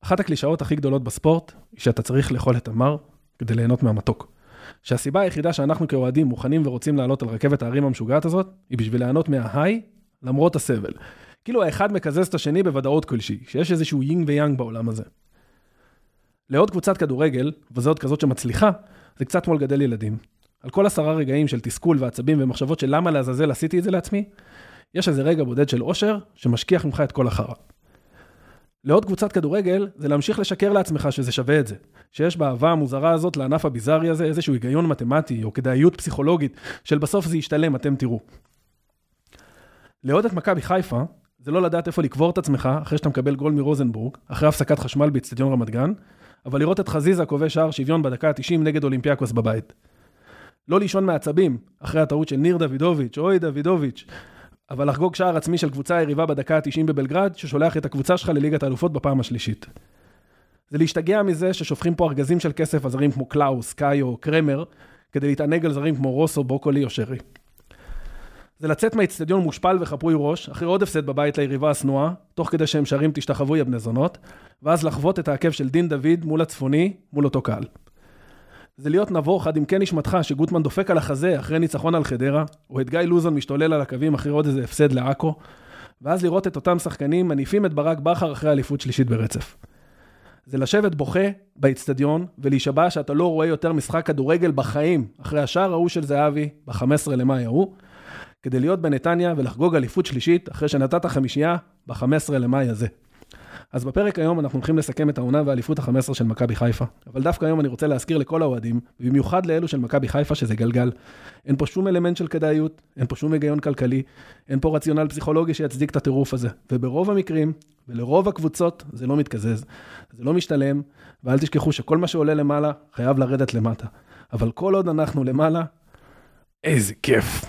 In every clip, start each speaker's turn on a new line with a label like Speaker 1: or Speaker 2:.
Speaker 1: אחת הקלישאות הכי גדולות בספורט, היא שאתה צריך לאכול את המר כדי ליהנות מהמתוק. שהסיבה היחידה שאנחנו כאוהדים מוכנים ורוצים לעלות על רכבת ההרים המשוגעת הזאת, היא בשביל ליהנות מההיי, למרות הסבל. כאילו האחד מקזז את השני בוודאות כלשהי, שיש איזשהו יינג ויאנג בעולם הזה. לעוד קבוצת כדורגל, וזאת כזאת שמצליחה, זה קצת כמו לגדל ילדים. על כל עשרה רגעים של תסכול ועצבים ומחשבות של למה לעזאזל עשיתי את זה לעצמי, יש איזה רגע בודד של אושר שמשכיח ממך את כל החרא. לעוד קבוצת כדורגל, זה להמשיך לשקר לעצמך שזה שווה את זה. שיש באהבה המוזרה הזאת לענף הביזארי הזה איזשהו היגיון מתמטי או כדאיות פסיכולוגית של בסוף זה ישתלם, אתם תראו. לעוד את מכבי חיפה, זה לא לדעת איפה לקבור את עצמך אחרי שאתה מקבל גול מרוזנבורג, אחרי הפסקת חשמל באיצטדיון רמת גן, אבל לראות את חזיזה כובש שער שוויון בדקה ה-90 נגד אולימפיאקוס בבית. לא לישון מעצבים, אחרי הטעות של ניר דוידוביץ', אוי דוידוביץ', אבל לחגוג שער עצמי של קבוצה היריבה בדקה ה-90 בבלגרד, ששולח את הקבוצה שלך לליגת האלופות בפעם השלישית. זה להשתגע מזה ששופכים פה ארגזים של כסף על זרים כמו קלאוס, קאיו או קרמר, כדי להתענג על זרים כמו רוסו, בוקולי או שרי. זה לצאת מהאיצטדיון מושפל וחפוי ראש, אחרי עוד הפסד בבית ליריבה השנואה, תוך כדי שהם שרים תשתחוו יא בני זונות, ואז לחוות את העקב של דין דוד מול הצפוני, מול אותו קהל. זה להיות נבוך עד עמקי נשמתך שגוטמן דופק על החזה אחרי ניצחון על חדרה, או את גיא לוזון משתולל על הקווים אחרי עוד איזה הפסד לעכו, ואז לראות את אותם שחקנים מניפים את ברק בכר אחרי אליפות שלישית ברצף. זה לשבת בוכה באיצטדיון ולהישבע שאתה לא רואה יותר משחק כדורגל בחיים אחרי השער ההוא של זהבי ב-15 למאי ההוא, כדי להיות בנתניה ולחגוג אליפות שלישית אחרי שנתת חמישייה ב-15 למאי הזה. אז בפרק היום אנחנו הולכים לסכם את העונה והאליפות ה-15 של מכבי חיפה. אבל דווקא היום אני רוצה להזכיר לכל האוהדים, במיוחד לאלו של מכבי חיפה, שזה גלגל. אין פה שום אלמנט של כדאיות, אין פה שום היגיון כלכלי, אין פה רציונל פסיכולוגי שיצדיק את הטירוף הזה. וברוב המקרים, ולרוב הקבוצות, זה לא מתקזז. זה לא משתלם, ואל תשכחו שכל מה שעולה למעלה, חייב לרדת למטה. אבל כל עוד אנחנו למעלה, איזה כיף.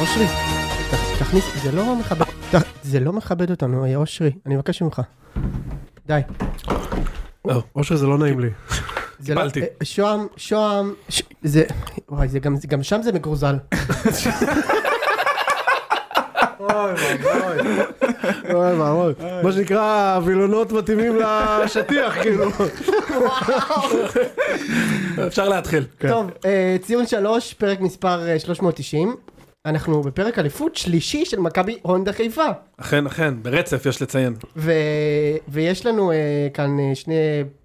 Speaker 2: אושרי, ת- תכניס, זה לא מכבד, ת- זה לא מכבד אותנו, אה, אושרי, אני מבקש ממך. די.
Speaker 3: אושר זה לא נעים לי.
Speaker 2: זה לא-
Speaker 3: קיבלתי.
Speaker 2: אה, שוהם, שוהם, ש- זה, וואי, זה גם, גם שם זה מגורזל.
Speaker 3: אוי ואבוי.
Speaker 2: אה,
Speaker 3: מה שנקרא, הווילונות מתאימים לשטיח, כאילו.
Speaker 1: אפשר להתחיל.
Speaker 2: טוב, אה, ציון שלוש, פרק מספר אה, 390. אנחנו בפרק אליפות שלישי של מכבי הונדה חיפה.
Speaker 1: אכן, אכן, ברצף יש לציין.
Speaker 2: ו... ויש לנו אה, כאן אה, שני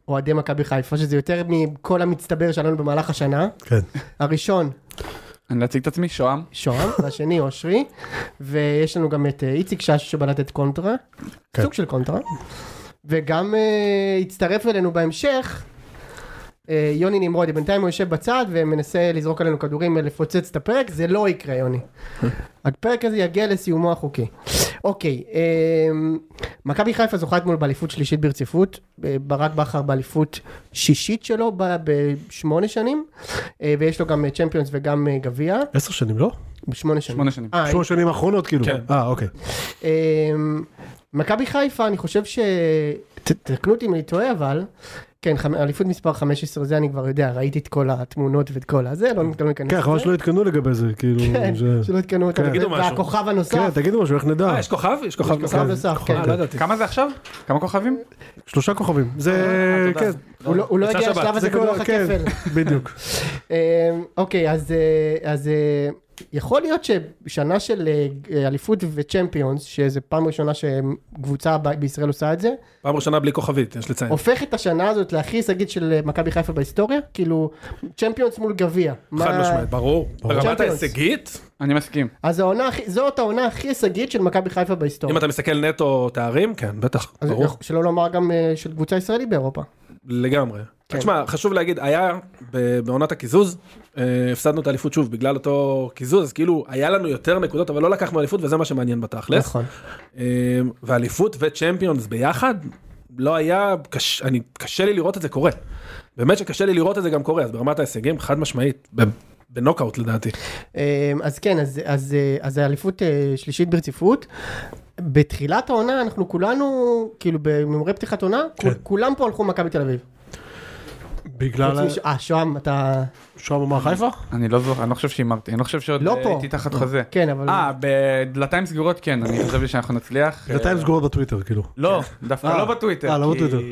Speaker 2: אוהדי מכבי חיפה, שזה יותר מכל המצטבר שלנו במהלך השנה.
Speaker 3: כן.
Speaker 2: הראשון,
Speaker 4: אני להציג את עצמי, שוהם.
Speaker 2: שוהם, והשני, אושרי. ויש לנו גם את אה, איציק ששו שבלט את קונטרה.
Speaker 3: כן.
Speaker 2: סוג של קונטרה. וגם אה, הצטרף אלינו בהמשך. אה, יוני נמרודי, בינתיים הוא יושב בצד ומנסה לזרוק עלינו כדורים ולפוצץ את הפרק, זה לא יקרה יוני. הפרק הזה יגיע לסיומו החוקי. אוקיי, אמ, מכבי חיפה זוכה אתמול באליפות שלישית ברציפות, אה, ברק בכר באליפות שישית שלו ב- בשמונה שנים, אה, ויש לו גם אה, צ'מפיונס וגם אה, גביע,
Speaker 3: עשר שנים, לא?
Speaker 2: בשמונה שנים.
Speaker 4: שמונה שנים.
Speaker 2: אה,
Speaker 3: שמונה שנים האחרונות, כאילו.
Speaker 1: כן.
Speaker 3: אה, אוקיי.
Speaker 2: אמ, מכבי חיפה, אני חושב ש... ת- תקנו אותי אם אני טועה, אבל... כן, חמ- אליפות מספר 15, זה אני כבר יודע, ראיתי את כל התמונות ואת כל הזה, לא ניתן להיכנס
Speaker 3: כן,
Speaker 2: לזה.
Speaker 3: חבל שלא התקדמו לגבי זה, כאילו.
Speaker 2: כן,
Speaker 3: זה-
Speaker 2: שלא התקנו אותנו.
Speaker 1: תגידו משהו.
Speaker 2: והכוכב הנוסף,
Speaker 3: כן, תגידו משהו, איך נדע?
Speaker 1: אה, יש כוכב? יש כוכב
Speaker 2: כוכב נוסף, כן.
Speaker 1: אה, לא ידעתי.
Speaker 4: כמה זה עכשיו? כמה כוכבים?
Speaker 3: שלושה כוכבים. זה...
Speaker 1: אה, תודה.
Speaker 3: כן.
Speaker 2: הוא לא- הוא לא
Speaker 1: יצא
Speaker 2: הגיע
Speaker 1: שבת.
Speaker 2: לשלב הזה
Speaker 3: זה כל-
Speaker 2: בלוח
Speaker 3: כן.
Speaker 2: הכפל.
Speaker 3: בדיוק.
Speaker 2: אמ, אוקיי, אז, אה, אז אה, יכול להיות ששנה של אה, אה, אליפות וצ'מפיונס, שזו פעם ראשונה שקבוצה ב- בישראל עושה את זה,
Speaker 1: פעם ראשונה בלי כוכבית, יש לציין.
Speaker 2: הופך את השנה הזאת להכי הישגית של אה, מכבי חיפה בהיסטוריה? כאילו, צ'מפיונס מול גביע.
Speaker 1: חד
Speaker 2: מה-
Speaker 1: משמעית, ברור. ברמת
Speaker 2: צ'מפיונס.
Speaker 1: ההישגית,
Speaker 4: אני מסכים.
Speaker 2: אז העונה, הכי- זאת העונה הכי הישגית של מכבי חיפה
Speaker 1: אם
Speaker 2: בהיסטוריה.
Speaker 1: אתה מסתכל נטו תארים, כן, בטח,
Speaker 2: לא. אז
Speaker 1: ברור,
Speaker 2: שלא לומר גם אה, של קבוצה ישראלית באירופה.
Speaker 1: לגמרי.
Speaker 2: כן.
Speaker 1: תשמע, חשוב להגיד, היה ב- בעונת הקיזוז, אה, הפסדנו את האליפות שוב בגלל אותו קיזוז, אז כאילו היה לנו יותר נקודות, אבל לא לקחנו אליפות, וזה מה שמעניין בתכלס.
Speaker 2: נכון.
Speaker 1: אה, ואליפות וצ'מפיונס ביחד, לא היה, קש- אני- קשה לי לראות את זה קורה. באמת שקשה לי לראות את זה גם קורה, אז ברמת ההישגים, חד משמעית, ב- בנוקאוט לדעתי.
Speaker 2: אמ, אז כן, אז, אז, אה, אז זה אליפות אה, שלישית ברציפות. בתחילת העונה אנחנו כולנו, כאילו בממרי פתיחת עונה, כן. כולם פה הלכו מכבי תל אביב.
Speaker 1: לא,
Speaker 3: בגלל...
Speaker 2: חוץ מש- אה, שוהם, אתה...
Speaker 3: שוהם
Speaker 1: אה,
Speaker 3: אמר חיפה?
Speaker 4: אני לא זוכר, אני לא חושב שהימרתי, אני לא חושב שעוד
Speaker 2: לא
Speaker 4: אה,
Speaker 2: פה.
Speaker 4: הייתי תחת חוזה.
Speaker 2: כן, אבל...
Speaker 4: אה, בדלתיים סגורות כן, אני חשבתי שאנחנו נצליח.
Speaker 3: דלתיים סגורות בטוויטר, כאילו.
Speaker 4: לא,
Speaker 2: כן.
Speaker 4: דווקא
Speaker 3: אה,
Speaker 4: לא בטוויטר.
Speaker 3: אה, לא
Speaker 4: כי-
Speaker 3: בטוויטר.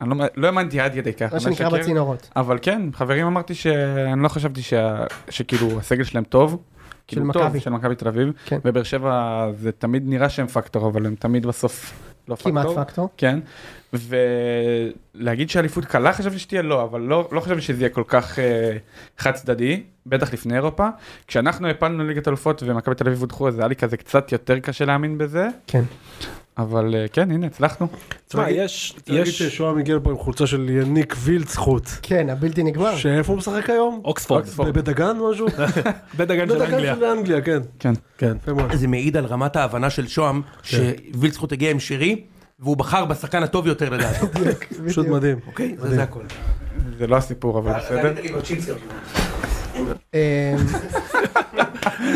Speaker 4: אני לא- לא האמנתי עד כדי כך.
Speaker 2: מה
Speaker 4: אני לא
Speaker 2: שנקרא
Speaker 4: אשקר.
Speaker 2: בצינורות.
Speaker 4: אבל כן, חברים אמרתי שאני לא חשבתי שה... שכאילו הסגל שלהם טוב. כאילו
Speaker 2: של
Speaker 4: טוב,
Speaker 2: מכבי.
Speaker 4: של מכבי תל אביב.
Speaker 2: כן.
Speaker 4: ובאר שבע זה תמיד נראה שהם פקטור, אבל הם תמיד בסוף לא פקטור.
Speaker 2: כמעט פקטור.
Speaker 4: כן. ולהגיד שאליפות קלה חשבתי שתהיה לא, אבל לא, לא חשבתי שזה יהיה כל כך אה, חד צדדי, בטח לפני אירופה. כשאנחנו הפלנו ליגת אלופות ומכבי תל אביב הודחו, אז היה לי כזה קצת יותר קשה להאמין בזה,
Speaker 2: כן.
Speaker 4: אבל אה, כן, הנה, הצלחנו.
Speaker 1: תשמע, יש,
Speaker 3: צריך להגיד
Speaker 1: יש,
Speaker 3: ששוהם הגיע לפה עם חולצה של יניק וילץ חוץ.
Speaker 2: כן, הבלתי נגמר.
Speaker 3: שאיפה הוא משחק היום?
Speaker 1: אוקספורד,
Speaker 4: אוקספורד.
Speaker 3: בבית דגן משהו?
Speaker 1: בית הגן של
Speaker 3: בית דגן
Speaker 1: אנגליה.
Speaker 3: של אנגליה, כן.
Speaker 4: כן.
Speaker 1: כן.
Speaker 3: יפה מאוד.
Speaker 5: זה מעיד על רמת ההבנה של שוהם, שווילצחוט הגיע עם שירי, והוא בחר בשחקן הטוב יותר לדעתו,
Speaker 3: פשוט מדהים.
Speaker 5: אוקיי? זה זה הכל.
Speaker 4: זה לא הסיפור, אבל בסדר.
Speaker 2: אה,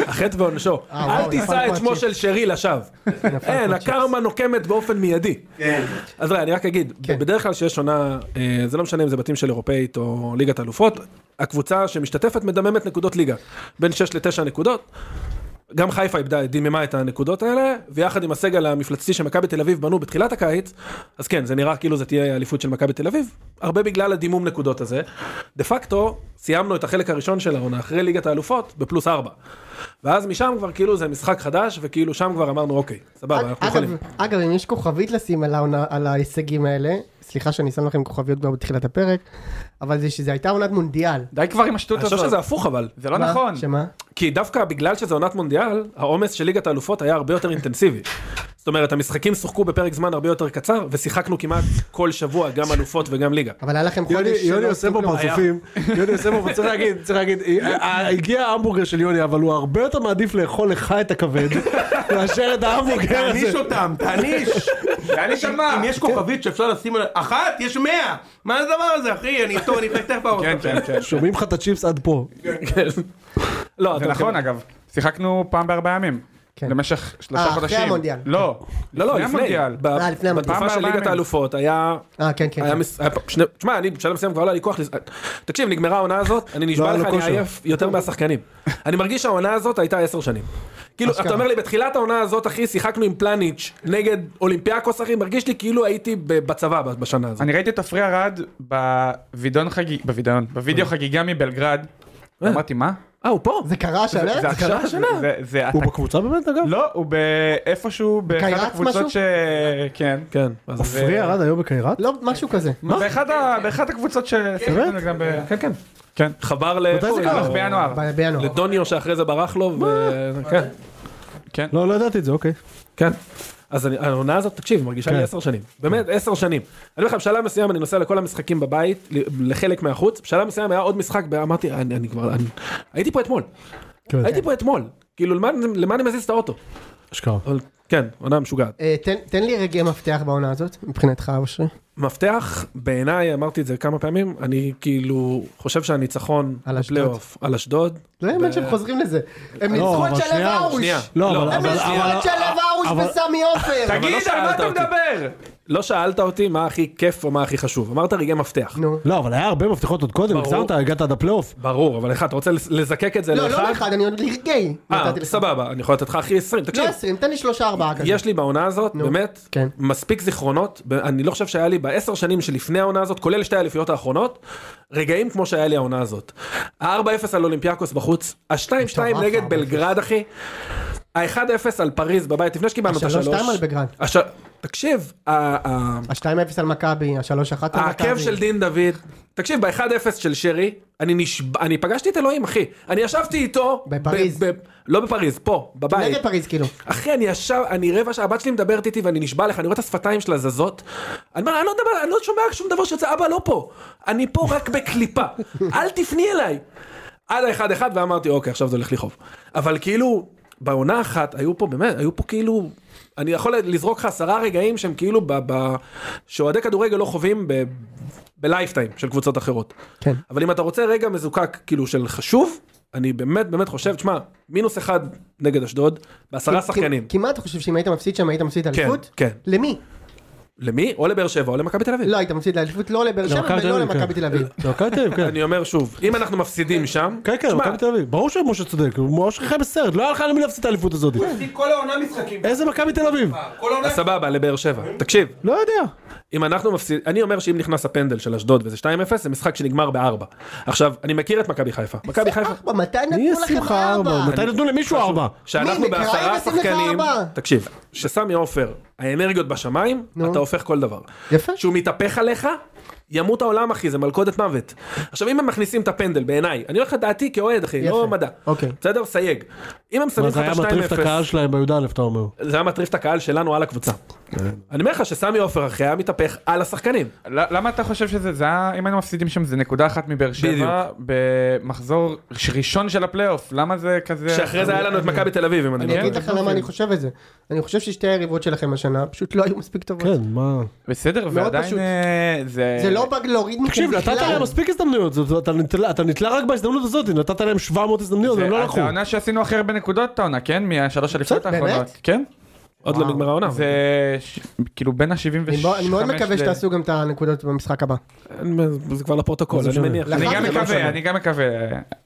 Speaker 1: החטא ועונשו.
Speaker 2: אה, וואו,
Speaker 1: אל תישא
Speaker 2: נפל פה
Speaker 1: את שמו
Speaker 2: הצ'יפ.
Speaker 1: של שרי לשווא.
Speaker 2: נכון,
Speaker 1: אין, הקרמה נוקמת באופן מיידי. אז רגע, אני רק אגיד,
Speaker 2: כן.
Speaker 1: בדרך כלל שיש עונה, אה, זה לא משנה אם זה בתים של אירופאית או ליגת אלופות, הקבוצה שמשתתפת מדממת נקודות ליגה. בין 6 ל-9 נקודות. גם חיפה איבדה, דיממה את הנקודות האלה, ויחד עם הסגל המפלצתי שמכבי תל אביב בנו בתחילת הקיץ, אז כן, זה נראה כאילו זה תהיה האליפות של מכבי תל אביב, הרבה בגלל הדימום נקודות הזה. דה פקטו, סיימנו את החלק הראשון של העונה אחרי ליגת האלופות בפלוס ארבע. ואז משם כבר כאילו זה משחק חדש, וכאילו שם כבר אמרנו אוקיי, סבבה, אנחנו
Speaker 2: אגב,
Speaker 1: יכולים.
Speaker 2: אגב, אם יש כוכבית לשים על העונה- על ההישגים האלה, סליחה שאני שם לכם כוכביות כבר בתחילת הפרק, אבל זה שזה הייתה עונת מונדיאל.
Speaker 4: די כבר עם השטות
Speaker 1: אני חושב
Speaker 4: הזאת.
Speaker 1: שזה הפוך אבל,
Speaker 4: זה לא
Speaker 2: מה?
Speaker 4: נכון.
Speaker 2: שמה?
Speaker 1: כי דווקא בגלל שזה עונת מונדיאל, העומס של ליגת האלופות היה הרבה יותר אינטנסיבי. זאת אומרת, המשחקים שוחקו בפרק זמן הרבה יותר קצר, ושיחקנו כמעט כל שבוע גם אלופות וגם ליגה.
Speaker 2: אבל היה לכם
Speaker 3: יוני-
Speaker 2: חודש שלא
Speaker 3: יוני עושה
Speaker 2: עושים
Speaker 3: פה
Speaker 2: כלום.
Speaker 3: פרצופים, יוני עושה פה, צריך להגיד, צריך להגיד, אה, אה, הגיע ההמבורגר של יוני, אבל הוא הרבה יותר מעדיף לאכול לך את הכבד, מאשר את ההמבורגר
Speaker 5: תעניש
Speaker 3: הזה.
Speaker 5: אותם, תעניש!
Speaker 4: אני שמע.
Speaker 5: אם יש כוכבית שאפשר לשים על... אחת, יש מאה! מה זה הדבר הזה, אחי? אני טוב, אני חייב פעם.
Speaker 4: כן, כן, כן.
Speaker 3: שומעים לך את הצ'יפס עד פה.
Speaker 1: לא,
Speaker 4: זה
Speaker 1: אתה
Speaker 4: נכון אגב, שיחקנו פעם בארבעה ימים.
Speaker 2: כן.
Speaker 4: למשך
Speaker 2: אה,
Speaker 4: שלושה
Speaker 2: אחרי
Speaker 4: חודשים.
Speaker 2: המונדיאל.
Speaker 4: לא,
Speaker 1: לא, לא, לפני. ב-
Speaker 2: אה, לפני המונדיאל.
Speaker 1: בתקופה
Speaker 4: פעם
Speaker 1: של
Speaker 4: בארבעה
Speaker 1: ליגת
Speaker 4: ימים.
Speaker 1: האלופות היה...
Speaker 2: אה, כן, כן.
Speaker 1: היה
Speaker 2: כן.
Speaker 1: מס- היה פה שני- תשמע, אני בשלב מסוים כבר לא היה לי כוח... לס- תקשיב, נגמרה העונה הזאת, אני
Speaker 3: לא
Speaker 1: נשבע
Speaker 3: היה
Speaker 1: לך,
Speaker 3: לו
Speaker 1: אני
Speaker 3: כושר.
Speaker 1: עייף יותר מהשחקנים. אני מרגיש שהעונה הזאת הייתה עשר שנים. כאילו, אתה אומר לי, בתחילת העונה הזאת, אחי, שיחקנו עם פלניץ' נגד אולימפיאקוס, אחי, מרגיש לי כאילו הייתי ב- בצבא בשנה הזאת.
Speaker 4: אני ראיתי את עפרי ארד בוידאון חגיגה, בוידאון, בווידאו חגיגה מבלגרד. אמרתי מה?
Speaker 1: אה, הוא פה?
Speaker 2: זה קרה אה? השנה?
Speaker 4: זה עכשיו?
Speaker 1: השנה.
Speaker 4: זה- זה
Speaker 3: הוא
Speaker 4: אתה-
Speaker 3: בקבוצה באמת אגב?
Speaker 4: לא, הוא באיפשהו באחד
Speaker 2: בקיירת
Speaker 4: הקבוצות
Speaker 2: משהו?
Speaker 4: ש... כן.
Speaker 1: כן. אז-
Speaker 3: עפרי ירד היום בקיירת?
Speaker 2: לא, משהו כזה.
Speaker 4: באחד ה- באחת הקבוצות ש... גם ב-
Speaker 1: כן, לא. כן.
Speaker 4: כן.
Speaker 1: חבר ל...
Speaker 3: מתי זה קרה?
Speaker 4: הלך בינואר.
Speaker 2: ב- בינואר.
Speaker 1: לדוניו שאחרי זה ברח לו, ו- כן,
Speaker 4: כן.
Speaker 3: לא, לא ידעתי את זה, אוקיי.
Speaker 1: כן. אז אני- העונה הזאת, תקשיב, מרגישה לי
Speaker 3: כן.
Speaker 1: עשר שנים. באמת, עשר שנים. אני אומר לך, בשלב מסוים אני נוסע לכל המשחקים בבית, ל- לחלק מהחוץ, בשלב מסוים היה עוד משחק, ואמרתי, אני אני כבר... אני- הייתי פה אתמול.
Speaker 3: כן.
Speaker 1: הייתי פה אתמול. כאילו, למה- למה אני מזיז את האוטו?
Speaker 3: אשכרה.
Speaker 1: אבל כן, עונה משוגעת.
Speaker 2: אה, תן- תן לי רגעי מפתח בעונה הזאת, מבחינתך, אושרי.
Speaker 1: מפתח, בעיניי, אמרתי את זה כמה פעמים, אני כאילו חושב שהניצחון
Speaker 2: על אשדוד.
Speaker 1: בפלייאוף על אשדוד,
Speaker 2: לא יאמן שהם חוזרים לזה. הם ניצחו את
Speaker 3: אבל
Speaker 2: שלו
Speaker 3: שנייה,
Speaker 2: ארוש.
Speaker 1: שנייה.
Speaker 3: לא, אבל-
Speaker 2: הם
Speaker 3: אבל...
Speaker 2: ניצחו את שלו ארוש וסמי עופר.
Speaker 1: לא
Speaker 4: תגיד, על מה
Speaker 1: שאלת
Speaker 4: אתה
Speaker 1: אותי.
Speaker 4: מדבר?
Speaker 1: לא שאלת אותי מה הכי כיף או מה הכי חשוב, אמרת רגעי מפתח.
Speaker 2: נו.
Speaker 3: לא, אבל היה הרבה מפתחות עוד קודם,
Speaker 1: ברור.
Speaker 3: הגזמת, הגעת עד הפלייאוף.
Speaker 1: ברור, אבל אחד, אתה רוצה לז- לזקק את זה
Speaker 2: לא,
Speaker 1: לאחד?
Speaker 2: לא לאחד, אני עוד לרגעי. נתתי
Speaker 1: אה,
Speaker 2: לך.
Speaker 1: סבבה, אני יכול לתת לך הכי 20, תקשיב.
Speaker 2: לא עשרים, תן לי שלושה ארבעה כזה.
Speaker 1: יש לי בעונה הזאת, באמת,
Speaker 2: כן.
Speaker 1: מספיק זיכרונות, ב- אני לא חושב שהיה לי בעשר שנים שלפני העונה הזאת, כולל שתי האליפיות האחרונות, רגעים כמו שהיה לי העונה הזאת. ה-4-0 על אולימפיאקוס בחוץ, ה-2-2
Speaker 2: מטורף,
Speaker 1: נגד
Speaker 2: 4-0.
Speaker 1: בלגרד, אחי, ה-1-0 על פריז בבית, לפני שקיבלנו את השלוש.
Speaker 2: השלוש שתיים על בגרד.
Speaker 1: הש- תקשיב, ה- ה-
Speaker 2: השתיים אפס על מכבי, השלוש אחת על מכבי.
Speaker 1: העקב של דין דוד, תקשיב, ב-1-0 של שרי, אני נשבע, אני פגשתי את אלוהים, אחי. אני ישבתי איתו...
Speaker 2: בפריז.
Speaker 1: ב- ב- לא בפריז, פה, בבית.
Speaker 2: נגד פריז כאילו.
Speaker 1: אחי, אני ישב, אני רבע שעה, הבת שלי מדברת איתי ואני נשבע לך, אני רואה את השפתיים שלה זזות. אני אומר, אני לא, מדבר, אני לא שומע שום דבר שיוצא, אבא לא פה. אני פה רק בקליפה. אל תפני אליי. עד האחד אחד ואמרתי, אוקיי, עכשיו זה הולך לי חוב. אבל כאילו, בעונה אחת, היו פה באמת, היו פה כאילו... אני יכול לזרוק לך עשרה רגעים שהם כאילו, ב- ב- שאוהדי כדורגל לא חווים ב... בלייפטיים של קבוצות אחרות.
Speaker 2: כן.
Speaker 1: אבל אם אתה רוצה רגע מזוקק כאילו של חשוב, אני באמת באמת חושב, תשמע, מינוס אחד נגד אשדוד, בעשרה
Speaker 2: כי-
Speaker 1: שחקנים.
Speaker 2: כאילו- כי- כמעט חושב שאם היית מפסיד שם היית מפסיד
Speaker 1: כן,
Speaker 2: אליפות?
Speaker 1: כן.
Speaker 2: למי?
Speaker 1: למי? או לבאר שבע או למכבי תל אביב.
Speaker 2: לא היית מפסיד לאליפות לא לבאר שבע
Speaker 3: למכבי תל
Speaker 2: ולא
Speaker 3: אביב, כן.
Speaker 2: למכבי תל אביב.
Speaker 3: למכבי תל אביב, כן.
Speaker 1: אני אומר שוב, אם אנחנו מפסידים שם,
Speaker 3: כן, כן,
Speaker 1: תשמע,
Speaker 3: מכבי תל אביב. ברור שמשה צודק, הוא ממש חי בסרט, לא היה לך למי להפסיד את האליפות הזאת.
Speaker 5: כל העונה משחקים.
Speaker 3: איזה מכבי תל אביב?
Speaker 5: כל העונה
Speaker 1: אז סבבה, לבאר שבע. תקשיב,
Speaker 3: לא יודע.
Speaker 1: אם אנחנו מפסיד... אני אומר שאם נכנס הפנדל של אשדוד וזה 2-0, זה משחק שנגמר ב-4. עכשיו, אני מכיר את מכבי חיפה. מכבי חיפה...
Speaker 2: ארבע, מתי
Speaker 3: מי
Speaker 2: נתנו לכם
Speaker 3: השמחה ארבע?
Speaker 2: ארבע?
Speaker 3: מתי נתנו למישהו ארבע?
Speaker 1: שאנחנו
Speaker 2: מי, בקרעים
Speaker 1: בעשרה
Speaker 2: עושים לך
Speaker 1: שחקנים,
Speaker 2: ארבע?
Speaker 1: תקשיב, שסמי עופר, האנרגיות בשמיים, אתה הופך כל דבר.
Speaker 2: יפה.
Speaker 1: שהוא מתהפך עליך, ימות העולם אחי, זה מלכודת מוות. עכשיו אם הם מכניסים את הפנדל בעיניי, אני הולך לדעתי כאוהד אחי,
Speaker 2: יפה.
Speaker 1: לא מדע.
Speaker 2: אוקיי.
Speaker 1: בסדר? סייג. אם הם שמים
Speaker 3: מה
Speaker 1: לך
Speaker 3: זה היה
Speaker 1: את
Speaker 3: מטריף את
Speaker 1: ה-2-0,
Speaker 3: הקהל שלהם בי"א, אתה אומר.
Speaker 1: זה היה מטריף את הקהל שלנו על הקבוצה. אני אומר לך שסמי עופר אחי היה מתהפך על השחקנים.
Speaker 4: ל- למה אתה חושב שזה זה היה אם היינו מפסידים שם זה נקודה אחת מבאר שבע במחזור ש- ראשון של הפלייאוף למה זה כזה
Speaker 1: שאחרי זה היה לנו את מכבי תל אביב אם אני לא
Speaker 2: אני
Speaker 1: טועה.
Speaker 2: אגיד לך למה אני חושב את זה. אני חושב ששתי היריבות שלכם השנה פשוט לא היו מספיק טובות.
Speaker 3: כן, מה...
Speaker 4: בסדר ועדיין
Speaker 2: פשוט.
Speaker 4: אה, זה
Speaker 2: זה לא באג להוריד מכם
Speaker 3: תקשיב, נתת
Speaker 2: בכלל.
Speaker 3: להם מספיק הזדמנויות, זה- אתה נתלה- אתה נתלה רק בהזדמנות הזאת, נתת להם 700 הזדמנויות,
Speaker 4: זה-
Speaker 3: והם לא
Speaker 4: זה
Speaker 3: לקחו.
Speaker 4: העונה שעשינו הכי הרבה נקודות העונה כן מהשלוש אליפויות
Speaker 2: בסדר,
Speaker 4: האחרונות
Speaker 2: באמת?
Speaker 4: כן
Speaker 1: עוד לא נגמרה
Speaker 3: אה,
Speaker 1: העונה.
Speaker 4: זה ש- כאילו בין
Speaker 2: אני
Speaker 4: ה-75
Speaker 2: בוא- אני מאוד מקווה שתעשו גם את הנקודות במשחק הבא.
Speaker 1: אין- זה כבר לפרוטוקול,
Speaker 3: זה
Speaker 1: אני
Speaker 3: שונה.
Speaker 1: מניח.
Speaker 4: אני גם
Speaker 2: זה לא
Speaker 4: מקווה
Speaker 2: משנה.
Speaker 4: אני גם מקווה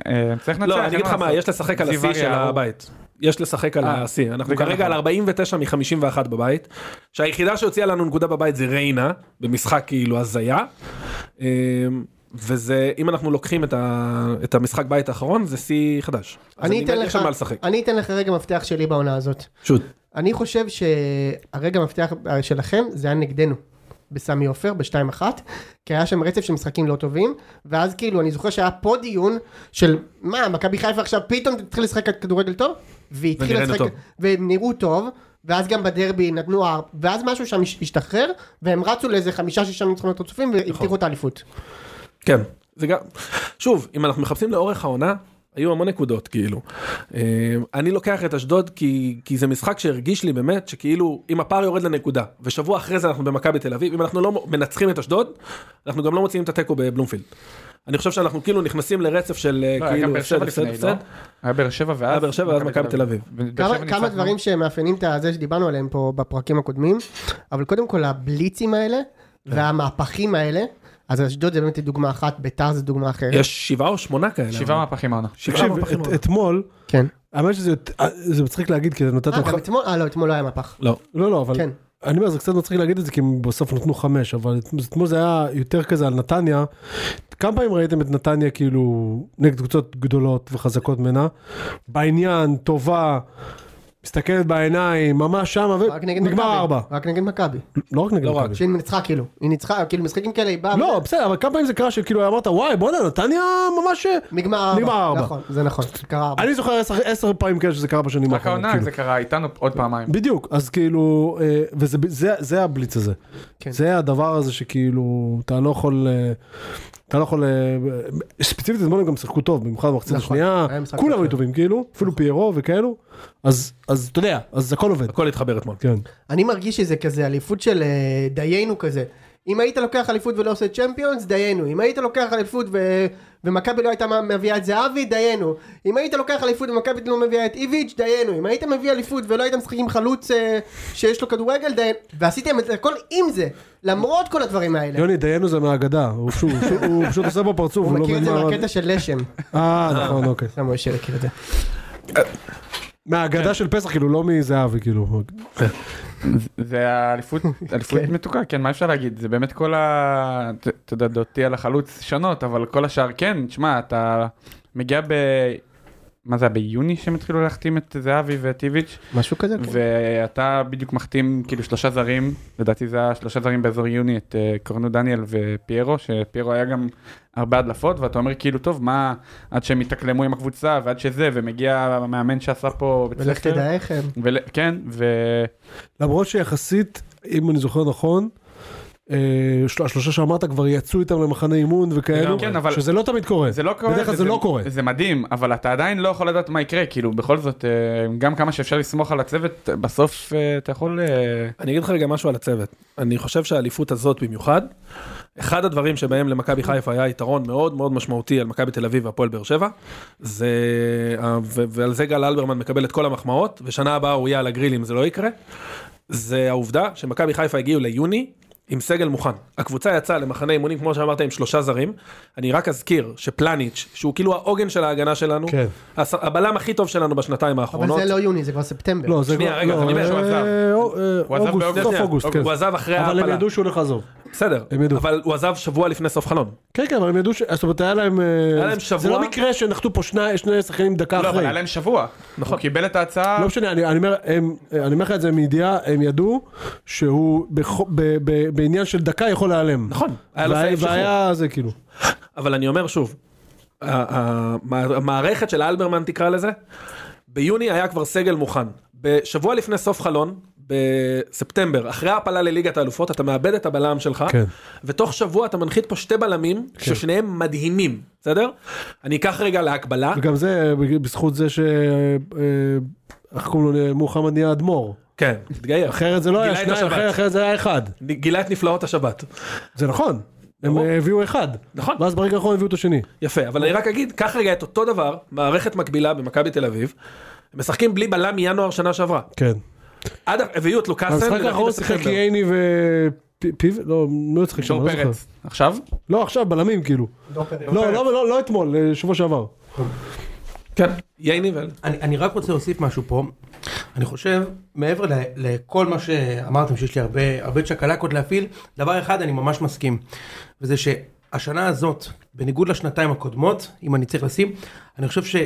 Speaker 4: אה, צריך לנצח
Speaker 1: לא, אני
Speaker 4: אין
Speaker 1: אגיד לך מה,
Speaker 4: לעשות.
Speaker 1: יש לשחק על
Speaker 4: זיו
Speaker 1: השיא של
Speaker 4: אריה, הוא-
Speaker 1: הבית. יש לשחק על השיא. אנחנו
Speaker 4: זה גם
Speaker 1: כרגע
Speaker 4: נכון.
Speaker 1: על 49 מ-51 בבית, שהיחידה שהוציאה לנו נקודה בבית זה ריינה, במשחק כאילו הזיה. אמ, וזה, אם אנחנו לוקחים את, ה, את המשחק בית האחרון, זה שיא חדש. אז
Speaker 2: אני אתן
Speaker 1: יש
Speaker 2: לך,
Speaker 1: שם מה לשחק.
Speaker 2: אני אתן לך רגע מפתח שלי בעונה הזאת.
Speaker 1: פשוט.
Speaker 2: אני חושב שהרגע המפתח שלכם זה היה נגדנו. בסמי עופר ב-2-1, כי היה שם רצף של משחקים לא טובים, ואז כאילו אני זוכר שהיה פה דיון של מה, מכבי חיפה עכשיו פתאום תתחיל לשחק כדורגל טוב? והתחיל
Speaker 1: ונראינו
Speaker 2: לשחק,
Speaker 1: טוב.
Speaker 2: והם נראו טוב, ואז גם בדרבי נתנו, אר- ואז משהו שם הש- השתחרר, והם רצו לאיזה חמישה שישה ניצחונות רצופים
Speaker 1: נכון.
Speaker 2: והבטיחו את האליפות.
Speaker 1: כן, זה גם, שוב, אם אנחנו מחפשים לאורך העונה, היו המון נקודות כאילו. אה, אני לוקח את אשדוד כי, כי זה משחק שהרגיש לי באמת שכאילו אם הפער יורד לנקודה ושבוע אחרי זה אנחנו במכבי תל אביב אם אנחנו לא מנצחים את אשדוד אנחנו גם לא מוציאים את התיקו בבלומפילד. אני חושב שאנחנו כאילו נכנסים לרצף של אה,
Speaker 4: לא, היה גם
Speaker 1: כאילו
Speaker 4: באר שבע
Speaker 1: הפסד הפסד
Speaker 4: לפני,
Speaker 1: הפסד.
Speaker 4: לא? היה באר שבע ואז
Speaker 1: היה באר שבע, ואז מכבי תל אביב.
Speaker 4: ובאר שבע
Speaker 2: כמה, כמה
Speaker 4: ניצחנו.
Speaker 2: דברים שמאפיינים את זה שדיברנו עליהם פה בפרקים הקודמים, אבל קודם כל הבליצים האלה
Speaker 3: כן.
Speaker 2: והמהפכים האלה, אז אשדוד זה באמת דוגמה אחת, ביתר זה דוגמה אחרת.
Speaker 1: יש שבעה או שמונה כאלה.
Speaker 4: שבעה מהפכים העונה
Speaker 2: כאילו-
Speaker 1: שבעה
Speaker 3: תקשיב,
Speaker 1: מהפכים.
Speaker 3: את- אתמול,
Speaker 2: כן.
Speaker 3: האמת שזה אה, זה מצחיק להגיד, כי
Speaker 2: אה,
Speaker 3: נתתם...
Speaker 2: גם
Speaker 3: ח-
Speaker 2: אתמול, אה לא, אתמול לא היה מהפך.
Speaker 1: לא.
Speaker 3: לא, לא, אבל...
Speaker 2: כן.
Speaker 3: אני אומר, זה קצת מצחיק להגיד את זה, כי הם בסוף נתנו חמש, אבל את- אתמול זה היה יותר כזה על נתניה. כמה פעמים ראיתם את נתניה כאילו נגד קבוצות גדולות וחזקות ממנה? בעניין, טובה, מסתכלת בעיניים, ממש שמה,
Speaker 2: רק נגד
Speaker 3: ונגמר ארבע.
Speaker 2: רק נגד מכבי.
Speaker 3: לא רק נגד
Speaker 1: לא
Speaker 3: מכבי.
Speaker 1: רק.
Speaker 2: שהיא ניצחה כאילו, היא ניצחה, כאילו משחקים כאלה היא באה,
Speaker 3: לא, בסדר, אבל כמה פעמים זה קרה שכאילו אמרת, וואי, בואנה, נתניה ממש...
Speaker 2: נגמר ארבע.
Speaker 3: נגמר ארבע.
Speaker 2: נכון, זה נכון, זה קרה ארבע.
Speaker 3: אני זוכר עשר- עשר פעמים כאלה שזה קרה
Speaker 4: רק
Speaker 3: בשנים האחרונות.
Speaker 4: העונה
Speaker 3: כאילו.
Speaker 4: זה קרה איתנו עוד
Speaker 2: כן.
Speaker 4: פעמיים
Speaker 3: בדיוק, אז כאילו, אה, וזה זה, זה הבליץ הזה.
Speaker 2: כן.
Speaker 3: זה הדבר הזה שכאילו, אתה לא יכול, אה, אתה לא יכול, אה, ספציפית אתמול הם גם שיחקו טוב, במיוחד במחצית
Speaker 2: נכון,
Speaker 3: השנייה,
Speaker 2: היה משחק נכון.
Speaker 3: כולם
Speaker 2: טוב.
Speaker 3: היו טובים כאילו, אפילו פיירו וכאלו, אז, אז אתה יודע, אז הכל עובד.
Speaker 1: הכל התחבר אתמול.
Speaker 3: כן.
Speaker 2: אני מרגיש שזה כזה אליפות של אה, דיינו כזה. אם היית לוקח אליפות ולא עושה צ'מפיונס, דיינו. אם היית לוקח אליפות ו... ומכבי לא הייתה מביאה את זהבי, דיינו. אם היית לוקח אליפות ומכבי לא מביאה את איביץ', דיינו. אם היית מביא אליפות ולא היית משחק עם חלוץ אה, שיש לו כדורגל, דיינו. ועשיתם את הכל עם זה, למרות כל הדברים האלה.
Speaker 3: יוני, דיינו זה מהאגדה, הוא פשוט- הוא פשוט- הוא פשוט עושה בפרצוף,
Speaker 2: הוא
Speaker 3: לא
Speaker 2: מכיר את
Speaker 3: מבין
Speaker 2: זה
Speaker 3: מה-
Speaker 2: מהקטע של לשם.
Speaker 3: אה, נכון, אוקיי.
Speaker 2: סתם משה הכיר את זה. כן.
Speaker 3: מהאגדה של פסח, כאילו, לא מזהבי, כאילו.
Speaker 4: זה האליפות אליפות מתוקה כן מה אפשר להגיד זה באמת כל ה... ת- אתה יודע דעותי על החלוץ שונות אבל כל השאר כן תשמע אתה מגיע ב... מה זה היה, ביוני שהם התחילו להחתים את זהבי ואת איביץ'
Speaker 2: משהו כזה?
Speaker 4: ואתה בדיוק מחתים כאילו שלושה זרים לדעתי זה היה שלושה זרים באזור יוני את אה, קורנו דניאל ופיירו שפיירו היה גם הרבה הדלפות ואתה אומר כאילו טוב מה עד שהם יתאקלמו עם הקבוצה ועד שזה ומגיע המאמן שעשה פה בית
Speaker 2: ולך
Speaker 4: ספר.
Speaker 2: תדע איך אה, הם.
Speaker 4: ול... כן ו...
Speaker 3: למרות שיחסית, אם אני זוכר נכון, אה, של- השלושה שאמרת כבר יצאו איתם למחנה אימון וכאלו,
Speaker 4: כן, אבל-
Speaker 3: שזה לא תמיד קורה.
Speaker 4: זה לא קורה.
Speaker 3: בדרך כלל זה לא קורה.
Speaker 4: זה מדהים, אבל אתה עדיין לא יכול לדעת מה יקרה, כאילו בכל זאת, אה, גם כמה שאפשר לסמוך על הצוות, אה, בסוף אה, אתה יכול... אה,
Speaker 1: אני אגיד לך רגע משהו על הצוות. אני חושב שהאליפות הזאת במיוחד, אחד הדברים שבהם למכבי חיפה היה יתרון מאוד מאוד משמעותי על מכבי תל אביב והפועל באר שבע, זה, ה- ו- ועל זה גל אלברמן מקבל את כל המחמאות, ושנה הבאה הוא יהיה על הגריל אם זה לא יקרה, זה העובדה שמכבי חיפה הגיעו ליוני עם סגל מוכן. הקבוצה יצאה למחנה אימונים, כמו שאמרת, עם שלושה זרים. אני רק אזכיר שפלניץ', שהוא כאילו העוגן של ההגנה שלנו,
Speaker 3: כן.
Speaker 1: הס- הבלם הכי טוב שלנו בשנתיים
Speaker 2: אבל
Speaker 1: האחרונות.
Speaker 2: זה לא יוני, זה כבר ספטמבר.
Speaker 3: לא, זה
Speaker 1: שנייה,
Speaker 3: כבר-
Speaker 1: רגע,
Speaker 3: לא,
Speaker 1: אז אני אומר שהוא
Speaker 3: אה,
Speaker 4: עזב.
Speaker 3: אה, אה,
Speaker 4: הוא עזב
Speaker 3: אוגוסט,
Speaker 4: באוגוסט,
Speaker 3: סוף
Speaker 4: כן.
Speaker 3: אוגוסט, כן.
Speaker 1: אוקיי, הוא עזב אחרי
Speaker 3: אבל הם
Speaker 1: ההעפלה.
Speaker 3: ידעו שהוא הולך לעזוב.
Speaker 1: בסדר,
Speaker 3: הם ידעו.
Speaker 1: אבל הוא עזב שבוע לפני סוף חלון.
Speaker 3: כן, כן, אבל הם ידעו ש... זאת אומרת, היה להם... אה,
Speaker 1: היה להם
Speaker 3: זה
Speaker 1: שבוע.
Speaker 3: לא מקרה שנחתו פה שני שני שחקנים דקה
Speaker 4: לא, אבל
Speaker 3: אחרי.
Speaker 4: היה להם שבוע. נכון. הוא קיבל את ההצעה,
Speaker 3: לא משנה, אני, אני, אומר, הם, אני אומר לך את זה מידיעה, הם ידעו שהוא בכ, ב, ב, בעניין של דקה יכול להיעלם.
Speaker 1: נכון, היה לו
Speaker 3: והיה,
Speaker 1: סעיף שחרור.
Speaker 3: והיה זה כאילו.
Speaker 1: אבל אני אומר שוב, ה- ה- המערכת של אלברמן תקרא לזה, ביוני היה כבר סגל מוכן. בשבוע לפני סוף חלון, בספטמבר, אחרי ההעפלה לליגת האלופות, אתה מאבד את הבלם שלך,
Speaker 3: כן.
Speaker 1: ותוך שבוע אתה מנחית פה שתי בלמים, ששניהם מדהימים, בסדר? אני אקח רגע להקבלה.
Speaker 3: וגם זה בזכות זה ש... אה, איך קוראים לו? מוחמד נהיה אדמו"ר.
Speaker 1: כן, תתגייר.
Speaker 3: אחרת זה לא היה
Speaker 1: גילה את
Speaker 3: שניים,
Speaker 1: השבת.
Speaker 3: אחרת- אחרת זה היה אחד.
Speaker 1: גילה את נפלאות השבת.
Speaker 3: זה נכון. הם
Speaker 1: ברור.
Speaker 3: אה, הביאו אחד.
Speaker 1: נכון.
Speaker 3: ואז ברגע האחרון הביאו את השני.
Speaker 1: יפה, אבל אני
Speaker 4: אוקיי.
Speaker 1: רק אגיד, קח רגע את אותו דבר, מערכת מקבילה במכבי תל אביב, משחקים בלי בלם מינואר שנה שעברה.
Speaker 3: כן.
Speaker 1: עד הביאו את לוקאסן,
Speaker 3: המשחק
Speaker 1: לדעתי,
Speaker 3: האחרון
Speaker 1: בספטמבר.
Speaker 3: שיחק ייני ו... פ- פיו? לא, מי הוא שיחק שם?
Speaker 4: דור
Speaker 3: אני לא זוכר.
Speaker 4: פרץ. עכשיו?
Speaker 3: לא, עכשיו, בלמים כאילו.
Speaker 2: דופר.
Speaker 3: לא, לא, לא, לא אתמול, אה, שבוע שעבר.
Speaker 1: כן, ייני ו...
Speaker 5: אני, אני רק רוצה להוסיף משהו פה. אני חושב, מעבר ל, לכל מה שאמרתם, שיש לי הרבה, הרבה צ'קלקות להפעיל, דבר אחד אני ממש מסכים, וזה שהשנה הזאת, בניגוד לשנתיים הקודמות, אם אני צריך לשים, אני חושב ש...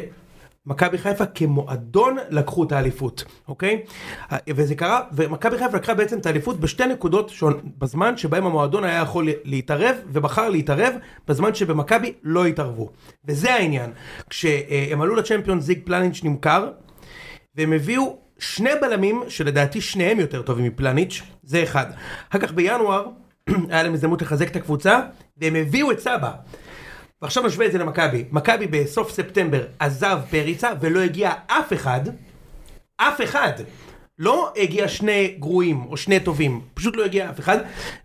Speaker 5: מכבי חיפה כמועדון לקחו את האליפות, אוקיי? וזה קרה, ומכבי חיפה לקחה בעצם את האליפות בשתי נקודות שון, בזמן שבהם המועדון היה יכול להתערב, ובחר להתערב, בזמן שבמכבי לא התערבו. וזה העניין. כשהם עלו לצ'מפיון זיג פלניץ' נמכר, והם הביאו שני בלמים, שלדעתי שניהם יותר טובים מפלניץ', זה אחד. אחר כך בינואר, היה להם הזדמנות לחזק את הקבוצה, והם הביאו את סבא. ועכשיו נשווה את זה למכבי. מכבי בסוף ספטמבר עזב פריצה ולא הגיע אף אחד, אף אחד. לא הגיע שני גרועים או שני טובים, פשוט לא הגיע אף אחד.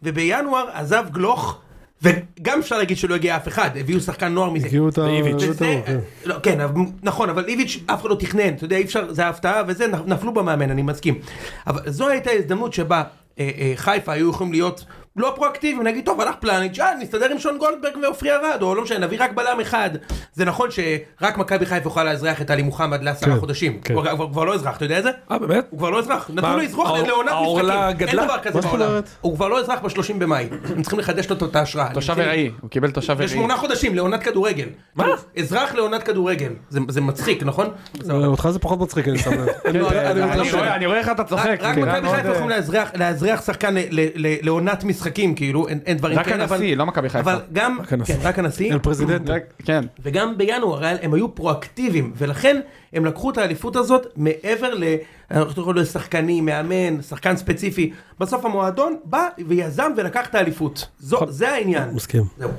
Speaker 5: ובינואר עזב גלוך, וגם אפשר להגיד שלא הגיע אף אחד, הביאו שחקן נוער מזה.
Speaker 3: הגיעו את ה...
Speaker 1: ואיביץ'.
Speaker 3: הביאו את
Speaker 5: וזה,
Speaker 3: ה- כן.
Speaker 5: לא, כן, אבל- נכון, אבל איביץ' אף אחד לא תכנן, אתה יודע, אי אפשר, זה ההפתעה וזה, נפ- נפלו במאמן, אני מסכים. אבל זו הייתה הזדמנות שבה אה, אה, חיפה היו יכולים להיות לא פרואקטיביים, נגיד, טוב, הלך פלניץ', אה, נסתדר עם שון גולדברג ועופרי ארד, או לא משנה, נביא רק בלם אחד. זה נכון שרק מכבי חיפה יכולה לאזרח את עלי מוחמד לעשרה
Speaker 3: כן,
Speaker 5: חודשים.
Speaker 3: כן.
Speaker 5: הוא כבר- כבר לא אזרח, אתה יודע את זה?
Speaker 1: אה, באמת?
Speaker 5: הוא כבר לא אזרח, נתנו
Speaker 1: מה?
Speaker 5: לו אזרוח
Speaker 1: האור-
Speaker 5: לעונת
Speaker 1: העורלה
Speaker 5: משחקים. אין
Speaker 1: גדלה?
Speaker 5: דבר
Speaker 3: מה
Speaker 5: כזה
Speaker 3: זאת
Speaker 5: בעולם.
Speaker 3: אומרת?
Speaker 5: הוא כבר לא אזרח ב-30 במאי, הם צריכים לחדש לו את ההשראה. אני
Speaker 4: תושב
Speaker 5: מבין.
Speaker 4: ארעי. הוא קיבל תושב
Speaker 5: זה
Speaker 4: ארעי.
Speaker 5: כן. שמונה חודשים לעונת כדורגל.
Speaker 1: מה?
Speaker 5: כאילו, אזרח לעונת כדורגל. זה זה מצחיק, נכון?
Speaker 3: אה, אותך זה פחות מצחיק, אני שם לב.
Speaker 5: לא,
Speaker 4: כן,
Speaker 5: אני-
Speaker 4: אני
Speaker 5: אני
Speaker 4: רואה-
Speaker 5: רואה-
Speaker 4: אני רואה איך אתה צוחק.
Speaker 5: רק רק
Speaker 4: נראה
Speaker 5: מכבי
Speaker 4: מאוד,
Speaker 5: חיפה
Speaker 4: אה,
Speaker 5: יכולים לאזרח- לאזרח שחקן ל- ל- ל- לעונת משחקים, כאילו, אין אין דברים
Speaker 4: רק
Speaker 5: אבל-
Speaker 4: הנשיא, לא מכבי חיפה.
Speaker 5: אבל גם,
Speaker 1: רק הנשיא.
Speaker 5: כן, רק הנשיא,
Speaker 3: אל פרזידנט.
Speaker 4: רק- כן.
Speaker 5: וגם בינואר היה- הם היו פרואקטיביים, ולכן הם לקחו את האליפות הזאת מעבר ל... אנחנו יכולים לשחקנים, מאמן, שחקן ספציפי. בסוף המועדון בא ויזם ולקח את האליפות. זו-
Speaker 4: נכון.
Speaker 5: זה העניין.
Speaker 3: מסכים.
Speaker 5: זהו.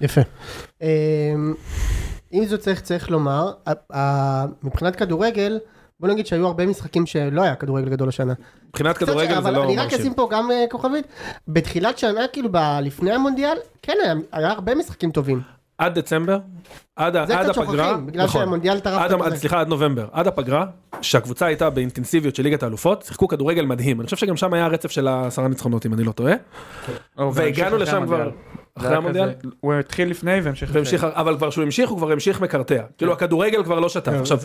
Speaker 2: יפה. אמ, עם זאת צריך, צריך לומר, ה- ה- מבחינת כדורגל, בוא נגיד שהיו הרבה משחקים שלא היה כדורגל גדול השנה.
Speaker 1: מבחינת
Speaker 2: קצת ש-
Speaker 1: כדורגל זה
Speaker 2: אבל
Speaker 1: לא
Speaker 2: אני רק
Speaker 1: מרשים.
Speaker 2: אשים פה גם אה, כוכבית. בתחילת שנה, כאילו, ב- לפני המונדיאל, כן היה, היה הרבה משחקים טובים.
Speaker 1: עד דצמבר, עד ה-
Speaker 2: זה קצת
Speaker 1: עד הפגרה, נכון.
Speaker 2: שוכחים, בגלל שהמונדיאל טרף
Speaker 1: עד
Speaker 2: את
Speaker 1: ה-
Speaker 2: זה.
Speaker 1: סליחה, עד נובמבר, עד הפגרה, שהקבוצה הייתה באינטנסיביות של ליגת האלופות, שיחקו כדורגל מדהים. אני חושב שגם שם היה רצף של העשרה ניצחונות, אם אני לא טועה.
Speaker 4: או,
Speaker 1: והגענו
Speaker 4: והמשיך
Speaker 1: לשם
Speaker 4: אוקיי,
Speaker 1: כבר-
Speaker 4: אחרי המונדיאל.
Speaker 1: אחרי
Speaker 4: זה היה
Speaker 1: המונדיאל?
Speaker 4: כזה- הוא התחיל לפני והמשיך. אחרי.
Speaker 3: כן.
Speaker 1: והמשיך, אבל כבר שהוא המשיך, הוא כבר המשיך מקרטע. כאילו הכדורגל כבר לא
Speaker 3: כן.
Speaker 1: שטף. עכשיו,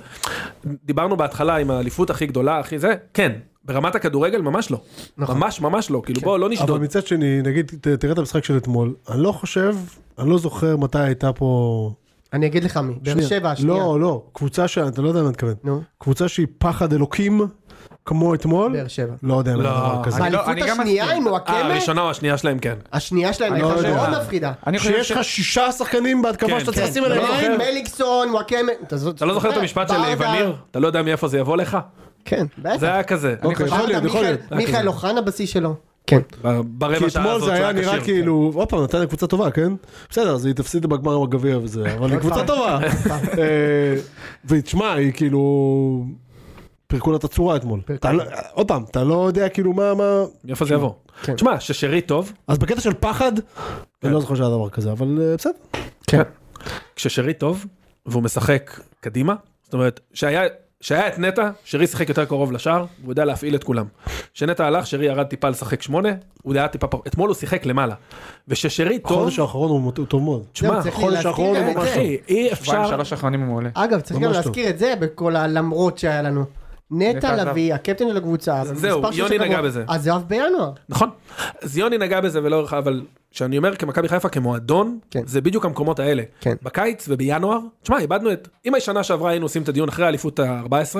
Speaker 1: דיברנו בהתחלה עם האליפות הכי גדולה, הכי זה, כן, ברמת הכדורגל ממש לא.
Speaker 2: נכון.
Speaker 1: ממש ממש לא, כאילו בוא לא
Speaker 3: כן. אבל
Speaker 1: נשדוד.
Speaker 3: מצד שני, נגיד, ת- תראה את המשחק של אתמול, אני לא חושב, אני לא זוכר מתי הייתה פה...
Speaker 2: אני אגיד לך מי, באר
Speaker 3: שנייה.
Speaker 2: שבע השנייה.
Speaker 3: לא, לא, קבוצה ש... אתה לא יודע מה אני מתכוון.
Speaker 2: נו,
Speaker 3: קבוצה שהיא פחד אלוקים, כמו אתמול.
Speaker 2: באר שבע.
Speaker 3: לא יודע אם
Speaker 1: לא.
Speaker 3: היה דבר כזה.
Speaker 4: אני לא-
Speaker 2: באליפות
Speaker 4: אני גם
Speaker 2: השנייה
Speaker 4: מסכים.
Speaker 2: עם
Speaker 1: אה,
Speaker 2: מואקמה,
Speaker 1: הראשונה או השנייה שלהם כן.
Speaker 2: השנייה שלהם הייתה
Speaker 3: לא יודע.
Speaker 2: מאוד מפחידה.
Speaker 4: אני חושב
Speaker 3: כשיש
Speaker 4: ש...
Speaker 3: לך שישה שחקנים בהתקפה
Speaker 1: כן,
Speaker 3: שאתה צריך
Speaker 1: כן.
Speaker 3: לשים
Speaker 1: לא
Speaker 3: עליהם.
Speaker 1: זוכר.
Speaker 2: מים, מליקסון, וואקמה.
Speaker 1: אתה לא זוכר
Speaker 3: אה,
Speaker 1: את המשפט של
Speaker 2: אה, ברדה.
Speaker 1: וניר? אתה לא יודע מאיפה זה יבוא לך?
Speaker 2: כן, בטח.
Speaker 1: זה היה כזה. אני
Speaker 3: אוקיי, יכול
Speaker 2: ברדה,
Speaker 3: להיות, יכול
Speaker 2: מיכאל-
Speaker 3: להיות.
Speaker 2: מיכאל אוחנה בשיא שלו. כן.
Speaker 1: ב-
Speaker 3: כי
Speaker 1: ברבע שעה
Speaker 3: אתמול
Speaker 1: הזאת
Speaker 3: זה היה נראה
Speaker 1: כשיר.
Speaker 3: כאילו, עוד פעם, נתניה קבוצה טובה, כן? בסדר, אז היא תפסיד בגמר עם הגביע וזה, אבל היא קבוצה טובה. אה, ותשמע, היא כאילו... פירקו לה את הצורה אתמול.
Speaker 2: פירקו.
Speaker 3: אתה לא- עוד פעם, אתה לא יודע כאילו מה, מה...
Speaker 1: מאיפה זה יבוא.
Speaker 2: כן.
Speaker 1: תשמע, ששרי טוב,
Speaker 3: אז בקטע של פחד, אני לא זוכר שהיה דבר כזה, אבל אה, בסדר.
Speaker 2: כן.
Speaker 1: כששרי טוב, והוא משחק קדימה, זאת אומרת, שהיה... שהיה את נטע, שרי שיחק יותר קרוב לשער, הוא יודע להפעיל את כולם. כשנטע הלך, שרי ירד טיפה לשחק שמונה, הוא היה טיפה פחות, אתמול הוא שיחק למעלה. וכששרי טוב,
Speaker 3: החודש האחרון הוא הוא טוב מאוד.
Speaker 1: תשמע,
Speaker 2: צריך
Speaker 3: החודש
Speaker 2: להזכיר
Speaker 3: האחרון
Speaker 2: גם
Speaker 3: הוא
Speaker 2: את
Speaker 3: ממש
Speaker 2: זה.
Speaker 1: אחי, אי
Speaker 4: כן, שבועיים
Speaker 1: אפשר,
Speaker 4: שלוש האחרונים הוא מעולה.
Speaker 2: אגב, צריך גם
Speaker 3: ממש
Speaker 2: להזכיר את זה בכל הלמרות שהיה לנו.
Speaker 4: נטע
Speaker 2: נטע
Speaker 4: עזב.
Speaker 2: לביא, הקפטן של הקבוצה,
Speaker 1: זהו,
Speaker 2: מספר שש
Speaker 1: יוני
Speaker 2: הגבוה,
Speaker 1: נגע בזה.
Speaker 2: עזב בינואר.
Speaker 1: נכון. אז יוני נגע בזה ולא הרחב, אבל כשאני אומר כמכבי חיפה, כמועדון,
Speaker 2: כן.
Speaker 1: זה בדיוק המקומות האלה.
Speaker 2: כן.
Speaker 1: בקיץ ובינואר, תשמע, איבדנו את... אם השנה שעברה היינו עושים את הדיון אחרי האליפות ה-14,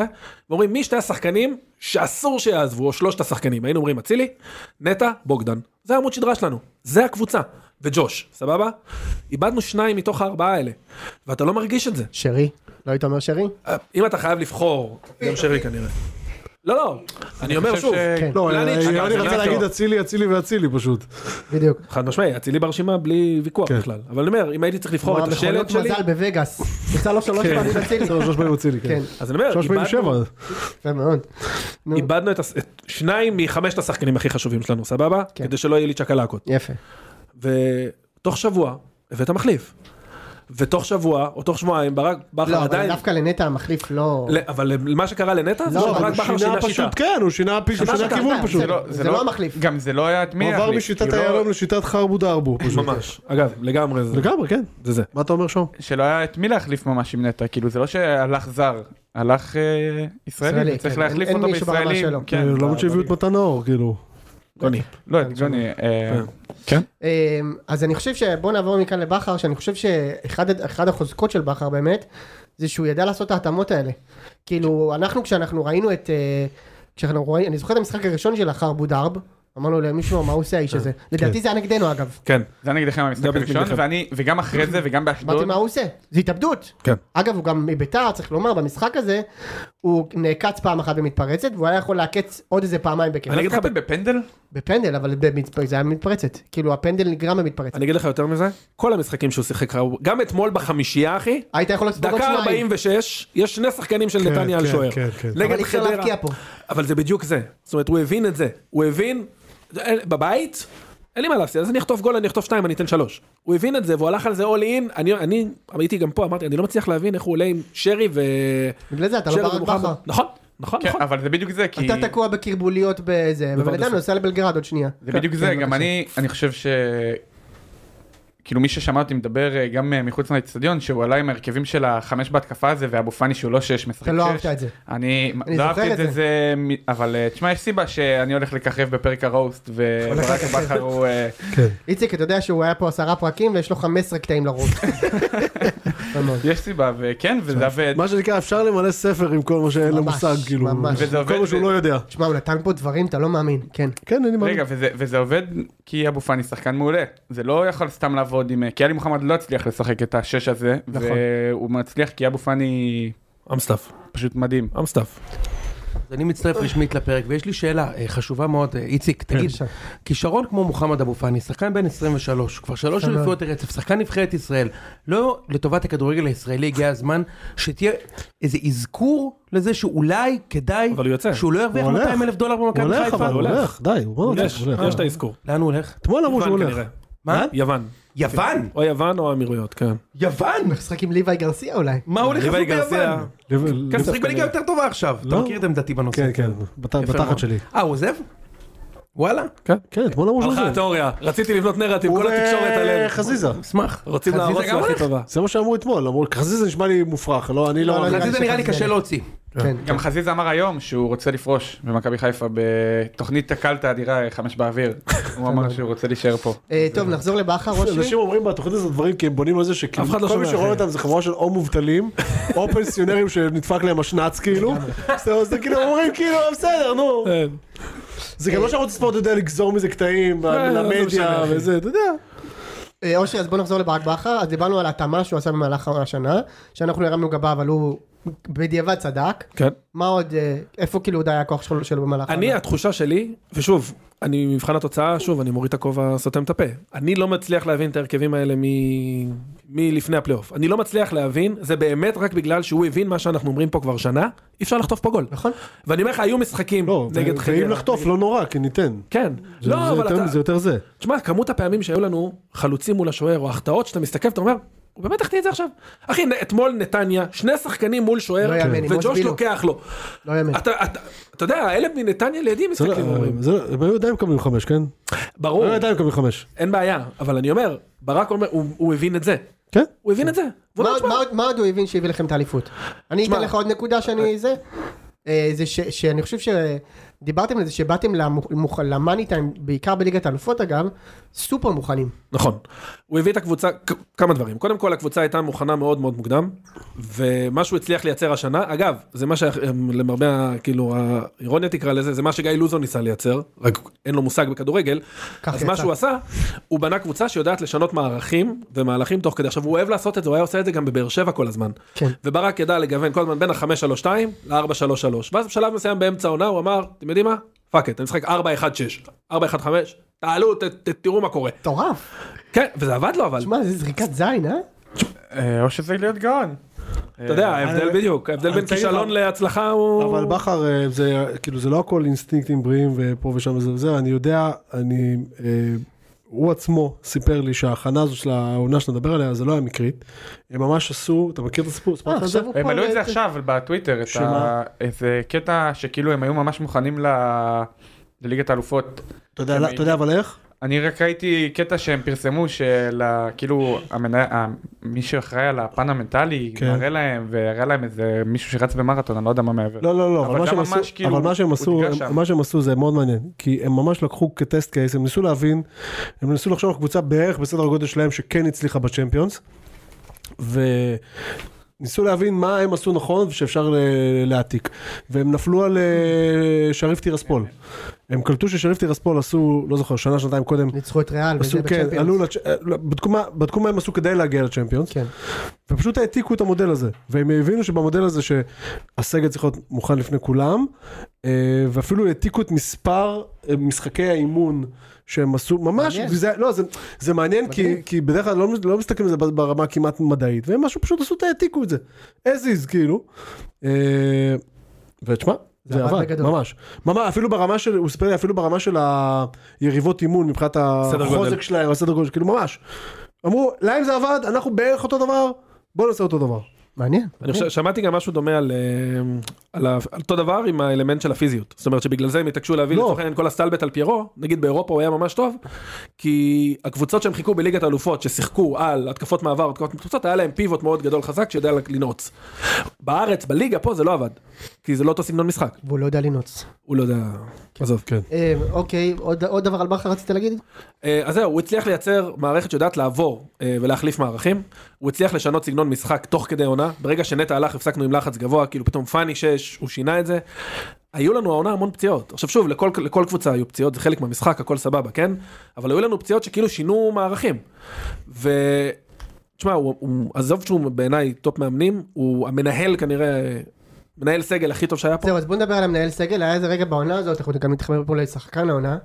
Speaker 1: ואומרים מי שתי השחקנים שאסור שיעזבו, או שלושת השחקנים, היינו אומרים אצילי, נטע, בוגדן. זה העמוד שדרה שלנו, זה הקבוצה. וג'וש, סבבה? איבדנו שניים מתוך הארבעה האלה, ואתה לא מרגיש את זה.
Speaker 2: שרי, לא היית אומר שרי?
Speaker 1: אם אתה חייב לבחור, גם שרי כנראה. לא, לא, אני אומר
Speaker 4: חושב
Speaker 1: שוב,
Speaker 4: ש-
Speaker 2: כן.
Speaker 3: לא,
Speaker 1: פלניץ',
Speaker 3: אני
Speaker 1: אגב, זה
Speaker 3: רצה
Speaker 1: נטע.
Speaker 3: להגיד אצילי, אצילי ואצילי פשוט.
Speaker 2: בדיוק.
Speaker 1: חד משמעי, אצילי ברשימה בלי ויכוח
Speaker 3: כן.
Speaker 1: בכלל. אבל אני אומר, אם הייתי צריך לבחור את השלט
Speaker 2: המכונות
Speaker 1: שלי,
Speaker 2: מזל בווגאס. יצא לו שלוש
Speaker 1: כן.
Speaker 2: פעמים אצילי.
Speaker 3: שלוש שלוש פעמים אצילי,
Speaker 2: כן,
Speaker 3: כן.
Speaker 1: אז אני אומר,
Speaker 3: שלוש פעמים
Speaker 1: איבדנו-
Speaker 3: שבע.
Speaker 2: יפה מאוד. נו,
Speaker 1: איבדנו את הס- את שניים מחמשת השחקנים הכי חשובים שלנו, סבבה?
Speaker 2: כן.
Speaker 1: כדי שלא יהיה לי צ'קלקות.
Speaker 2: יפה.
Speaker 1: ותוך שבוע הבאת מחליף. ותוך שבוע, או תוך שבועיים, ברק בכר
Speaker 2: לא, אבל
Speaker 1: עדיין...
Speaker 2: דווקא לנטע המחליף לא...
Speaker 1: ל- אבל מה שקרה לנטע, זה
Speaker 2: לא, אבל
Speaker 1: שברק
Speaker 3: הוא
Speaker 1: בכר
Speaker 3: שינה
Speaker 1: שינה שיטה.
Speaker 3: פשוט, כן, הוא שינה פ- הוא
Speaker 2: שמה
Speaker 3: שינה
Speaker 2: שקרה,
Speaker 3: כיוון
Speaker 2: זה
Speaker 3: פשוט.
Speaker 2: בסדר. זה לא המחליף.
Speaker 4: גם זה לא היה את מי
Speaker 3: הוא עבר
Speaker 4: להחליף, כי
Speaker 3: משיטת
Speaker 4: הוא לא-
Speaker 3: היהלום לשיטת חרבו דארבו. פשוט.
Speaker 1: ממש. אגב, לגמרי זה.
Speaker 3: לגמרי, כן.
Speaker 1: זה זה.
Speaker 3: מה אתה אומר שם?
Speaker 4: שלא היה את מי להחליף ממש עם נטע, כאילו זה לא שהלך זר, הלך אה,
Speaker 2: ישראלי,
Speaker 4: ישראלי, צריך
Speaker 2: כן.
Speaker 4: להחליף
Speaker 2: אין- אין
Speaker 4: אותו
Speaker 2: מישהו ברמה
Speaker 4: בישראלי.
Speaker 2: שלו.
Speaker 4: כן,
Speaker 3: אה, למרות
Speaker 4: ב-
Speaker 3: שהביאו את
Speaker 4: בליגה.
Speaker 3: מתן האור, כאילו.
Speaker 1: גוני.
Speaker 4: לא, את ג'וני. אה, כן?
Speaker 2: אמ, אז אני חושב שבוא נעבור מכאן לבכר, שאני חושב שאחד אחד החוזקות של בכר באמת, זה שהוא ידע לעשות את ההתאמות האלה. כאילו, אנחנו כשאנחנו ראינו את... אה, כשאנחנו רואים, אני זוכר את המשחק הראשון של החרבו דארב, אמרנו למישהו, מה עושה האיש הזה? לדעתי זה היה נגדנו אגב.
Speaker 1: כן.
Speaker 4: זה היה נגדכם
Speaker 1: זה
Speaker 4: המשחק
Speaker 1: היה
Speaker 4: הראשון,
Speaker 1: נגדכם.
Speaker 4: ואני, וגם אחרי זה, וגם
Speaker 2: אמרתי
Speaker 1: לא.
Speaker 4: באשדוד,
Speaker 2: מה הוא עושה? זה התאבדות.
Speaker 1: כן.
Speaker 2: אגב, הוא גם מביתר, צריך לומר, במשחק הזה, הוא נעקץ פעם אחת במתפרצת, והוא היה יכול לעקץ עוד איזה פעמיים
Speaker 1: אני
Speaker 2: בכלל.
Speaker 1: אגיד לך
Speaker 4: לקחת בפנדל?
Speaker 2: בפנדל, אבל במצפ- זה היה מתפרצת. כאילו, הפנדל נגרם במתפרצת.
Speaker 1: אני אגיד לך יותר מזה, כל המשחקים שהוא שיחק, גם אתמול בחמישייה, אחי,
Speaker 2: היית יכול לעשות עוד
Speaker 1: דקה
Speaker 2: שניים.
Speaker 1: 46, יש שני שחקנים של
Speaker 3: כן,
Speaker 1: נתניה על
Speaker 3: כן,
Speaker 1: שוער.
Speaker 3: כן, כן.
Speaker 1: נגד
Speaker 2: אבל אי אפשר
Speaker 1: חדרה.
Speaker 2: להבקיע פה.
Speaker 1: אבל זה בדיוק זה. זאת אומרת, הוא הבין את זה. הוא הבין, אין- בבית, אין לי מה להפסיד, אז אני אחטוף גול, אני אחטוף שתיים, אני אתן שלוש. הוא הבין את זה, והוא הלך על זה אול אין, אני- אני הייתי גם פה, אמרתי, אני לא מצליח להבין איך הוא עולה עם שרי ו...
Speaker 2: בגלל זה אתה לא
Speaker 1: שרי
Speaker 2: ברק
Speaker 1: ומוחמד."
Speaker 2: בכר.
Speaker 1: נכון, נכון,
Speaker 4: כן,
Speaker 1: נכון.
Speaker 4: אבל זה בדיוק זה, כי...
Speaker 2: אתה תקוע בקרבוליות בזה, ובן
Speaker 1: בוורדסון.
Speaker 2: אדם נוסע לבלגרד עוד שנייה.
Speaker 4: זה בדיוק זה, גם אני, אני חושב ש... כאילו מי ששמע אותי מדבר אה, גם אה, מחוץ לאצטדיון, שהוא עלה עם ההרכבים של החמש בהתקפה הזה, ואבו פאני שהוא לא שש, משחק שש.
Speaker 2: אתה לא אהבת את זה.
Speaker 4: אני
Speaker 2: אני
Speaker 4: לא
Speaker 2: זוכר
Speaker 4: אהבתי
Speaker 2: את
Speaker 4: את זה,
Speaker 2: זה.
Speaker 4: זה... מ- אבל אה, תשמע, יש סיבה שאני הולך לככב בפרק הרוסט,
Speaker 2: הולך
Speaker 4: וברק
Speaker 2: לככב.
Speaker 4: בכר הוא... אה,
Speaker 2: איציק, אתה יודע שהוא היה פה עשרה פרקים ויש לו 15 קטעים לרוב. יפה מאוד.
Speaker 4: יש סיבה, וכן, וזה עובד.
Speaker 3: מה שנקרא, אפשר למלא ספר עם כל מה שאין לו
Speaker 2: ממש,
Speaker 3: מושג, כאילו.
Speaker 2: ממש.
Speaker 4: וזה עובד,
Speaker 3: כל מה שהוא
Speaker 4: ו-
Speaker 3: לא יודע.
Speaker 2: תשמע, הוא נתן פה דברים, אתה לא מאמין. כן.
Speaker 3: כן, אין לי מה...
Speaker 4: רגע, וזה, וזה עובד כי אבו פאני שחקן מעולה. זה לא יכול סתם לעבוד עם... כי עלי מוחמד לא הצליח לשחק את השש הזה,
Speaker 2: נכון.
Speaker 4: והוא מצליח כי אבו פאני
Speaker 1: אמסטף,
Speaker 4: פשוט מדהים.
Speaker 1: אמסטף.
Speaker 5: אז אני מצטרף רשמית לפרק, ויש לי שאלה אה, חשובה מאוד, אה, איציק,
Speaker 3: כן,
Speaker 5: תגיד, כישרון כמו מוחמד אבו פאני, שחקן בן 23, כבר שלוש
Speaker 2: מאוד.
Speaker 5: אליפויות לרצף, שחקן נבחרת ישראל, לא לטובת הכדורגל הישראלי הגיע הזמן שתהיה איזה אזכור לזה שאולי כדאי
Speaker 1: אבל הוא יוצא.
Speaker 5: שהוא לא ירוויח
Speaker 3: הוא הולך.
Speaker 5: 200 אלף דולר
Speaker 3: הוא
Speaker 5: במכבי
Speaker 3: הולך,
Speaker 5: חיפה?
Speaker 3: אבל הוא
Speaker 1: הולך.
Speaker 3: הולך, די, הוא לא
Speaker 1: יש,
Speaker 3: הולך.
Speaker 1: יש את האזכור.
Speaker 5: לאן הוא הולך?
Speaker 3: אתמול אמרו שהוא
Speaker 1: יוון
Speaker 3: הולך.
Speaker 1: כנראה.
Speaker 5: מה?
Speaker 1: יוון.
Speaker 5: יוון?
Speaker 1: או יוון או האמירויות, כן.
Speaker 5: יוון?
Speaker 2: משחק עם ליוואי גרסיה אולי.
Speaker 5: מה הוא הולך
Speaker 1: ריבאי
Speaker 5: לעשות
Speaker 1: גרסיה,
Speaker 5: ביוון?
Speaker 3: לב-
Speaker 5: הוא
Speaker 1: כסף
Speaker 5: משחק בליגה
Speaker 1: כנראה.
Speaker 5: יותר טובה עכשיו, אתה
Speaker 3: לא.
Speaker 5: מכיר את עמדתי בנושא.
Speaker 3: כן, כן, בת-
Speaker 5: יפה מאוד.
Speaker 3: בתחת שלי.
Speaker 5: אה, הוא עוזב? וואלה,
Speaker 3: כן, אתמול אמרו שהוא
Speaker 1: הלכה
Speaker 3: הולך.
Speaker 1: התיאוריה, רציתי לבנות נרטיב, כל
Speaker 2: אה,
Speaker 1: התקשורת עליהם.
Speaker 3: חזיזה.
Speaker 5: אשמח.
Speaker 1: רוצים
Speaker 5: חזיזה
Speaker 1: להרוס
Speaker 5: גם
Speaker 1: לו הכי
Speaker 5: הולך?
Speaker 1: טובה.
Speaker 3: זה מה שאמרו אתמול, אמרו, חזיזה נשמע לי מופרך, לא, אני
Speaker 2: לא,
Speaker 3: לא...
Speaker 2: לא,
Speaker 5: חזיזה נראה לי קשה להוציא.
Speaker 2: כן.
Speaker 4: גם חזיזה אמר היום שהוא רוצה לפרוש במכבי חיפה בתוכנית הקלטה האדירה חמש באוויר. הוא אמר שהוא רוצה להישאר פה.
Speaker 2: אה, טוב, נחזור לבכר אושרי.
Speaker 3: אנשים אומרים בתוכנית הזאת דברים כי הם בונים על זה שכאילו
Speaker 1: אף אחד לא
Speaker 3: כל מי
Speaker 1: שומע,
Speaker 3: שרואה
Speaker 1: אחי.
Speaker 3: אותם זה חבורה של או מובטלים או פנסיונרים שנדפק להם השנץ כאילו. אז זה כאילו אומרים כאילו בסדר נו.
Speaker 1: כן.
Speaker 3: זה גם לא שערוץ הספורט יודע לגזור מזה קטעים על-
Speaker 1: לא משנה,
Speaker 3: למדיה
Speaker 1: אחי.
Speaker 3: וזה אתה יודע.
Speaker 2: אה, אושרי, אז בוא נחזור לברק בכר. אז דיברנו על ההתאמה שהוא עשה במהלך השנה, שאנחנו הרמנו גבה, אבל הוא בדיעבד צדק.
Speaker 1: כן.
Speaker 2: מה עוד, אה, איפה כאילו עוד היה הכוח שלו שלו במהלך
Speaker 1: אני,
Speaker 2: העונה?
Speaker 1: התחושה שלי, ושוב, אני במבחן התוצאה, שוב, אני מוריד את הכובע, סותם את הפה. אני לא מצליח להבין את ההרכבים האלה מ- מלפני הפלייאוף. אני לא מצליח להבין, זה באמת רק בגלל שהוא הבין מה שאנחנו אומרים פה כבר שנה, אי אפשר לחטוף פה גול.
Speaker 2: נכון.
Speaker 1: ואני אומר לך, היו משחקים
Speaker 3: לא,
Speaker 1: נגד
Speaker 3: ו- ואם לחטוף לא נורא כי ניתן.
Speaker 1: כן.
Speaker 3: זה- זה
Speaker 1: לא, אבל
Speaker 3: יותר-
Speaker 1: אתה...
Speaker 3: זה יותר זה.
Speaker 1: תשמע, כמות הפעמים שהיו לנו חלוצים מול השוער, או החטאות, שאתה מסתכל ואתה אומר, הוא באמת החטיא את זה עכשיו. אחי, נ- אתמול נתניה, שני שחקנים מול שוער,
Speaker 2: לא יאמן, עם
Speaker 1: וג'וש
Speaker 2: מוסבילו.
Speaker 1: לוקח לו.
Speaker 2: לא יאמן.
Speaker 1: אתה, אתה, אתה יודע, האלה מנתניה לידי
Speaker 3: זה לא-
Speaker 1: מסתכלים אומרים.
Speaker 3: זה לא- הם היו עדיין מקבלים חמש, כן?
Speaker 1: ברור,
Speaker 2: לא
Speaker 3: היו עדיין מקבלים חמש.
Speaker 1: אין בעיה, אבל אני אומר, ברק אומר, הוא, הוא הבין את זה.
Speaker 3: כן?
Speaker 1: הוא הבין את זה. והוא לא אומר,
Speaker 2: מה עוד-
Speaker 1: "תשמע,
Speaker 2: מה עוד- מה עוד הוא הבין שהביא לכם את האליפות? אני
Speaker 1: שמע.
Speaker 2: אתן לך עוד נקודה שאני זה. אה, זה ש- שאני חושב שדיברתם על זה שבאתם למוכ- למאני טיים, בעיקר בליגת האלופות אגב, סופר מוכנים.
Speaker 1: נכון. הוא הביא את הקבוצה, כ- כמה דברים. קודם כל, הקבוצה הייתה מוכנה מאוד מאוד מוקדם, ומה שהוא הצליח לייצר השנה, אגב, זה מה ש... למרבה, ה- כאילו, האירוניה תקרא לזה, זה מה שגיא לוזון ניסה לייצר, רק אין לו מושג בכדורגל.
Speaker 2: כך
Speaker 1: אז
Speaker 2: יצא.
Speaker 1: מה שהוא עשה, הוא בנה קבוצה שיודעת לשנות מערכים ומהלכים תוך כדי. עכשיו, הוא אוהב לעשות את זה, הוא היה עושה את זה גם בבאר שבע כל הזמן.
Speaker 2: כן.
Speaker 1: וברק ידע לגוון כל הזמן בין ה-532 ל-433. ואז בשלב מסוים באמצע העונה הוא אמר, אתם יודעים מה? פאק את, אני משחק 416, 415, תעלו, ת- ת- תראו מה קורה.
Speaker 2: מטורף.
Speaker 1: כן, וזה עבד לו אבל,
Speaker 2: שמע, זה זריקת זין, אה?
Speaker 4: אה, או שזה להיות גאון.
Speaker 1: אתה יודע, ההבדל
Speaker 3: אני-
Speaker 1: בדיוק, ההבדל
Speaker 3: אה, אני
Speaker 1: בין
Speaker 3: צעיר,
Speaker 1: כישלון
Speaker 3: אבל-
Speaker 1: להצלחה הוא...
Speaker 3: אבל בכר אה, זה כאילו זה לא הכל אינסטינקטים בריאים ופה ושם וזה וזה אני יודע אני אה, הוא עצמו סיפר לי שההכנה הזו של העונה שאתה מדבר עליה זה לא היה מקרית. הם ממש עשו אתה מכיר את הסיפור?
Speaker 2: אה,
Speaker 3: סיפרת על נכון, זה?
Speaker 2: עכשיו הוא פה...
Speaker 4: הם העלו את
Speaker 2: ב-
Speaker 4: זה עכשיו בטוויטר, את
Speaker 3: שמה?
Speaker 4: ה- איזה קטע שכאילו הם היו ממש מוכנים ל- לליגת האלופות.
Speaker 3: אתה יודע
Speaker 2: כן,
Speaker 3: אתה יודע אבל איך?
Speaker 4: אני רק ראיתי קטע שהם פרסמו של ה- כאילו המנה- ה- מי שאחראי על הפן המנטלי
Speaker 3: כן.
Speaker 4: מראה להם והראה להם איזה מישהו שרץ במרתון אני לא יודע מה מעבר.
Speaker 3: לא לא לא
Speaker 4: אבל
Speaker 3: אבל מה
Speaker 4: גם
Speaker 3: שהם
Speaker 4: ממש
Speaker 3: עשו-
Speaker 4: כאילו
Speaker 3: אבל מה שהם עשו
Speaker 4: הודגש
Speaker 3: הם-
Speaker 4: שם.
Speaker 3: מה שהם עשו זה מאוד מעניין כי הם ממש לקחו כטסט קייס הם ניסו להבין הם ניסו לחשוב על קבוצה בערך בסדר הגודל שלהם שכן הצליחה בצ'מפיונס. וניסו להבין מה הם עשו נכון ושאפשר ל- להעתיק והם נפלו על אה, שריף טירספול. הם קלטו ששריף טירספול עשו לא זוכר שנה שנתיים קודם.
Speaker 2: ניצחו את ריאל,
Speaker 3: עשו
Speaker 2: וזה
Speaker 3: כן
Speaker 2: בצ'מפיונס.
Speaker 3: עלו לצ'- אה, לא, בדקו מה- בדקו מה הם עשו כדי להגיע לצ'מפיונס.
Speaker 2: כן.
Speaker 3: ופשוט העתיקו את המודל הזה, והם הבינו שבמודל הזה שהסגל צריך להיות מוכן לפני כולם, אה, ואפילו העתיקו את מספר אה, משחקי האימון שהם עשו, ממש,
Speaker 2: מעניין.
Speaker 3: וזה, לא, זה, זה מעניין כי,
Speaker 2: מדהים.
Speaker 3: כי בדרך כלל לא, לא מסתכלים על זה ברמה כמעט מדעית, והם משהו פשוט עשו, העתיקו את זה, as is כאילו, אה, ותשמע.
Speaker 2: זה
Speaker 3: זה
Speaker 2: עבד
Speaker 3: עבד,
Speaker 2: בגדול.
Speaker 3: ממש. ממש, אפילו ברמה של, הוא סיפר לי, אפילו ברמה של היריבות אימון מבחינת
Speaker 1: סדר גודל.
Speaker 3: החוזק שלהם, הסדר גודל, כאילו ממש. אמרו, להם זה עבד, אנחנו בערך אותו דבר, בוא נעשה אותו דבר.
Speaker 2: מעניין.
Speaker 1: אני חושב, שמעתי גם משהו דומה על, אה, על ה- על אותו דבר עם האלמנט של הפיזיות. זאת אומרת שבגלל זה הם התעקשו להביא
Speaker 3: לא.
Speaker 1: לצורך העניין כל הסטלבט על פיירו, נגיד באירופה הוא היה ממש טוב, כי הקבוצות שהם חיכו בליגת האלופות, ששיחקו על התקפות מעבר, התקפות מתפוצות, היה להם פיבוט מאוד גדול חזק שיודע לנעוץ. בארץ, בליגה פה זה לא עבד, כי זה לא אותו סגנון משחק.
Speaker 2: והוא לא יודע לנעוץ.
Speaker 1: הוא לא יודע, עזוב. כן.
Speaker 2: אה, אוקיי, עוד עוד דבר על בכר רצית להגיד?
Speaker 1: אה, אז זהו, הוא הצליח לייצר מערכת שיודעת לעבור אה, ולהחליף מערכים. הוא הצליח לשנות סגנון משחק תוך כדי עונה. ברגע שנטע הלך הפסקנו עם לחץ גבוה, כאילו פתאום פאני 6, הוא שינה את זה. היו לנו העונה המון פציעות. עכשיו שוב, לכל, לכל קבוצה היו פציעות, זה חלק מהמשחק, הכל סבבה, כן? אבל היו לנו פציעות שכאילו שינו מערכים. ו... תשמע, הוא, הוא עזוב שהוא בעיניי טופ מאמנים, הוא המנהל כנראה, מנהל סגל הכי טוב שהיה פה.
Speaker 2: זהו, אז בוא נדבר על המנהל סגל, היה איזה רגע בעונה הזאת, אנחנו גם נתחבר פה לשחקן העונה,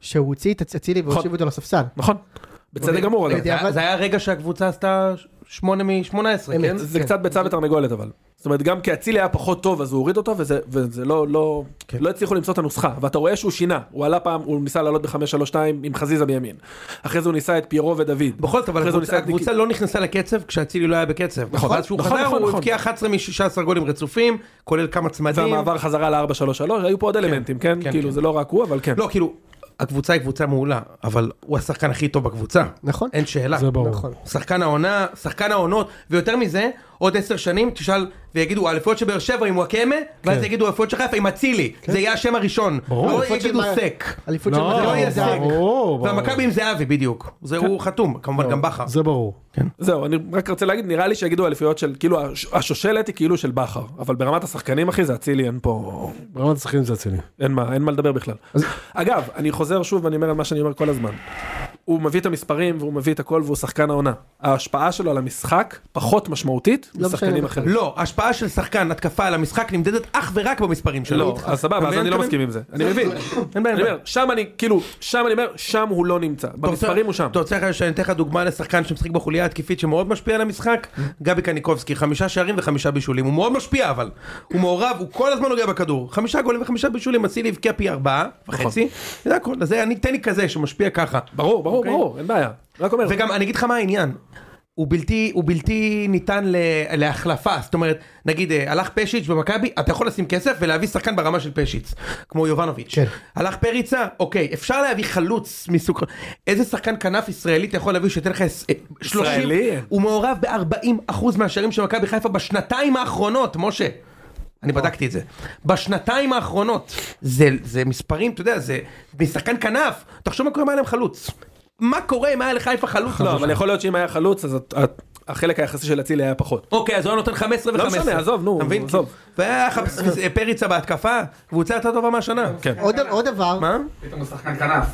Speaker 2: שהוא הוציא את אצילי והושיב אותו לספסל.
Speaker 1: נכון.
Speaker 5: אוקיי.
Speaker 1: בצדק גמור אגב.
Speaker 2: בדיוק. בדיעבד-
Speaker 5: זה היה הרגע שהקבוצה עשתה 8 מ-18,
Speaker 2: אמת.
Speaker 5: כן?
Speaker 1: זה
Speaker 2: כן.
Speaker 1: קצת ביצה ותרנגולת אבל. זאת אומרת גם כי אצילי היה פחות טוב אז הוא הוריד אותו וזה, וזה לא, לא, כן. לא הצליחו למצוא את הנוסחה ואתה רואה שהוא שינה הוא עלה פעם הוא ניסה לעלות ב-532 עם חזיזה בימין. אחרי זה הוא ניסה את פיירו ודוד.
Speaker 5: בכל זאת, אבל
Speaker 1: אחרי זה הוא ניסה
Speaker 5: הקבוצה,
Speaker 1: את ניקי.
Speaker 5: הקבוצה לא נכנסה לקצב כשאצילי לא היה בקצב.
Speaker 1: נכון,
Speaker 5: ואז שהוא
Speaker 1: נכון,
Speaker 5: חזר,
Speaker 1: נכון,
Speaker 5: הוא
Speaker 1: נכון.
Speaker 5: הבקיע 11 מ-16 גולים רצופים, כולל כמה צמדים.
Speaker 1: והמעבר חזרה ל-433 היו פה עוד אלמנטים כן,
Speaker 5: כן,
Speaker 1: כאילו
Speaker 5: כן.
Speaker 1: זה לא רק הוא אבל כן.
Speaker 5: לא, כאילו, הקבוצה היא קבוצה מעולה, אבל הוא השחקן הכי טוב בקבוצה.
Speaker 2: נכון.
Speaker 5: אין שאלה.
Speaker 3: זה ברור.
Speaker 2: נכון.
Speaker 5: שחקן העונה, שחקן העונות, ויותר מזה, עוד עשר שנים תשאל, ויגידו, האליפויות של באר שבע עם וואקמה, ואז יגידו, האליפויות של חיפה עם אצילי, זה יהיה השם הראשון. לא
Speaker 2: אליפות של
Speaker 5: יגידו
Speaker 2: מה-
Speaker 5: סק.
Speaker 2: אליפות של מדריד.
Speaker 5: לא יהיה
Speaker 2: זה
Speaker 5: סק.
Speaker 3: ברור, ברור.
Speaker 5: והמכבי עם זהבי בדיוק, זה הוא חתום,
Speaker 1: לא.
Speaker 5: כמובן גם בכר.
Speaker 3: זה ברור.
Speaker 1: זהו אני רק רוצה להגיד נראה לי שיגידו אליפויות של כאילו הש- השושלת היא כאילו של בכר אבל ברמת השחקנים אחי זה אצילי אין פה
Speaker 3: ברמת השחקנים זה אצילי.
Speaker 1: אין מה, אין מה לדבר בכלל. אז... אגב, אני חוזר שוב ואני אומר על מה שאני אומר כל הזמן. הוא מביא את המספרים והוא מביא את הכל והוא שחקן העונה. ההשפעה שלו על המשחק פחות משמעותית
Speaker 2: לא
Speaker 1: משחקנים
Speaker 2: משנה.
Speaker 1: אחרים.
Speaker 5: לא, השפעה של שחקן, התקפה על המשחק נמדדת אך ורק במספרים שלו.
Speaker 1: לא, אז סבבה, אז
Speaker 5: אתה
Speaker 1: אני לא
Speaker 5: מבין?
Speaker 1: מסכים עם זה. אני מבין.
Speaker 5: אין בעיה.
Speaker 1: אני אומר, שם אני, כאילו, שם אני אומר, שם הוא לא נמצא.
Speaker 5: אתה רוצה-
Speaker 1: במספרים הוא שם.
Speaker 5: אתה רוצה שאני אתן לך דוגמה לשחקן שמשחק בחוליה התקיפית שמאוד משפיע על המשחק?
Speaker 1: Mm-hmm.
Speaker 5: גבי קניקובסקי, חמישה שערים וחמישה בישולים. הוא מאוד משפיע אבל. הוא מעורב, הוא כל הזמן נוגע בכדור. חמישה גולים וחמישה בישולים, אצילי הבקיע פי ארבעה וחצי.
Speaker 1: נכון.
Speaker 5: זה הכל. אז זה, אני, תן לי כזה שמשפיע ככה.
Speaker 1: אוקיי. ברור, ברור, ברור, אין בעיה. רק אומר,
Speaker 5: וגם, אני אגיד לך מה העניין. הוא בלתי, הוא בלתי ניתן ל, להחלפה, זאת אומרת, נגיד אה, הלך פשיץ' במכבי, אתה יכול לשים כסף ולהביא שחקן ברמה של פשיץ', כמו יובנוביץ'.
Speaker 2: כן.
Speaker 5: הלך פריצה, אוקיי, אפשר להביא חלוץ מסוג... איזה שחקן כנף ישראלי אתה יכול להביא שייתן לך עש- אה, 30...
Speaker 4: ישראלי?
Speaker 5: הוא מעורב ב-40% מהשערים של מכבי חיפה בשנתיים האחרונות, משה. אני בדקתי את זה. בשנתיים האחרונות, זה, זה מספרים, אתה יודע, זה משחקן כנף, תחשוב מה קורה אם היה להם חלוץ. מה קורה אם היה לחיפה חלוץ?
Speaker 1: לא, אבל יכול להיות שאם היה חלוץ, אז את- את- החלק היחסי של אצילי היה פחות.
Speaker 5: אוקיי, אז הוא היה נותן 15 ו-15.
Speaker 1: לא משנה, עזוב, נו,
Speaker 5: אתה מבין?
Speaker 1: עזוב.
Speaker 5: והיה לך פריצה בהתקפה, קבוצה יותר טובה מהשנה.
Speaker 1: כן.
Speaker 2: עוד- עוד דבר,
Speaker 5: מה?
Speaker 4: פתאום הוא שחקן כנף.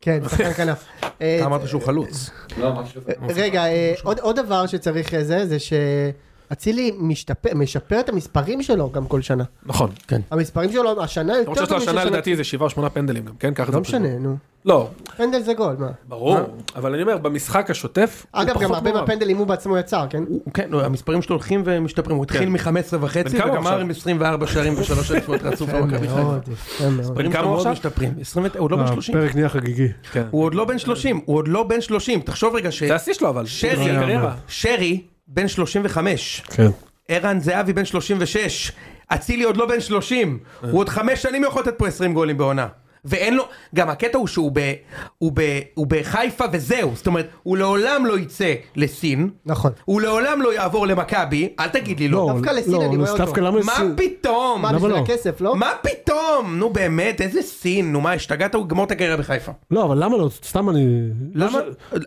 Speaker 2: כן, שחקן כנף. אה,
Speaker 5: אתה אמרת שהוא חלוץ.
Speaker 4: לא, משהו כזה.
Speaker 2: רגע, אה, עוד- עוד דבר שצריך אה, זה, זה שאצילי משתפר- משפר את המספרים שלו גם כל שנה.
Speaker 1: נכון.
Speaker 2: המספרים שלו השנה יותר
Speaker 1: למרות שיש לו
Speaker 2: טובים של
Speaker 1: השנה
Speaker 2: שנה-
Speaker 1: לדעתי איזה שבעה או שמונה פנדלים גם, כן? ככה זה
Speaker 2: לא
Speaker 1: בחשבון.
Speaker 2: משנה, נו.
Speaker 1: לא,
Speaker 2: פנדל זה גול, מה?
Speaker 1: ברור. אבל אני אומר, במשחק השוטף, הוא
Speaker 2: אגב, גם
Speaker 1: פחות
Speaker 2: הרבה
Speaker 1: מעורב.
Speaker 2: מהפנדלים הוא בעצמו יצר, כן?
Speaker 5: הוא- כן, לא, המספרים שלו הולכים ומשתפרים, הוא התחיל מ-15 וחצי
Speaker 1: כן. בן כמה הוא
Speaker 5: וגמר
Speaker 1: עכשיו?
Speaker 5: עם 24 שערים ושלוש אליפות רצוף במכבי חיפה.
Speaker 2: מאוד, יפה מאוד.
Speaker 1: בן כמה
Speaker 5: הוא
Speaker 1: הוא
Speaker 5: עכשיו
Speaker 1: עכשיו?
Speaker 5: משתפרים, 20 ו- הוא לא בן 30.
Speaker 3: הפרק נהיה חגיגי.
Speaker 1: כן.
Speaker 5: הוא עוד לא בן 30, הוא עוד לא בן 30, תחשוב רגע ש...
Speaker 1: זה השיא שלו אבל.
Speaker 5: שרי,
Speaker 1: זה קריירה.
Speaker 5: שרי, בן 35,
Speaker 3: כן.
Speaker 5: ערן זהבי בן 36, אצילי עוד לא בן 30, הוא עוד חמש שנים יכול לתת פה 20 גולים בעונה. ואין לו, גם הקטע הוא שהוא ב, הוא ב, הוא בחיפה וזהו, זאת אומרת, הוא לעולם לא יצא לסין,
Speaker 2: נכון.
Speaker 5: הוא לעולם לא יעבור למכבי, אל תגיד לי לא.
Speaker 2: דווקא לסין אני רואה אותו.
Speaker 3: דווקא למה
Speaker 5: מה
Speaker 3: לא לסין?
Speaker 5: פתאום?
Speaker 2: מה,
Speaker 3: למה
Speaker 2: בשביל
Speaker 3: לא?
Speaker 2: הכסף, לא?
Speaker 5: מה פתאום? נו באמת, איזה סין, נו מה, השתגעת? הוא יגמור את הקריירה בחיפה.
Speaker 3: לא, אבל למה לא? סתם אני...
Speaker 5: למה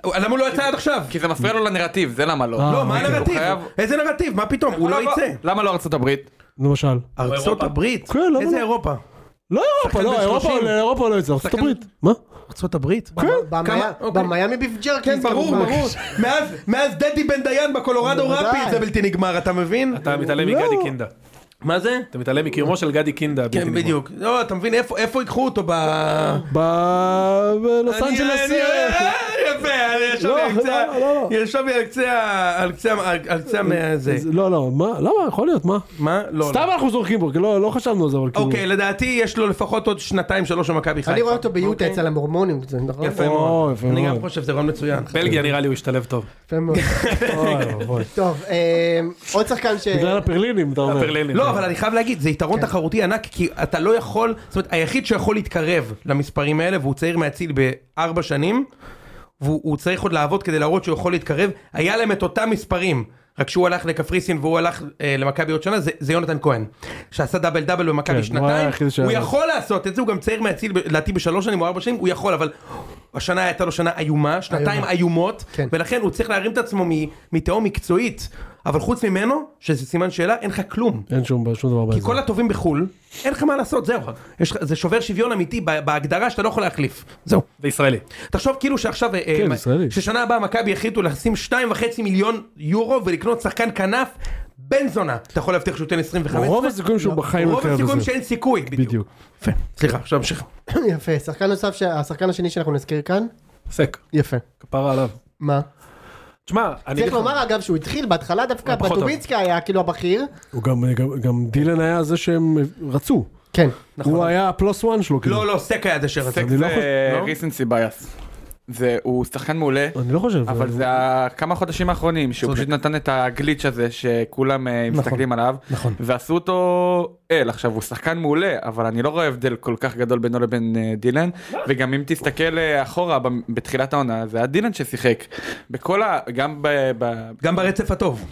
Speaker 5: למה הוא לא יצא עד עכשיו?
Speaker 4: כי זה מפריע לו לנרטיב, זה למה לא.
Speaker 3: אה,
Speaker 5: לא, מה
Speaker 4: אה, אוקיי.
Speaker 5: הנרטיב?
Speaker 4: הוא חייב-
Speaker 5: איזה נרטיב? מה פתאום? הוא לא יצא.
Speaker 4: למה לא ארצות הברית?
Speaker 3: למשל.
Speaker 1: לא
Speaker 5: ארצות הברית?
Speaker 3: כן, למה
Speaker 5: איזה
Speaker 3: לא?
Speaker 5: אירופה?
Speaker 3: לא אירופה,
Speaker 5: בן
Speaker 3: לא, אירופה
Speaker 5: 30.
Speaker 3: לאירופה לא יצא, ארצות הברית. מה?
Speaker 5: ארצות הברית?
Speaker 2: במיה-
Speaker 5: כן. כמה? אוקיי.
Speaker 2: במיאמי ביף ג'רקיס.
Speaker 5: כן, ברור,
Speaker 2: כמובן.
Speaker 5: ברור. מאז- מאז דדי בן דיין בקולורדו
Speaker 2: בוודאי.
Speaker 5: רפיד זה בלתי נגמר, אתה מבין?
Speaker 1: אתה מתעלם מגדי קינדה.
Speaker 5: מה זה?
Speaker 1: אתה מתעלם מקיומו של גדי קינדה. הבלתי
Speaker 5: כן,
Speaker 1: נגמר.
Speaker 5: בדיוק. לא, אתה מבין איפה איפה ייקחו אותו ב...
Speaker 3: ב- בלוס
Speaker 5: אני-
Speaker 3: אנג'לס.
Speaker 5: אני-
Speaker 3: אה,
Speaker 5: אה, יפה, אני ישב
Speaker 3: לא,
Speaker 5: לי על קצה-
Speaker 3: לא, לא, לא.
Speaker 5: ישב לי על קצה ה- על קצה ה- על קצה ה- זה.
Speaker 3: זה- לא, לא, מה? למה? יכול להיות, מה?
Speaker 5: מה? לא. לא.
Speaker 3: סתם אנחנו זורקים פה, כי לא לא חשבנו על זה, אבל כאילו...
Speaker 5: אוקיי, לדעתי יש לו לפחות עוד שנתיים שלוש במכבי חיפה.
Speaker 2: אני רואה אותו ביוטה
Speaker 5: אוקיי.
Speaker 2: אצל המורמונים, זה נכון?
Speaker 5: יפה
Speaker 3: או,
Speaker 5: מאוד.
Speaker 3: יפה
Speaker 5: אני גם
Speaker 3: מאוד.
Speaker 5: חושב שזה רעיון מצוין.
Speaker 1: בלגיה נראה לי הוא השתלב טוב.
Speaker 2: יפה מאוד.
Speaker 3: אוי, אוי.
Speaker 2: טוב, אה, עוד שחקן ש...
Speaker 3: בגלל הפרלינים, אתה אומר.
Speaker 1: הפרלינים.
Speaker 5: לא, אבל אני חייב להגיד, זה יתרון
Speaker 2: כן.
Speaker 5: תחרותי ענק, כי אתה לא יכול, זאת אומרת, היחיד שיכול להתקרב למספרים האלה, והוא צעיר מהציל בארבע שנים, והוא הוא צריך עוד לעבוד כדי להראות שהוא יכול להתקרב, היה להם את אותם מספרים, רק שהוא הלך לקפריסין והוא הלך אה, למכבי עוד שנה, זה, זה יונתן כהן, שעשה דאבל דאבל במכבי
Speaker 3: כן, הוא היה
Speaker 5: שנתיים,
Speaker 3: היחיד שהיה
Speaker 5: הוא
Speaker 3: לו.
Speaker 5: יכול לעשות את זה, הוא גם צעיר מהציל, ב- לדעתי בשלוש שנים או ארבע שנים, הוא יכול, אבל השנה הייתה לו שנה איומה, שנתיים
Speaker 2: איומה.
Speaker 5: איומות,
Speaker 2: כן.
Speaker 5: ולכן הוא צריך להרים את עצמו מ- מתהום מקצועית, אבל חוץ ממנו, שזה סימן שאלה, אין לך כלום.
Speaker 3: אין שום שום דבר
Speaker 5: כי
Speaker 3: בעצם.
Speaker 5: כל הטובים בחו"ל, אין לך מה לעשות, זהו.
Speaker 3: נכון.
Speaker 5: יש, לך- זה שובר שוויון אמיתי ב- בהגדרה שאתה לא יכול להחליף. זהו.
Speaker 1: זה ישראלי.
Speaker 5: תחשוב כאילו שעכשיו, אה, אה,
Speaker 3: כן,
Speaker 5: מה-
Speaker 3: ישראלי.
Speaker 5: ששנה הבאה מכבי החליטו לשים 2.5 מיליון יורו ולקנות שחקן כנף בן זונה. אתה יכול להבטיח שהוא ייתן 25?
Speaker 3: רוב הסיכויים שהוא בחיים לא
Speaker 5: רוב
Speaker 3: יקרה
Speaker 5: הסיכויים
Speaker 3: בזה.
Speaker 5: שאין סיכוי, בדיוק.
Speaker 3: בדיוק.
Speaker 5: יפה. סליחה, עכשיו המשך.
Speaker 2: יפה, שחקן נוסף, ש- השחקן השני שאנחנו נזכיר כאן,
Speaker 1: סק.
Speaker 2: יפה.
Speaker 1: כפרה עליו.
Speaker 2: מה?
Speaker 1: תשמע, אני
Speaker 2: צריך
Speaker 1: אגיד לך-
Speaker 2: לומר אגב שהוא התחיל בהתחלה דווקא,
Speaker 1: הוא פחות טוב.
Speaker 2: בטוביצקי היה כאילו הבכיר.
Speaker 3: הוא גם- גם- גם דילן היה זה שהם רצו.
Speaker 2: כן.
Speaker 3: הוא היה הפלוס וואן שלו, כאילו.
Speaker 5: נכון. לא, לא, סק היה זה שרצה.
Speaker 4: סק
Speaker 3: אני לא
Speaker 4: זה
Speaker 3: חושב-
Speaker 4: ריסנסי בייס. הוא שחקן מעולה.
Speaker 3: אני לא חושב.
Speaker 4: אבל זה כמה חודשים האחרונים שהוא פשוט נתן את הגליץ' הזה שכולם אה,
Speaker 3: נכון.
Speaker 4: מסתכלים עליו ועשו אותו אל עכשיו הוא שחקן מעולה אבל אני לא רואה הבדל כל כך גדול בינו לבין אה, דילן וגם אם תסתכל אה, אחורה במ- בתחילת העונה זה היה דילן ששיחק בכל ה... גם ב... ב-
Speaker 5: גם ברצף הטוב.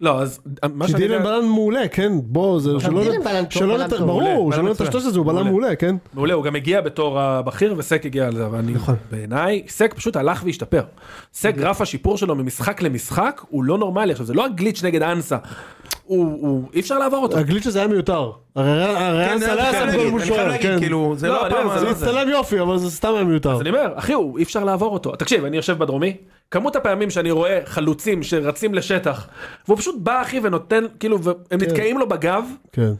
Speaker 1: לא, אז מה
Speaker 3: כי
Speaker 1: שאני...
Speaker 3: דילן בלם מעולה, כן, בוא, זה שלא...
Speaker 2: נכון, דילן
Speaker 3: נת-
Speaker 2: בלם טוב,
Speaker 3: שלא
Speaker 2: בלם
Speaker 3: נת-
Speaker 2: טוב.
Speaker 3: ברור,
Speaker 5: מעולה,
Speaker 3: שלא
Speaker 5: בלם
Speaker 3: נטשטש
Speaker 5: מצוין.
Speaker 3: את זה, הוא בלם מעולה, כן?
Speaker 1: מעולה, הוא גם הגיע בתור הבכיר וסק הגיע על זה, אבל אני, בעיניי, סק פשוט הלך והשתפר. סק, גרף השיפור שלו ממשחק למשחק הוא לא נורמלי. עכשיו, זה לא הגליץ' נגד אנסה, הוא, הוא, אי אפשר לעבור אותו.
Speaker 3: הגליץ' הזה היה מיותר. הרי הרי
Speaker 5: כן,
Speaker 3: היה
Speaker 5: זה
Speaker 3: סלע
Speaker 5: היה
Speaker 3: עשה
Speaker 5: שחקן
Speaker 3: גול
Speaker 5: נגיד,
Speaker 3: מול
Speaker 5: אני חייב
Speaker 3: שוער,
Speaker 5: להגיד,
Speaker 3: כן.
Speaker 5: כאילו, זה
Speaker 1: לא,
Speaker 5: לא
Speaker 1: אני אומר,
Speaker 5: הפעם
Speaker 1: זה
Speaker 5: ה-
Speaker 1: לא-
Speaker 3: הצטלם יופי, אבל זה סתם היה מיותר.
Speaker 1: אז אני אומר, אחי, הוא, אי אפשר לעבור אותו. תקשיב, אני יושב בדרומי, כמות הפעמים שאני רואה חלוצים שרצים לשטח, והוא פשוט בא, אחי, ונותן, כאילו, והם נתקעים לו בגב,
Speaker 3: כן.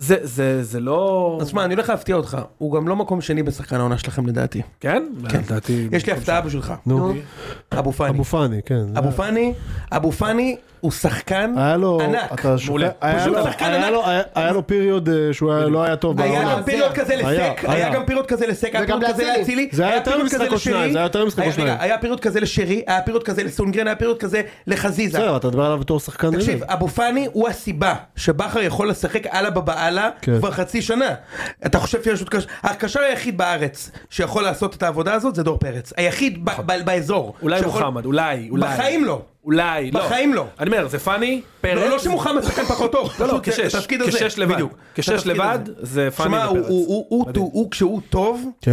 Speaker 1: זה, זה, זה לא...
Speaker 5: אז שמע, אני הולך להפתיע אותך, הוא גם לא מקום שני בשחקן העונה שלכם לדעתי.
Speaker 1: כן? לדעתי...
Speaker 5: יש לי הפתעה בשבילך.
Speaker 3: נו,
Speaker 5: אבו פאני.
Speaker 3: אבו פאני, כן.
Speaker 5: אבו פאני, אבו פאני הוא שחקן
Speaker 3: היה לו,
Speaker 5: ענק.
Speaker 3: אתה שוכח-
Speaker 1: מעולה.
Speaker 3: היה
Speaker 5: פשוט
Speaker 3: לו-
Speaker 5: שחקן
Speaker 3: היה
Speaker 5: ענק.
Speaker 3: לו- היה- היה לו פיריוד אה, שהוא היה- לא היה טוב
Speaker 5: היה
Speaker 3: בעונה.
Speaker 5: גם פיריוד כזה
Speaker 3: היה,
Speaker 5: לסק, היה
Speaker 3: היה.
Speaker 5: גם פיריוד כזה לסק, היה
Speaker 2: וגם
Speaker 5: פיריוד כזה
Speaker 2: לאצילי.
Speaker 5: לאצילי,
Speaker 3: זה היה יותר
Speaker 5: פיריוד
Speaker 3: ממשחק
Speaker 5: כזה
Speaker 3: או שניים,
Speaker 5: לשרי,
Speaker 3: זה היה יותר ממשחק או
Speaker 5: היה- רגע,
Speaker 3: שניים.
Speaker 5: היה פיריוד כזה לשרי, היה פיריוד כזה לסונגרן, היה פיריוד כזה לחזיזה.
Speaker 3: בסדר, אתה מדבר עליו בתור שחקן.
Speaker 5: תקשיב,
Speaker 3: ליגה.
Speaker 5: אבו פאני הוא הסיבה שבכר יכול לשחק אללה בבעלה
Speaker 3: כן.
Speaker 5: כבר חצי שנה. אתה חושב שיש עוד קשר, הקשר היחיד בארץ שיכול לעשות את העבודה הזאת זה דור פרץ. היחיד ב- ב- באזור.
Speaker 1: אולי
Speaker 5: שיכול-
Speaker 1: מוחמד, אולי, אולי.
Speaker 5: בחיים לא.
Speaker 1: אולי, לא.
Speaker 5: בחיים לא.
Speaker 1: אני אומר, זה פאני, פרץ.
Speaker 5: לא, לא שמוחמד שחקן פחות טוב,
Speaker 1: לא, לא,
Speaker 5: פשוט
Speaker 1: כשש,
Speaker 5: התפקיד הזה.
Speaker 1: כשש לבד.
Speaker 5: בדיוק.
Speaker 1: כשש
Speaker 5: התפקיד
Speaker 1: לבד,
Speaker 5: הזה.
Speaker 1: זה פאני
Speaker 5: שמע, הוא-
Speaker 1: ופרץ.
Speaker 5: הוא- הוא- הוא-
Speaker 1: מדהים.
Speaker 5: הוא כשהוא טוב,
Speaker 3: כן.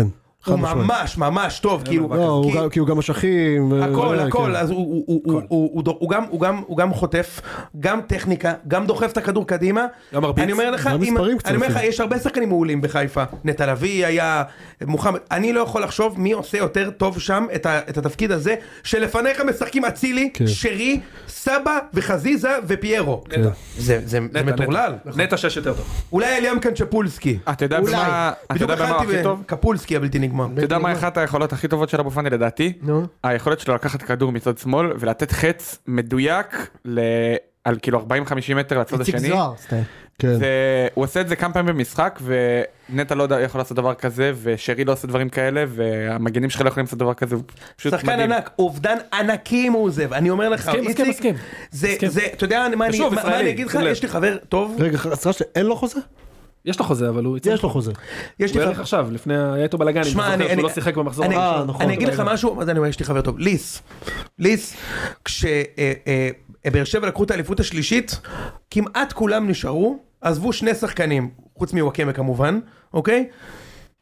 Speaker 3: חד
Speaker 5: הוא
Speaker 3: משמעית.
Speaker 5: ממש ממש טוב,
Speaker 1: כן,
Speaker 5: כאילו,
Speaker 3: לא, הוא
Speaker 5: כי-
Speaker 3: גם- כי הוא גם אשכים. ו-
Speaker 5: הכל
Speaker 3: כן.
Speaker 5: הכל אז הוא- הוא- הוא- הוא- הוא דו- הוא גם הוא גם הוא גם חוטף גם טכניקה גם דוחף את הכדור קדימה
Speaker 1: גם מרביץ.
Speaker 5: אני אומר לך
Speaker 3: גם
Speaker 5: אם-
Speaker 3: מספרים קצת כן.
Speaker 5: אני אומר לך
Speaker 3: אפילו.
Speaker 5: יש הרבה שחקנים מעולים בחיפה נטע לביא היה מוחמד אני לא יכול לחשוב מי עושה יותר טוב שם את ה- את התפקיד הזה שלפניך משחקים אצילי
Speaker 3: כן.
Speaker 5: שרי סבא וחזיזה ופיירו
Speaker 3: כן.
Speaker 5: זה זה- זה
Speaker 1: נטע,
Speaker 5: מטורלל
Speaker 1: נטע. נטע שש יותר טוב.
Speaker 5: אולי אליאם קנצ'פולסקי
Speaker 4: נכון. אתה יודע
Speaker 2: אולי.
Speaker 4: במה, אתה
Speaker 5: בדיוק
Speaker 4: יודע במה הוא
Speaker 5: אכלתי
Speaker 4: הכי טוב?
Speaker 5: קפולסקי הבלתי נגמר
Speaker 4: אתה יודע מה אחת היכולות הכי טובות של אבו פאני לדעתי?
Speaker 2: נו.
Speaker 4: היכולת שלו לקחת כדור מצד שמאל ולתת חץ מדויק ל... על כאילו 40-50 מטר לצד
Speaker 2: איציק
Speaker 4: השני.
Speaker 2: זוהר, סתם.
Speaker 3: כן.
Speaker 4: זה, הוא עושה את זה כמה פעמים במשחק ונטע לא יודע- יכול לעשות דבר כזה ושרי לא עושה דברים כאלה והמגנים שלך לא יכולים לעשות דבר כזה. הוא פשוט
Speaker 5: שחקן
Speaker 4: מדהים.
Speaker 5: ענק, אובדן ענקים הוא עוזב, אני אומר לך,
Speaker 1: מסכים, מסכים,
Speaker 5: איציק,
Speaker 1: מסכים.
Speaker 5: זה,
Speaker 1: מסכים.
Speaker 5: זה, אתה יודע מה אני,
Speaker 1: ושוב,
Speaker 5: מה- מה
Speaker 1: ישראלי,
Speaker 5: אני אגיד לך,
Speaker 1: שים לב.
Speaker 5: יש לי חבר טוב,
Speaker 3: רגע, סליחה שאין לו חוזה? כן.
Speaker 1: יש לו חוזה, אבל הוא...
Speaker 3: יש לו חוזה.
Speaker 5: יש
Speaker 1: הוא
Speaker 5: לי
Speaker 1: הלך
Speaker 5: חבר,
Speaker 1: עכשיו, לפני... היה איתו בלאגן, אם
Speaker 5: שמע,
Speaker 1: אתה
Speaker 5: אני,
Speaker 1: זוכר,
Speaker 5: אני,
Speaker 1: שהוא לא שיחק במחזור
Speaker 5: אני,
Speaker 1: הראשון.
Speaker 3: אה, נכון,
Speaker 5: אני אגיד לך
Speaker 1: בלגן.
Speaker 5: משהו, אז אני אומר, יש לי חבר טוב, ליס, ליס, כשבאר שבע לקחו את האליפות השלישית, כמעט כולם נשארו, עזבו שני שחקנים, חוץ מוואקמה כמובן, אוקיי?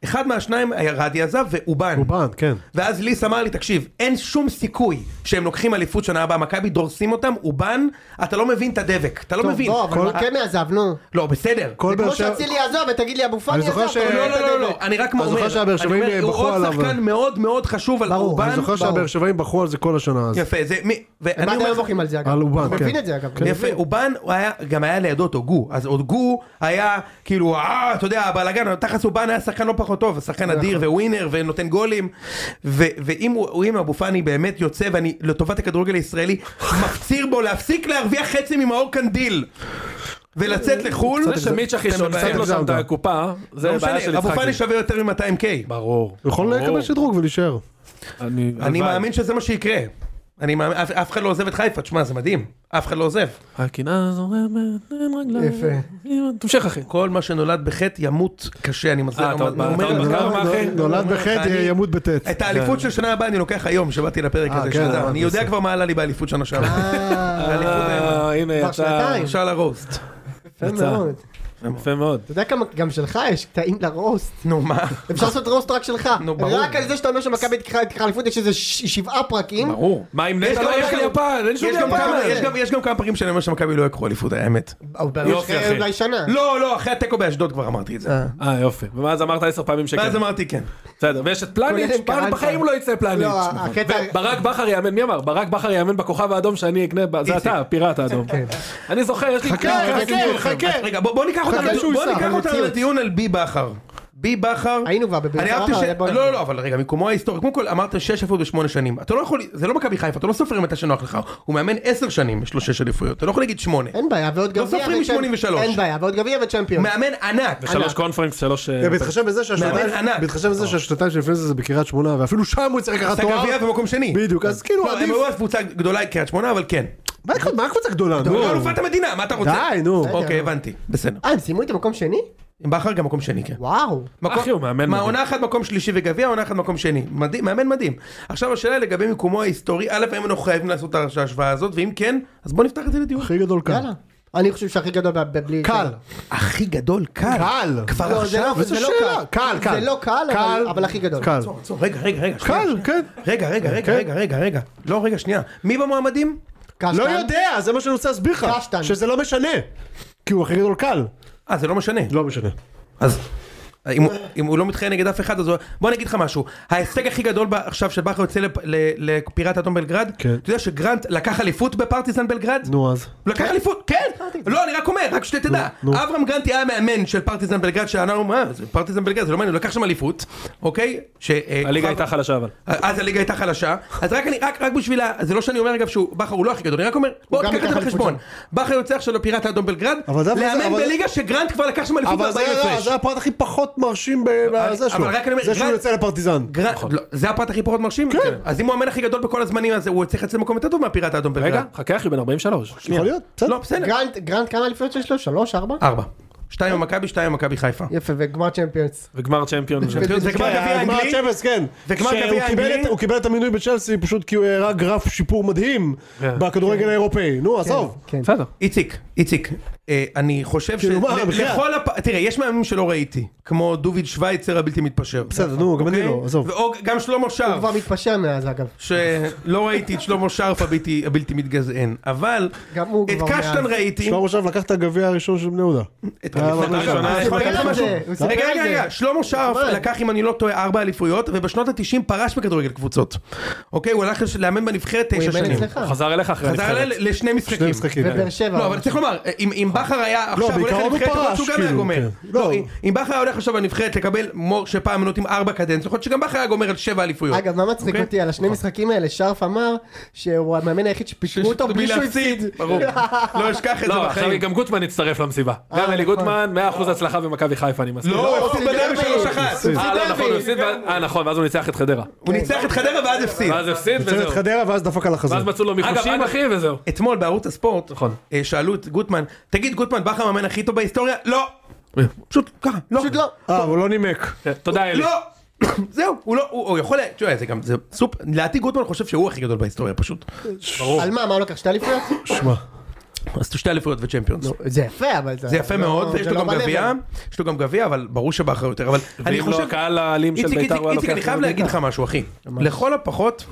Speaker 5: אחד מהשניים, היה רדי עזב ואובן.
Speaker 3: רובן, כן.
Speaker 5: ואז ליס אמר לי, תקשיב, אין שום סיכוי שהם לוקחים אליפות שנה הבאה, מכבי דורסים אותם, אובן, אתה לא מבין את הדבק, אתה לא מבין.
Speaker 2: לא, אבל
Speaker 3: כל-
Speaker 2: מכבי עזב, נו.
Speaker 5: לא, בסדר.
Speaker 3: כל
Speaker 2: זה
Speaker 3: באר
Speaker 2: כמו
Speaker 3: שבע...
Speaker 2: שאצילי יעזוב ותגיד לי אבו פאני
Speaker 3: אני
Speaker 2: יעזוב.
Speaker 3: זוכר ש-
Speaker 2: אתה
Speaker 5: לא,
Speaker 2: לא
Speaker 5: לא,
Speaker 2: מבין
Speaker 5: לא,
Speaker 2: את
Speaker 5: לא,
Speaker 2: הדרך.
Speaker 5: אני רק
Speaker 3: אני
Speaker 5: אומר,
Speaker 3: זוכר שהבאר שבעים אה,
Speaker 5: אני אומר, הוא
Speaker 3: בחרו
Speaker 5: עוד
Speaker 3: עליו.
Speaker 5: שחקן מאוד מאוד חשוב על
Speaker 2: ברור,
Speaker 5: אובן.
Speaker 3: אני זוכר
Speaker 2: ברור.
Speaker 3: שהבאר שבעים בחרו על זה כל השנה אז.
Speaker 5: יפה, זה מי...
Speaker 2: מה
Speaker 5: ואני
Speaker 2: אתם
Speaker 5: אומר לך,
Speaker 2: מברכים על זה אגב?
Speaker 3: על אובן,
Speaker 2: אני מבין
Speaker 3: כן.
Speaker 2: את זה אגב.
Speaker 5: יפה, אובן הוא היה, גם היה לידו אותו גו, אז עוד גו היה כאילו, אה, אתה יודע, הבלאגן, תכלס אובן היה שחקן לא פחות טוב, שחקן אדיר וווינר ונותן גולים, ו- ואם הוא- אם אבו פאני באמת יוצא, ואני לטובת הכדורגל הישראלי, מפציר בו להפסיק להרוויח חצי ממאור קנדיל, ולצאת לחו"ל,
Speaker 1: זה שמיצ'ך שולפים לו שם את
Speaker 3: הגזמת.
Speaker 1: הקופה, זה
Speaker 5: לא
Speaker 1: בעיה של
Speaker 5: משנה, אבו
Speaker 1: יצחקי.
Speaker 5: פאני שווה יותר מ-200K.
Speaker 1: ברור.
Speaker 3: הוא יכול
Speaker 1: ברור.
Speaker 3: לקבל שדרוג ולהישאר.
Speaker 1: אני
Speaker 5: אני
Speaker 1: הלוואי.
Speaker 5: מאמין שזה מה שיקרה. אני מאמין, אף- אף אחד לא עוזב את חיפה, תשמע, זה מדהים. אף אחד לא עוזב.
Speaker 1: הקינה זורמת, אין רגליים.
Speaker 2: יפה.
Speaker 1: תמשיך אחי.
Speaker 5: כל מה שנולד בחטא ימות קשה, אני מזל.
Speaker 1: אה, אתה עוד
Speaker 5: אומר
Speaker 1: אתה עוד
Speaker 5: לך.
Speaker 1: בקרב?
Speaker 3: נולד-
Speaker 1: אחי?
Speaker 3: נולד
Speaker 5: אני-
Speaker 3: בחטא, ימות בטט.
Speaker 5: את האליפות של שנה הבאה אני לוקח היום, שבאתי לפרק
Speaker 3: אה,
Speaker 5: הזה,
Speaker 3: כן,
Speaker 5: שתדע.
Speaker 3: אה,
Speaker 5: אני יודע
Speaker 3: בסדר.
Speaker 5: כבר מה עלה לי באליפות שנה שעברה.
Speaker 2: אה,
Speaker 1: אה, הנה
Speaker 2: כבר
Speaker 1: יצא.
Speaker 2: שנתיים.
Speaker 5: אפשר לרוסט.
Speaker 2: יפה
Speaker 1: יצא.
Speaker 2: מאוד.
Speaker 1: יפה מאוד.
Speaker 2: אתה יודע כמה, גם שלך יש קטעים לרוסט.
Speaker 5: נו מה?
Speaker 2: אפשר לעשות רוסט רק שלך.
Speaker 5: נו, ברור.
Speaker 2: רק על זה שאתה אומר שמכבי תקרא- תקרא אליפות יש איזה ש- שבעה פרקים.
Speaker 1: ברור. מה אם נטע
Speaker 5: גם-
Speaker 1: לא
Speaker 5: יש
Speaker 1: הולך
Speaker 5: גם-
Speaker 1: ליפן? אין שום
Speaker 5: יש גם
Speaker 1: יפן.
Speaker 5: כמה- יש גם- יש גם כמה פעמים שאני אומר שמכבי לא יקחו אליפות, האמת.
Speaker 2: אבל
Speaker 1: יופי, אחי.
Speaker 2: אולי שנה.
Speaker 5: לא, לא, אחרי התיקו באשדוד כבר אמרתי את זה.
Speaker 1: אה יופי. ומאז אמרת עשר פעמים שכן.
Speaker 5: ואז אמרתי כן.
Speaker 1: בסדר. ויש את פלניץ',
Speaker 2: כולל עם
Speaker 1: פלניץ'
Speaker 2: קהל
Speaker 1: בחיים
Speaker 2: פה.
Speaker 1: לא יצא פלניץ'.
Speaker 2: לא, הקטע-
Speaker 1: ברק בכר יאמן, מי אמר? ברק בכר יאמן בכוכב האדום שאני אקנה, ב- זה
Speaker 5: איציק. כן.
Speaker 1: אתה, הפיראט האדום. אני זוכר, יש לי... כן,
Speaker 2: חכה, חכה, חכה.
Speaker 5: רגע, בוא- בוא ניקח אותנו-
Speaker 2: חכה שהוא
Speaker 5: בוא
Speaker 2: ייסע,
Speaker 5: ניקח אותנו
Speaker 2: במציאות.
Speaker 5: לדיון על בי בכר. בי בכר.
Speaker 2: היינו כבר בבאר
Speaker 5: אני
Speaker 2: שבע,
Speaker 5: אהבתי ש...
Speaker 2: אבל בוא
Speaker 5: לא,
Speaker 2: נעבור.
Speaker 5: לא, לא, אבל רגע, מיקומו ההיסטורי. קודם כל, אמרת שש אליפויות בשמונה שנים. אתה לא יכול... זה לא מכבי חיפה, אתה לא סופר מתי שנוח לך. הוא מאמן עשר שנים, יש לו שש אליפויות. אתה לא יכול להגיד שמונה.
Speaker 2: אין בעיה, ועוד גביע.
Speaker 5: לא סופרים
Speaker 2: וצ'מפ-
Speaker 5: מ-83.
Speaker 2: אין בעיה, ועוד גביע וצ'מפיון.
Speaker 5: מאמן ענק.
Speaker 1: שלוש קונפרנס, שלוש... אה,
Speaker 3: כן, בהתחשב בזה שהשנתיים-
Speaker 5: מאמן ענק.
Speaker 3: בהתחשב בזה שהשנתיים שלפני זה זה בקריית שמונה ואפילו שם הוא יצטרך לקחת
Speaker 5: עשה
Speaker 3: תואר.
Speaker 5: גביע במקום שני.
Speaker 3: בדיוק, אז כאילו
Speaker 5: לא, הם
Speaker 3: עדיף.
Speaker 5: היו אז קבוצה גדולה קריית שמונה, אבל כן.
Speaker 3: מה הקבוצה- מה הקבוצה גדולה? נו.
Speaker 5: לא אלופת המדינה, מה אתה רוצה?
Speaker 3: די, נו.
Speaker 5: אוקיי, הבנתי, בסדר.
Speaker 2: אה, הם סיימו את המקום שני?
Speaker 5: עם בכר גם מקום שני, כן.
Speaker 2: וואו.
Speaker 5: מקום-
Speaker 1: אחי, הוא מאמן
Speaker 5: מה,
Speaker 1: מדהים.
Speaker 5: עונה אחת מקום שלישי וגביע, עונה אחת מקום שני. מדהים, מאמן מדהים. עכשיו השאלה לגבי מיקומו ההיסטורי, א', האם אנחנו חייבים לעשות את ההשוואה הזאת, ואם כן, אז בוא נפתח את זה לדיון.
Speaker 3: הכי גדול כאן.
Speaker 2: יאללה. אני חושב שהכי גדול ב- ב- בלי...
Speaker 3: קל.
Speaker 5: הכי גדול, קל.
Speaker 3: קל.
Speaker 5: כבר
Speaker 2: לא, זה
Speaker 5: עכשיו?
Speaker 2: לא-
Speaker 3: איזה
Speaker 2: זה לא
Speaker 3: שאלה?
Speaker 2: קל.
Speaker 3: קל, קל.
Speaker 2: זה לא קל, אבל- אבל הכי גדול.
Speaker 3: קל.
Speaker 5: עצור, עצור, רגע, רגע, רגע. שנייה.
Speaker 3: קל, כן.
Speaker 5: רגע, רגע, רגע, רגע, רגע, רגע. לא, רגע, שנייה. מי במועמדים?
Speaker 2: קשטן.
Speaker 3: לא יודע, זה מה שאני רוצה להסביר לך.
Speaker 2: קשטן.
Speaker 3: שזה לא משנה. כי הוא הכי גדול קל.
Speaker 5: אה, זה לא משנה.
Speaker 3: לא משנה.
Speaker 5: אז אם הוא- אם הוא לא מתחיין נגד אף אחד, אז הוא... בוא אני אגיד לך משהו. ההישג הכי גדול ב- עכשיו של בכר יוצא לפ- ל- לפיראט אדום בלגרד,
Speaker 3: כן.
Speaker 5: אתה יודע שגרנט לקח אליפות בפרטיזן בלגרד?
Speaker 3: נו אז.
Speaker 5: הוא לקח אליפות, כן! לא, אני רק אומר, רק שתדע.
Speaker 3: נו, נו.
Speaker 5: אברהם גרנטי היה מאמן של פרטיזן בלגרד, שאנחנו, מה, זה פרטיזן בלגרד, זה לא מעניין, הוא לקח שם אליפות, אוקיי? ש- אה,
Speaker 1: הליגה
Speaker 5: כוכב-
Speaker 1: הייתה חלשה אבל.
Speaker 5: אז הליגה הייתה חלשה, אז רק אני, רק, רק בשביל ה... זה לא שאני אומר אגב שהוא, בכר הוא לא הכי גדול, אני רק אומר, בואו
Speaker 2: גם
Speaker 5: תיקח את
Speaker 2: לקח
Speaker 5: זה
Speaker 2: אליפות
Speaker 5: בחשבון. בכר יוצא עכשיו לפיראט האדום בלגרד,
Speaker 3: אבל זה- אבל זה-
Speaker 5: לאמן
Speaker 3: אבל-
Speaker 5: בליגה שגרנט כבר לקח שם אליפות
Speaker 3: אבל זה
Speaker 5: ב-40
Speaker 3: היה-
Speaker 5: הפרש.
Speaker 3: זה הפרט הכי פחות מרשים בזה
Speaker 5: אבל
Speaker 3: שלו.
Speaker 5: רק אני אומר,
Speaker 3: זה שהוא
Speaker 5: גרנט-
Speaker 3: יוצא לפרטיזן.
Speaker 5: גרנט- לא, זה הפרט הכי פחות מרשים? כן. אז אם הוא המאמן הכי גדול בכל הזמנים, אז הוא צריך לצאת למקום יותר טוב מהפיראט האדום בלגרד.
Speaker 1: רגע, חכה אחי, בן 43.
Speaker 3: יכול להיות, בסדר.
Speaker 5: לא, בסדר.
Speaker 2: גרנט, גרנט כמה אליפויות יש לו? שלוש, ארבע?
Speaker 5: ארבע. שתיים במכבי, שתיים במכבי חיפה.
Speaker 2: יפה, וגמר צ'מפיונס.
Speaker 1: וגמר צ'מפיונס.
Speaker 5: זה
Speaker 3: כן,
Speaker 5: גמר גביע
Speaker 3: גמר
Speaker 5: אנגלי?
Speaker 3: צ'מפיונס, כן.
Speaker 5: וגמר
Speaker 3: שהוא
Speaker 5: גביע
Speaker 3: קיבל
Speaker 5: אנגלי?
Speaker 3: את- הוא קיבל את המינוי בצ'לסי פשוט כי הוא הראה גרף שיפור מדהים
Speaker 5: כן.
Speaker 3: בכדורגל האירופאי. נו, עזוב.
Speaker 2: כן.
Speaker 1: בסדר.
Speaker 5: איציק, איציק, אה, אני חושב ש...
Speaker 3: כאילו, מה,
Speaker 5: ל-
Speaker 3: בחייאת.
Speaker 5: לכל הפ... תראה, יש מאמנים שלא ראיתי, כמו דוביד שווייצר הבלתי מתפשר.
Speaker 3: בסדר, נו, גם אני
Speaker 5: אוקיי?
Speaker 3: לא, עזוב.
Speaker 5: ואו גם שלמה
Speaker 2: הוא
Speaker 5: שרף,
Speaker 2: כבר מתפשר מאז אגב.
Speaker 5: שלא ראיתי את שלמה שרף הבלתי, הבלתי מתגזען, אבל
Speaker 2: גם הוא
Speaker 5: את
Speaker 2: כבר
Speaker 5: קשטן
Speaker 2: מאז.
Speaker 5: ראיתי,
Speaker 3: שלמה עכשיו לקח את הגביע הראשון של בני יהודה.
Speaker 5: את
Speaker 3: אה, אבל
Speaker 5: אגב,
Speaker 3: ראשונה,
Speaker 5: אני יכול להגיד לך
Speaker 2: הוא
Speaker 5: משהו?
Speaker 2: סיפר על זה, הוא סיפר
Speaker 5: רגע,
Speaker 2: על
Speaker 5: רגע,
Speaker 2: זה.
Speaker 5: רגע, שלמה שרף
Speaker 2: נחמד.
Speaker 5: לקח, אם אני לא טועה, ארבע אליפויות, ובשנות ה-90 פרש בכדורגל קבוצות. אוקיי, הוא הלך לש- לאמן בנבחרת
Speaker 2: הוא
Speaker 5: תשע
Speaker 2: אימן
Speaker 5: שנים.
Speaker 2: אצלך.
Speaker 1: הוא חזר אליך אחרי
Speaker 5: חזר
Speaker 1: הנבחרת.
Speaker 5: אליי לשני משחקים.
Speaker 3: שני משחקים.
Speaker 2: בבאר שבע.
Speaker 5: לא, אבל צריך לומר, אם- אם
Speaker 2: אה.
Speaker 5: בכר
Speaker 2: לא,
Speaker 5: היה עכשיו הולך
Speaker 3: בעיקרון הוא
Speaker 5: לנבחרת, יכול להיות
Speaker 3: פרש,
Speaker 5: שהוא גם היה
Speaker 3: כאילו,
Speaker 5: גומר.
Speaker 3: כן.
Speaker 5: לא,
Speaker 3: לא.
Speaker 5: אם- אם בכר היה הולך עכשיו לנבחרת לקבל מור שפעם נותנים ארבע קדנציות, יכול להיות שגם בכר היה גומר על שבע אליפויות.
Speaker 2: אגב, מה מצחיק
Speaker 5: אוקיי?
Speaker 2: אותי על השני משחקים האלה? שרף אמר שהוא המאמן היחיד שפישרו אותו בלי שהוא הפסיד.
Speaker 5: ברור. לא אשכח את זה
Speaker 1: לא, עכשיו
Speaker 5: בחיים. אה,
Speaker 1: גם גוטמן הצטרף למסיבה. גם אלי
Speaker 2: נכון.
Speaker 1: גוטמן, 100% הצלחה במכבי חיפה, אני מסכים.
Speaker 5: לא, הוא הפסיד
Speaker 2: הפסיד
Speaker 5: בדרבי
Speaker 2: אוקיי, דרבי.
Speaker 5: שלוש אחת.
Speaker 2: הפסיד
Speaker 1: אה, לא,
Speaker 2: דרבי.
Speaker 1: נכון, הוא הפסיד, ואז- אה, נכון, ואז הוא ניצח את חדרה.
Speaker 5: הוא ניצח את חדרה ואז הפסיד.
Speaker 1: ואז הפסיד
Speaker 3: יוצא
Speaker 1: וזהו.
Speaker 3: את חדרה ואז דפק על החזור.
Speaker 1: ואז מצאו לו
Speaker 5: אגב,
Speaker 1: מחושים,
Speaker 5: אגב-
Speaker 1: אחי, וזהו.
Speaker 5: אתמול בערוץ הספורט,
Speaker 1: נכון.
Speaker 5: אה, שאלו את גוטמן, תגיד גוטמן, בכר המאמן הכי טוב בהיסטוריה? לא. פשוט ככה, לא.
Speaker 2: פשוט לא.
Speaker 3: אה, הוא לא נימק.
Speaker 1: כן, תודה, אה, אלי.
Speaker 5: לא. זהו, הוא לא, הוא הוא יכול, לה- תשמע, זה גם, זה סופ... לדעתי גוטמן חושב שהוא הכי גדול בהיסטוריה פשוט.
Speaker 2: על מה, מה הוא לקח? שתי אליפויות?
Speaker 5: לא.
Speaker 2: לא,
Speaker 3: שמע.
Speaker 5: אז שתי אליפויות
Speaker 1: לא.
Speaker 5: וצ'מפיונס.
Speaker 2: זה יפה, אבל זה...
Speaker 5: זה יפה
Speaker 2: לא,
Speaker 5: מאוד,
Speaker 2: זה
Speaker 5: ויש לו
Speaker 2: לא
Speaker 5: גם
Speaker 2: ב-level.
Speaker 5: גביע, יש לו גם גביע, אבל ברור שבכר יותר, אבל אני
Speaker 1: ואם לא
Speaker 5: חושב,
Speaker 1: הקהל האלים של
Speaker 5: איציק,
Speaker 1: בית"ר
Speaker 5: איציק,
Speaker 1: הוא היה
Speaker 5: איציק,
Speaker 1: לוקח...
Speaker 5: אני חייב
Speaker 1: את
Speaker 5: להגיד לך
Speaker 1: בית"ר.
Speaker 5: משהו, אחי. לכל הפחות,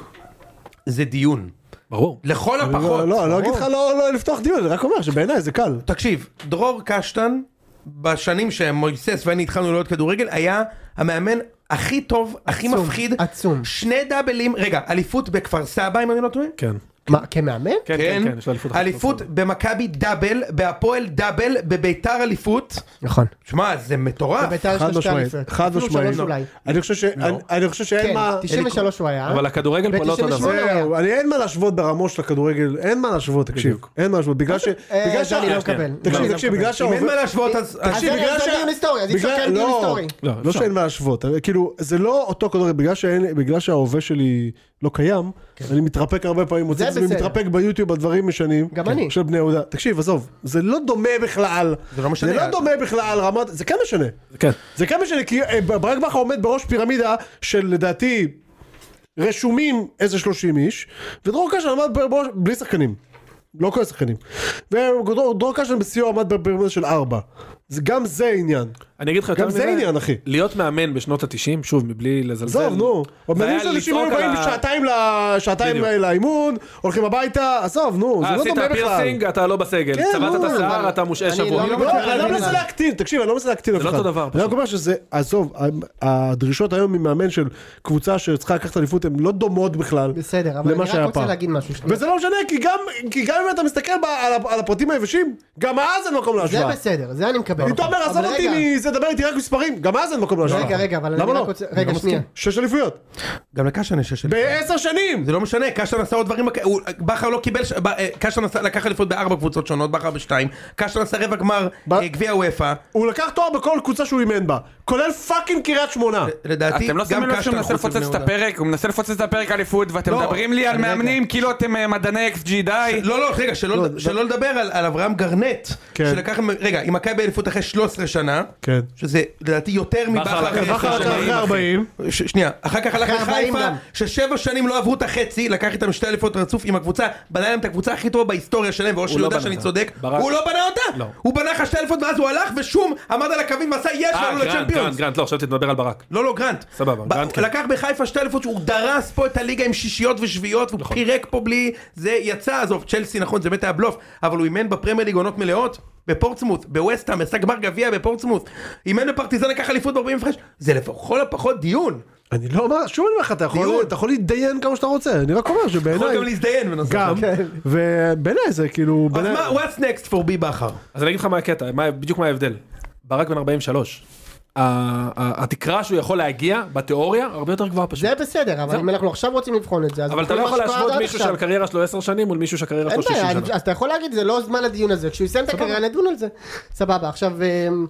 Speaker 5: זה דיון.
Speaker 1: ברור.
Speaker 5: לכל
Speaker 3: לא,
Speaker 5: הפחות.
Speaker 3: לא, אני לא אגיד לך לא לא לפתוח דיון, אני רק אומר שבעיניי זה קל.
Speaker 5: תקשיב, דרור קשטן, בשנים שמויסס ואני התחלנו לראות כדורגל, היה המאמן הכי טוב, הכי
Speaker 2: עצום,
Speaker 5: מפחיד.
Speaker 2: עצום.
Speaker 5: שני דאבלים, רגע, אליפות בכפר סבא, אם אני לא טועה?
Speaker 1: כן.
Speaker 2: מה, כמאמן?
Speaker 1: כן, כן, כן, יש לו אליפות. אחת.
Speaker 5: אליפות במכבי דאבל, בהפועל דאבל, בביתר אליפות.
Speaker 2: נכון.
Speaker 5: שמע, זה מטורף.
Speaker 2: בביתר כן, יש
Speaker 3: חד
Speaker 2: לו שתי
Speaker 3: משמעית,
Speaker 2: אליפויות.
Speaker 3: חד
Speaker 2: אפילו
Speaker 3: משמעית.
Speaker 2: שלוש אולי.
Speaker 3: אני חושב ש- אני- אני חושב שאין
Speaker 2: כן,
Speaker 3: מה...
Speaker 2: 93 הוא היה.
Speaker 1: אבל הכדורגל פה לא אותו דבר.
Speaker 2: ב- 98 הוא היה.
Speaker 3: זהו, אני אין מה להשוות ברמות של הכדורגל, אין מה להשוות, תקשיב, אין מה להשוות, בגלל ש...
Speaker 2: אה,
Speaker 3: בגלל
Speaker 2: דני
Speaker 3: שה-
Speaker 2: לא
Speaker 1: שנייה.
Speaker 2: מקבל. לא,
Speaker 3: תקשיב,
Speaker 2: לא
Speaker 3: תקשיב,
Speaker 2: מקבל.
Speaker 3: בגלל
Speaker 5: אם אין
Speaker 3: שהעובד...
Speaker 5: מה להשוות, אז... אז-
Speaker 2: אה, אז רגע,
Speaker 3: בגלל
Speaker 2: זה
Speaker 3: שה-
Speaker 2: דיון היסטורי, אז אי אפשר
Speaker 3: בגלל-
Speaker 2: לקיים דיון
Speaker 3: לא,
Speaker 2: היסטורי.
Speaker 1: לא,
Speaker 3: לא
Speaker 1: אפשר.
Speaker 3: שאין מה להשוות, אבל כאילו, זה לא אותו כדורגל, בגלל שאין- בגלל שההווה שלי לא קיים, אני מתרפק הרבה פעמים, מוצא
Speaker 2: כן. זה
Speaker 3: את עצמי
Speaker 2: בסדר.
Speaker 3: מתרפק ביוטיוב על דברים ישנים.
Speaker 2: גם
Speaker 3: כן,
Speaker 2: אני.
Speaker 3: של בני יהודה. תקשיב, עזוב, זה לא דומה בכלל.
Speaker 5: זה לא משנה.
Speaker 3: זה לא דומה בכלל, רמת... זה כן משנה.
Speaker 1: כן.
Speaker 3: זה כן משנה, כי אה, ברק בכר עומד בראש פירמידה של לדעתי רשומים איזה 30 איש, ודרור קשן עמד בראש, בלי שחקנים. לא כל השחקנים. ודרור דרור קשן בסיוע עמד בפירמידה של 4. זה, גם זה עניין.
Speaker 1: אני אגיד לך יותר
Speaker 3: גם זה עניין, אחי.
Speaker 1: להיות מאמן בשנות ה-90, שוב, מבלי לזלזל.
Speaker 3: עזוב, נו.
Speaker 1: זה היה
Speaker 3: המאמנים של אנשים היו
Speaker 1: לצעוק על
Speaker 3: באים
Speaker 1: ה-
Speaker 3: שעתיים ל- שעתיים
Speaker 1: בדיוק.
Speaker 3: לאימון, הולכים הביתה, עזוב, נו, זה
Speaker 1: אה,
Speaker 3: לא
Speaker 1: עשית
Speaker 3: דומה בכלל.
Speaker 1: פירסינג, אתה לא בסגל.
Speaker 3: כן,
Speaker 1: צבעת את
Speaker 3: נו,
Speaker 1: השיער,
Speaker 2: אבל-
Speaker 1: אתה מושעה
Speaker 2: אני
Speaker 1: שבוע.
Speaker 2: לא-
Speaker 3: לא, אני לא
Speaker 2: בכלל.
Speaker 3: מנסה להקטין, תקשיב, אני לא מנסה להקטין אף
Speaker 1: זה
Speaker 3: אחד.
Speaker 1: לא אותו דבר,
Speaker 3: אני רק
Speaker 1: פשוט.
Speaker 3: אומר שזה, עזוב, הדרישות היום ממאמן של קבוצה שצריכה לקחת אליפות הן לא דומות בכלל.
Speaker 2: בסדר, אבל
Speaker 3: למה
Speaker 2: אני
Speaker 3: שהיה
Speaker 2: רק רוצה
Speaker 3: פעם.
Speaker 2: להגיד משהו. שנייה.
Speaker 3: וזה לא משנה, כי גם, כי גם אם אתה מסתכל ב, על, ה- על הפרטים היבשים, גם אז אין מקום
Speaker 2: זה
Speaker 3: להשוואה.
Speaker 2: בסדר, זה אני מקבל.
Speaker 3: אם אתה אומר,
Speaker 2: אבל
Speaker 3: עזוב
Speaker 2: רגע,
Speaker 3: אותי מזה, דבר איתי רק מספרים, גם אז אין מקום להשוואה.
Speaker 2: רגע, רגע, אבל אני
Speaker 3: למה
Speaker 2: רק
Speaker 3: לא?
Speaker 2: רוצה... רגע, שנייה.
Speaker 3: שש אליפויות.
Speaker 5: גם לקשן יש שש אליפויות.
Speaker 3: בעשר שנים!
Speaker 5: זה לא משנה, קשטן עשה עוד דברים, הוא- בכר לא קיבל, ש- ב- אה, קשטן עשה- לקח אליפות בארבע קבוצות שונות, בכר בשתיים, קשטן עשה רבע גמר
Speaker 3: ב-
Speaker 5: אה, גביע וופא,
Speaker 3: הוא לקח תואר בכל קבוצה שהוא אימן בה, כולל פאקינג קריית שמונה.
Speaker 5: לדעתי
Speaker 6: אתם לא שמים
Speaker 5: גם
Speaker 6: לב שהוא
Speaker 5: קשטן
Speaker 6: מנסה
Speaker 5: חוץ מבני
Speaker 6: לפוצץ את
Speaker 5: יהודה.
Speaker 6: הפרק? הוא מנסה לפוצץ את הפרק אליפות, ואתם
Speaker 5: לא,
Speaker 6: מדברים לי על
Speaker 5: אני רגע.
Speaker 6: מאמנים כאילו אתם אה, מדעני אקס ג'י די.
Speaker 5: לא לא רגע שלא
Speaker 3: לא,
Speaker 5: שלא לדבר על על אברהם גרנט
Speaker 3: כן.
Speaker 5: שלקח רגע עם מכבי אליפות אחרי 13 שנה
Speaker 3: כן.
Speaker 5: שזה לדעתי יותר מבכר
Speaker 1: לקח-
Speaker 5: אחרי
Speaker 1: בכר
Speaker 3: בכר
Speaker 5: עשר
Speaker 3: לקח
Speaker 5: שנים.
Speaker 3: אחרי 40.
Speaker 5: ש- שנייה, אחר כך הלך
Speaker 2: אחרי 40
Speaker 5: לחיפה,
Speaker 2: גם.
Speaker 5: ששבע שנים לא עברו את החצי, לקח איתם שתי אליפות רצוף עם הקבוצה, בנה להם את הקבוצה הכי טובה בהיסטוריה שלהם, ואושר
Speaker 1: לא
Speaker 5: יודע
Speaker 1: בנה
Speaker 5: שאני
Speaker 1: אותה.
Speaker 5: צודק,
Speaker 1: ברק-
Speaker 5: הוא לא בנה אותה,
Speaker 1: לא.
Speaker 5: הוא בנה לך שתי אליפות ואז הוא הלך ושום עמד על הקווים ועשה יש
Speaker 1: אה,
Speaker 5: לנו
Speaker 1: גרנט, גרנט,
Speaker 5: לצ'מפיונס.
Speaker 1: גרנט, לא, חשבתי לדבר על ברק.
Speaker 5: לא לא גרנט,
Speaker 1: סבבה,
Speaker 5: ב-
Speaker 1: גרנט כן.
Speaker 5: לקח בחיפה שתי אליפות שהוא דרס פה את הליגה עם שישיות ושביעיות, הוא נכון, פירק פה בלי זה יצא, עזוב צ'לסי נכון זה באמת היה בלוף, אבל הוא אימן בפרמייר ליג עונות מלאות, בפורצמוט, בווסטהאם, עשה גמר גביע בפורצמוט, אימן בפרטיזן לקח אליפות ב-40 הפרש, זה לכל הפחות דיון.
Speaker 3: אני לא אומר, שוב אני אומר לך, אתה יכול-
Speaker 5: דיון.
Speaker 3: אתה יכול להתדיין כמה שאתה רוצה, אני רק אומר
Speaker 5: יכול
Speaker 3: שבעיניי,
Speaker 5: גם להזדיין בנושא.
Speaker 3: גם,
Speaker 1: כן.
Speaker 3: ובעיניי זה כאילו,
Speaker 5: אז
Speaker 3: בעיניי-
Speaker 5: מה, what's next for בי בכר?
Speaker 1: אז אני אגיד לך מה הקטע, מה, בדיוק מה ההבדל. ברק בן 43. ה- ה- התקרה שהוא יכול להגיע, בתיאוריה, הרבה יותר גבוהה פשוט.
Speaker 2: זה בסדר, אבל
Speaker 1: זהו.
Speaker 2: אם אנחנו עכשיו רוצים לבחון את זה, אז
Speaker 1: אבל אתה לא
Speaker 2: מה
Speaker 1: יכול
Speaker 2: שקרה עד
Speaker 1: להשוות מישהו
Speaker 2: עכשיו.
Speaker 1: שהקריירה שלו 10 שנים מול מישהו שהקריירה שלו
Speaker 2: אין
Speaker 1: 60
Speaker 2: בעיה,
Speaker 1: שנה.
Speaker 2: אז- אז אתה יכול להגיד, זה לא זמן לדיון הזה, כשהוא יסיים את הקריירה נדון על זה. סבבה, עכשיו אמ,